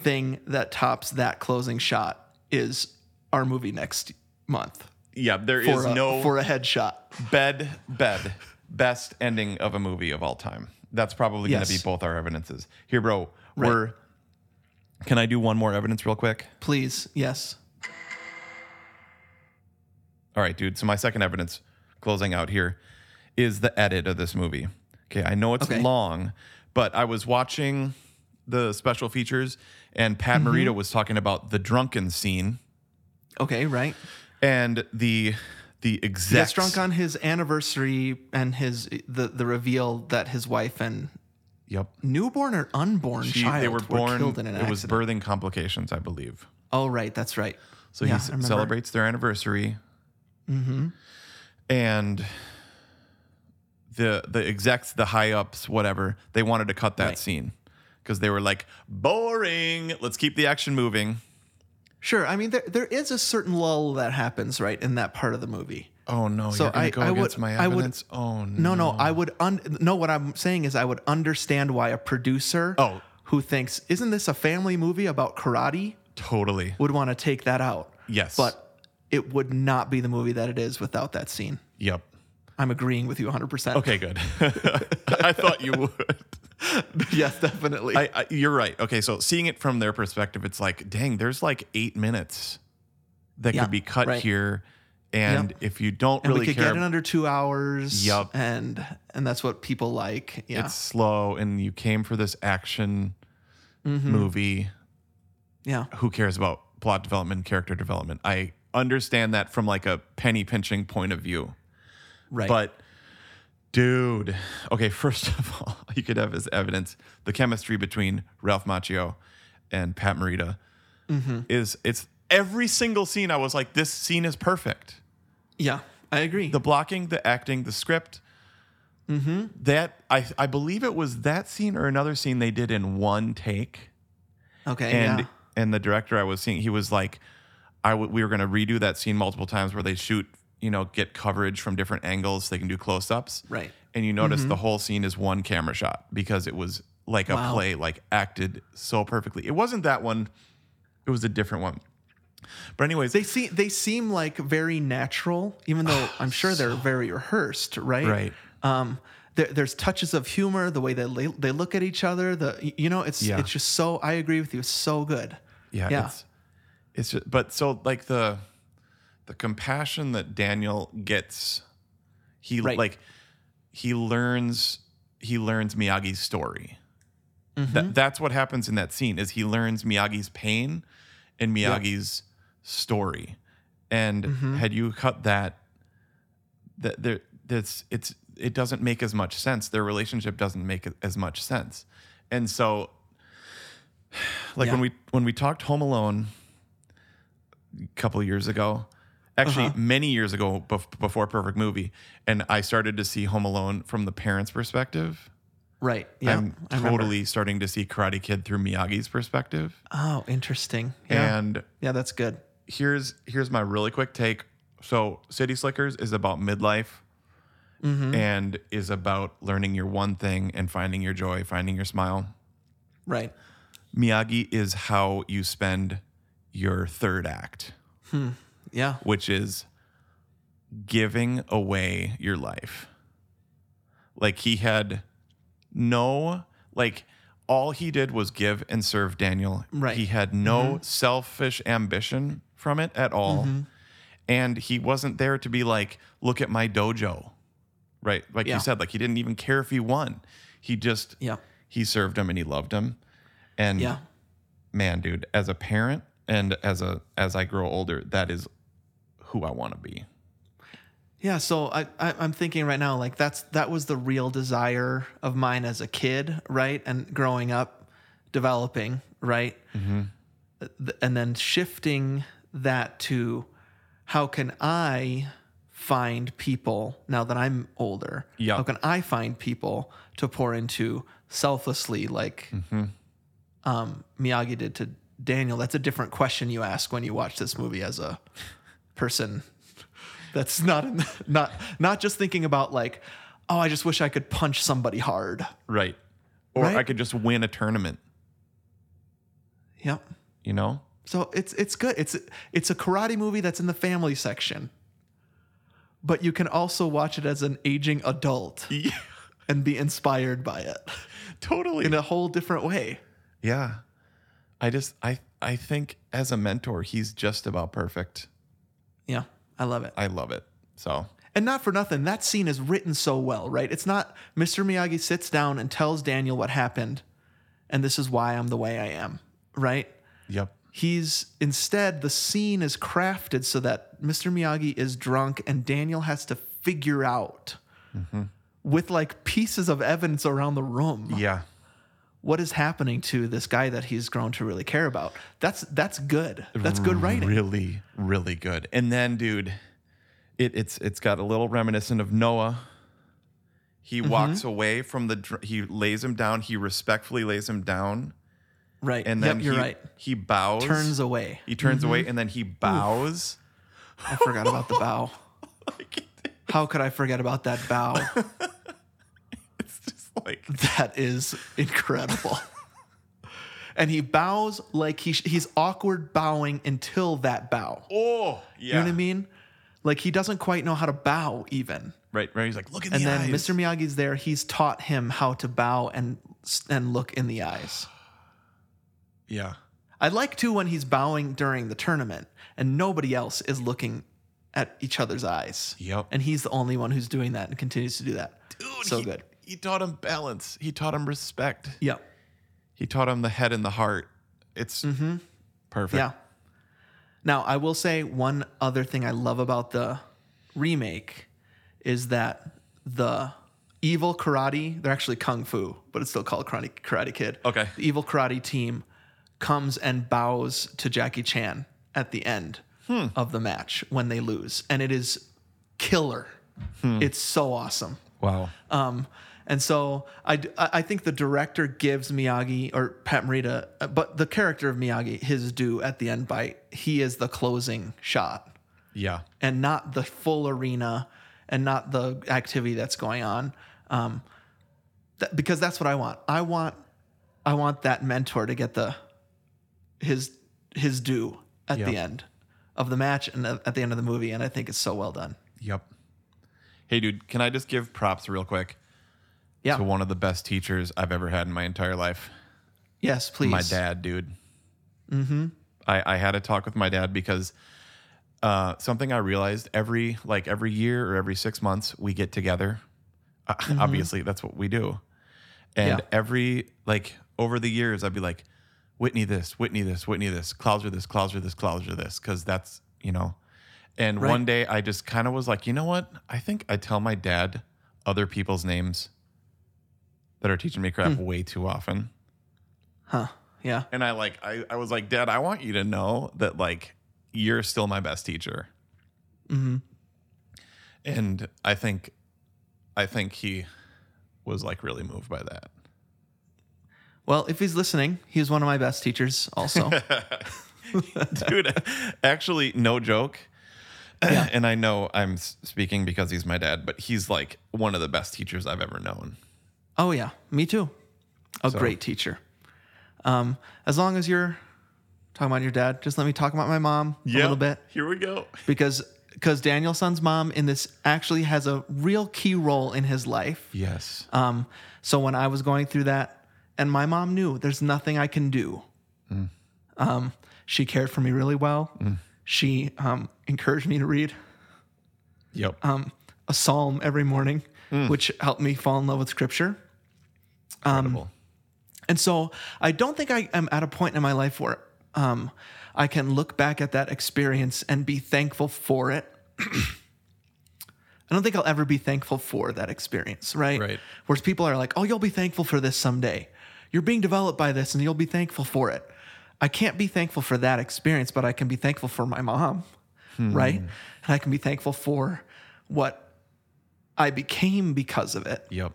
Speaker 1: thing that tops that closing shot is our movie next month.
Speaker 2: yeah. There is
Speaker 1: For a,
Speaker 2: no
Speaker 1: for a headshot.
Speaker 2: bed bed best ending of a movie of all time. That's probably going
Speaker 1: Yes.
Speaker 2: to be both our evidences. Here, bro. We're. Can I do one more evidence real quick?
Speaker 1: Please, yes.
Speaker 2: All right, dude. So my second evidence, closing out here, is the edit of this movie. Okay, I know it's
Speaker 1: Okay.
Speaker 2: long, but I was watching the special features, and Pat
Speaker 1: Mm-hmm.
Speaker 2: Morita was talking about the drunken scene
Speaker 1: Okay, right.
Speaker 2: and the the
Speaker 1: He
Speaker 2: exact
Speaker 1: gets drunk on his anniversary and his the the reveal that his wife and
Speaker 2: Yep.
Speaker 1: newborn or unborn
Speaker 2: She-
Speaker 1: child
Speaker 2: they were born.
Speaker 1: killed in an
Speaker 2: it
Speaker 1: accident.
Speaker 2: was birthing complications, I believe.
Speaker 1: oh, right, that's right.
Speaker 2: So
Speaker 1: Yeah,
Speaker 2: he
Speaker 1: I
Speaker 2: s-
Speaker 1: remember.
Speaker 2: celebrates their anniversary,
Speaker 1: Mm-hmm.
Speaker 2: and the the execs, the high ups, whatever, they wanted to cut that scene because they were like, boring. Let's keep the action moving.
Speaker 1: Sure. I mean, there there is a certain lull that happens right in that part of the movie.
Speaker 2: Oh no!
Speaker 1: So
Speaker 2: you're gonna
Speaker 1: I-
Speaker 2: go
Speaker 1: I would-
Speaker 2: against my
Speaker 1: I would-
Speaker 2: evidence. oh
Speaker 1: No, no, I would un- no. What I'm saying is, I would understand why a producer
Speaker 2: Oh.
Speaker 1: who thinks isn't this a family movie about karate
Speaker 2: totally.
Speaker 1: would want to take that out.
Speaker 2: Yes.
Speaker 1: but it would not be the movie that it is without that scene.
Speaker 2: Yep.
Speaker 1: I'm agreeing with you 100. percent
Speaker 2: Okay, good. I thought you would.
Speaker 1: Yes, definitely.
Speaker 2: I, I, you're right. Okay, so seeing it from their perspective, it's like, dang, there's like eight minutes that
Speaker 1: Yeah,
Speaker 2: could be cut
Speaker 1: right.
Speaker 2: here, and
Speaker 1: Yep.
Speaker 2: if you don't
Speaker 1: and
Speaker 2: really
Speaker 1: we could
Speaker 2: care,
Speaker 1: get it under two hours.
Speaker 2: Yup.
Speaker 1: And and that's what people like. Yeah.
Speaker 2: it's slow, and you came for this action
Speaker 1: Mm-hmm.
Speaker 2: movie.
Speaker 1: yeah.
Speaker 2: Who cares about plot development, character development? I understand that from like a penny pinching point of view.
Speaker 1: Right.
Speaker 2: But dude, okay, first of all, you could have as evidence the chemistry between Ralph Macchio and Pat Morita is it's every single scene I was like, this scene is perfect.
Speaker 1: yeah, I agree.
Speaker 2: The blocking, the acting, the script. That I I believe it was that scene or another scene they did in one take
Speaker 1: okay.
Speaker 2: and
Speaker 1: yeah.
Speaker 2: and the director I was seeing, he was like, I w- we were going to redo that scene multiple times where they shoot, you know, get coverage from different angles. so they can do close ups,
Speaker 1: Right. Mm-hmm.
Speaker 2: And you notice the whole scene is one camera shot because it was like a
Speaker 1: Wow.
Speaker 2: play, like acted so perfectly. It wasn't that one; it was a different one. But anyways,
Speaker 1: They seem they seem like very natural, even though I'm sure they're very rehearsed, right?
Speaker 2: Right.
Speaker 1: Um, there, there's touches of humor, the way that they, they look at each other. The you know, it's
Speaker 2: Yeah.
Speaker 1: it's just so. I agree with you. It's so good.
Speaker 2: yeah,
Speaker 1: Yeah.
Speaker 2: It's, it's just, but so like the the compassion that Daniel gets, he
Speaker 1: Right.
Speaker 2: like he learns he learns Miyagi's story. That, that's what happens in that scene is he learns Miyagi's pain and Miyagi's story. And had you cut that, that there, that's it's it doesn't make as much sense. Their relationship doesn't make as much sense. And so, like when we when we talked Home Alone a couple years ago, actually
Speaker 1: Uh-huh.
Speaker 2: many years ago bef- before Perfect Movie, and I started to see Home Alone from the parents' perspective.
Speaker 1: Right. Yeah.
Speaker 2: I'm
Speaker 1: I remember.
Speaker 2: totally starting to see Karate Kid through Miyagi's perspective.
Speaker 1: Oh, interesting. Yeah.
Speaker 2: And
Speaker 1: yeah, that's good.
Speaker 2: here's here's my really quick take. So City Slickers is about midlife
Speaker 1: Mm-hmm.
Speaker 2: and is about learning your one thing and finding your joy, finding your smile.
Speaker 1: Right.
Speaker 2: Miyagi is how you spend your third act,
Speaker 1: Yeah.
Speaker 2: which is giving away your life. Like he had no like all he did was give and serve Daniel. Right. He had no
Speaker 1: Mm-hmm.
Speaker 2: selfish ambition from it at all.
Speaker 1: Mhm.
Speaker 2: And he wasn't there to be like, look at my dojo. Right. Like
Speaker 1: Yeah.
Speaker 2: you said, like he didn't even care if he won. He just
Speaker 1: Yeah.
Speaker 2: he served him and he loved him. And
Speaker 1: Yeah.
Speaker 2: man, dude, as a parent and as a as I grow older, that is who I want to be.
Speaker 1: Yeah, so I, I I'm thinking right now like that's that was the real desire of mine as a kid, right? And growing up, developing, right? Th- And then shifting that to how can I find people now that I'm older?
Speaker 2: Yeah.
Speaker 1: How can I find people to pour into selflessly like um, Miyagi did to Daniel? That's a different question you ask when you watch this movie as a person that's not in, not not just thinking about like oh i just wish i could punch somebody hard
Speaker 2: Right. Or
Speaker 1: Right.
Speaker 2: I could just win a tournament,
Speaker 1: yep
Speaker 2: you know?
Speaker 1: so it's it's good it's it's a karate movie that's in the family section but you can also watch it as an aging adult and be inspired by it
Speaker 2: totally
Speaker 1: in a whole different way
Speaker 2: Yeah. I just I I think as a mentor, he's just about perfect.
Speaker 1: yeah i love it
Speaker 2: I love it. So
Speaker 1: And not for nothing, that scene is written so well, right? It's not Mr. Miyagi sits down and tells Daniel what happened, and this is why I'm the way I am, right?
Speaker 2: Yep.
Speaker 1: He's instead, the scene is crafted so that Mr. Miyagi is drunk and Daniel has to figure out with like pieces of evidence around the room
Speaker 2: Mm-hmm. yeah.
Speaker 1: what is happening to this guy that he's grown to really care about. That's that's good. That's good writing.
Speaker 2: Really, really good. And then, dude, it, it's it's got a little reminiscent of Noah. He walks away from the. dr- He lays him down. He respectfully lays him down,
Speaker 1: Right.
Speaker 2: and then
Speaker 1: yep, you're
Speaker 2: he,
Speaker 1: right.
Speaker 2: he bows.
Speaker 1: Turns away.
Speaker 2: He turns away, and then he bows.
Speaker 1: I forgot about the bow. How could I forget about that bow?
Speaker 2: It's just like
Speaker 1: That is incredible. and he bows like he sh- he's awkward bowing until that bow.
Speaker 2: oh yeah.
Speaker 1: You know what I mean? Like he doesn't quite know how to bow even.
Speaker 2: Right, right. He's like, look at
Speaker 1: and
Speaker 2: the
Speaker 1: then
Speaker 2: eyes.
Speaker 1: Mr. Miyagi's there. He's taught him how to bow and and look in the eyes.
Speaker 2: Yeah.
Speaker 1: I like too when he's bowing during the tournament and nobody else is looking at each other's eyes.
Speaker 2: Yep.
Speaker 1: And he's the only one who's doing that and continues to do that.
Speaker 2: Dude,
Speaker 1: so
Speaker 2: he,
Speaker 1: good.
Speaker 2: He taught him balance. He taught him respect.
Speaker 1: Yep.
Speaker 2: He taught him the head and the heart. It's perfect.
Speaker 1: Yeah. Now, I will say one other thing I love about the remake is that the evil karate, they're actually kung fu, but it's still called Karate, karate Kid.
Speaker 2: Okay.
Speaker 1: The evil karate team comes and bows to Jackie Chan at the end
Speaker 2: Hmm.
Speaker 1: of the match when they lose. And it is killer.
Speaker 2: Hmm.
Speaker 1: It's so awesome.
Speaker 2: Wow.
Speaker 1: Um, and so I, d- I- I think the director gives Miyagi or Pat Morita, uh, but the character of Miyagi, his due at the end by he is the closing shot
Speaker 2: Yeah.
Speaker 1: and not the full arena and not the activity that's going on. Um, that, because that's what I want. I want, I want that mentor to get the his his due at the
Speaker 2: Yeah.
Speaker 1: end of the match and at at the end of the movie. And I think it's so well done.
Speaker 2: Yep. Hey, dude, can I just give props real quick
Speaker 1: Yeah.
Speaker 2: to one of the best teachers I've ever had in my entire life?
Speaker 1: yes, please.
Speaker 2: My dad, dude.
Speaker 1: Mm-hmm.
Speaker 2: I, I had a talk with my dad because uh, something I realized every like every year or every six months we get together. Uh, Obviously, that's what we do.
Speaker 1: Mm-hmm.
Speaker 2: And
Speaker 1: Yeah.
Speaker 2: every like over the years, I'd be like, Whitney this, Whitney this, Whitney this, Clouser this, Clouser this, Clouser this, because that's you know. And
Speaker 1: Right.
Speaker 2: one day I just kind of was like, you know what? I think I tell my dad other people's names that are teaching me
Speaker 1: Hmm.
Speaker 2: crap way too often.
Speaker 1: Huh. Yeah.
Speaker 2: And I like I, I was like, Dad, I want you to know that like you're still my best teacher.
Speaker 1: Mm-hmm.
Speaker 2: And I think I think he was like really moved by that.
Speaker 1: Well, if he's listening, he's one of my best teachers also.
Speaker 2: Dude, actually, no joke. and I know I'm s- speaking because he's my dad, but he's like one of the best teachers I've ever known.
Speaker 1: oh yeah, me too. A
Speaker 2: So-
Speaker 1: great teacher. Um, as long as you're talking about your dad, just let me talk about my mom a little bit
Speaker 2: Here we go.
Speaker 1: because because Danielson's mom in this actually has a real key role in his life.
Speaker 2: Yes.
Speaker 1: Um, so when I was going through that, and my mom knew there's nothing I can do.
Speaker 2: Mm.
Speaker 1: Um, she cared for me really well.
Speaker 2: Mm.
Speaker 1: She um, encouraged me to read
Speaker 2: Yep.
Speaker 1: um, a psalm every morning,
Speaker 2: Mm.
Speaker 1: which helped me fall in love with scripture. Um, and so I don't think I am at a point in my life where um, I can look back at that experience and be thankful for it. I don't think I'll ever be thankful for that experience, right?
Speaker 2: Right.
Speaker 1: Whereas people are like, oh, you'll be thankful for this someday. You're being developed by this and you'll be thankful for it. I can't be thankful for that experience, but I can be thankful for my mom, right? And I can be thankful for what I became because of it
Speaker 2: Yep.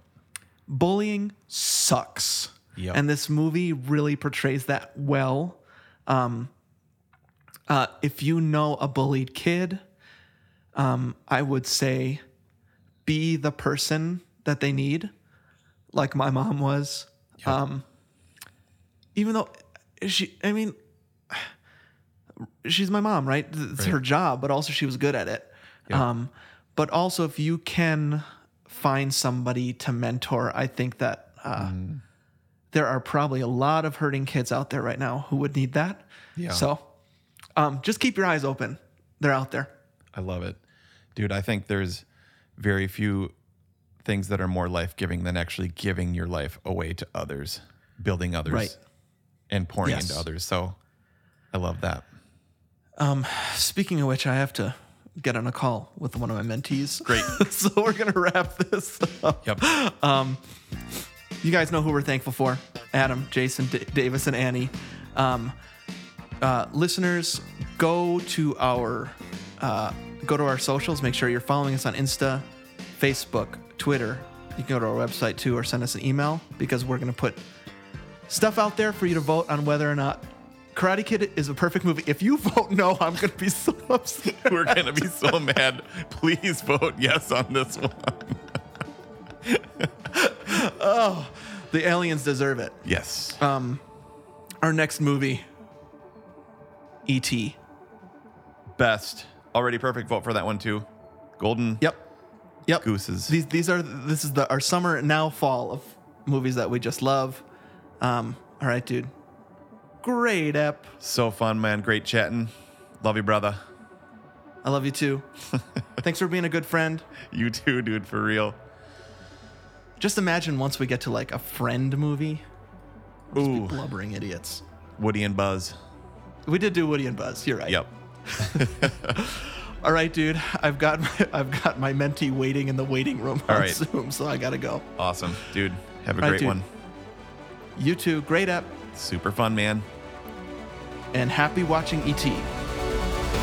Speaker 1: bullying sucks.
Speaker 2: Yep.
Speaker 1: And this movie really portrays that well. Um, uh, if you know a bullied kid, um, I would say be the person that they need, like my mom was. Um, even though she, I mean, she's my mom, right? It's her job, but also she was good at it. Um, but also, if you can find somebody to mentor, I think that uh,
Speaker 2: Mm.
Speaker 1: there are probably a lot of hurting kids out there right now who would need that.
Speaker 2: Yeah.
Speaker 1: So um, just keep your eyes open. They're out there.
Speaker 2: I love it. Dude, I think there's very few things that are more life giving than actually giving your life away to others, building others,
Speaker 1: Right.
Speaker 2: and pouring
Speaker 1: Yes.
Speaker 2: into others. So I love that.
Speaker 1: Um, speaking of which, I have to get on a call with one of my mentees.
Speaker 2: Great.
Speaker 1: so we're going to wrap this up.
Speaker 2: Yep.
Speaker 1: Um, you guys know who we're thankful for Adam, Jason, D- Davis, and Annie. Um, uh, listeners, go to our uh, go to our socials. Make sure you're following us on Insta, Facebook, Twitter. You can go to our website too, or send us an email because we're going to put stuff out there for you to vote on whether or not Karate Kid is a perfect movie. If you vote no, I'm going to be so upset.
Speaker 2: We're going to be so mad. Please vote yes on this one.
Speaker 1: Oh, the aliens deserve it.
Speaker 2: Yes.
Speaker 1: Um, our next movie, E E.T.
Speaker 2: Best. Already perfect vote for that one, too. Golden
Speaker 1: Yep. Yep.
Speaker 2: gooses.
Speaker 1: These these are this is the our summer and now fall of movies that we just love. Um, all right, dude. Great ep.
Speaker 2: So fun, man. Great chatting. Love you, brother.
Speaker 1: I love you too. Thanks for being a good friend.
Speaker 2: You too, dude, for real.
Speaker 1: Just imagine once we get to like a friend movie. We'll just be
Speaker 2: Ooh.
Speaker 1: blubbering idiots.
Speaker 2: Woody and Buzz.
Speaker 1: We did do Woody and Buzz. You're right.
Speaker 2: Yep.
Speaker 1: All right, dude. I've got my, I've got my mentee waiting in the waiting room
Speaker 2: All
Speaker 1: on
Speaker 2: right.
Speaker 1: Zoom, so I gotta go.
Speaker 2: Awesome. Dude, have a
Speaker 1: All right,
Speaker 2: great
Speaker 1: dude.
Speaker 2: one.
Speaker 1: You too. Great ep,
Speaker 2: Super fun, man.
Speaker 1: and happy watching E ET.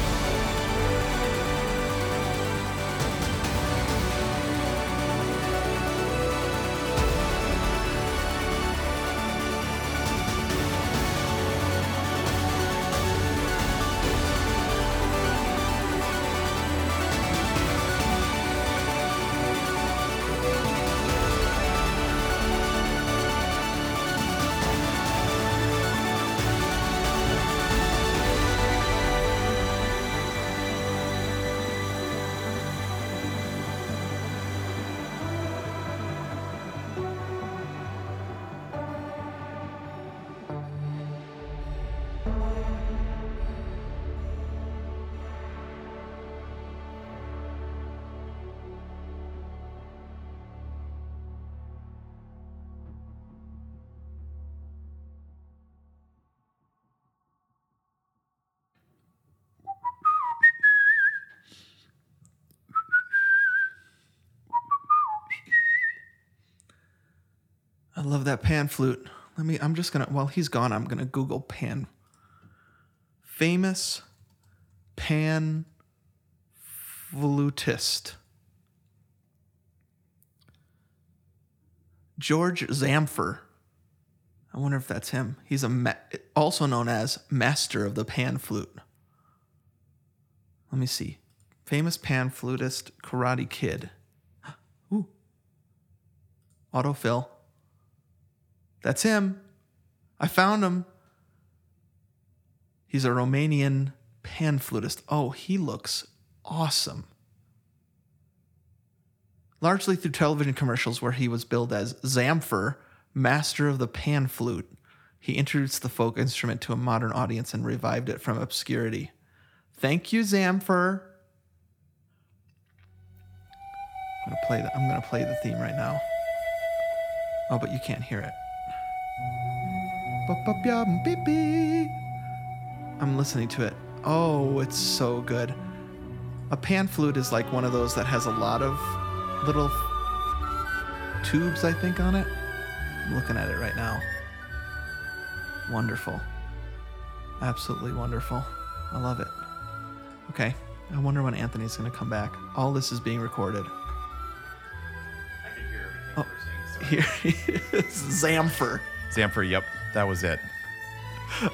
Speaker 1: I love that pan flute. Let me, I'm just gonna, while he's gone, I'm gonna Google pan. Famous pan flutist. George Zamfer. I wonder if that's him. He's a ma- also known as master of the pan flute. Let me see. Famous pan flutist, Karate Kid. Ooh. Autofill. That's him. I found him. He's a Romanian pan flutist. Oh, he looks awesome. Largely through television commercials where he was billed as Zamfir, master of the pan flute, he introduced the folk instrument to a modern audience and revived it from obscurity. Thank you, Zamfir. I'm gonna play the, I'm gonna play the theme right now. Oh, but you can't hear it. Ba-ba-bum, beep-beep. I'm listening to it. Oh, it's so good. A pan flute is like one of those that has a lot of little f- tubes, I think, on it. I'm looking at it right now. Wonderful. Absolutely wonderful. I love it. Okay, I wonder when Anthony's going to come back. All this is being recorded. Oh, here he is, Zamfer.
Speaker 2: Zamfir, yep, that was it.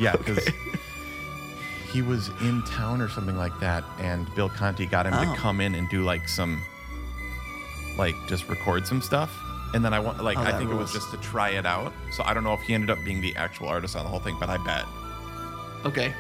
Speaker 2: Yeah, because he was in town or something like that, and Bill Conti got him
Speaker 1: Oh.
Speaker 2: to come in and do like some, like just record some stuff. And then I want, like,
Speaker 1: Oh,
Speaker 2: I
Speaker 1: that
Speaker 2: think it was
Speaker 1: rules.
Speaker 2: just to try it out. So I don't know if he ended up being the actual artist on the whole thing, but I bet.
Speaker 1: Okay,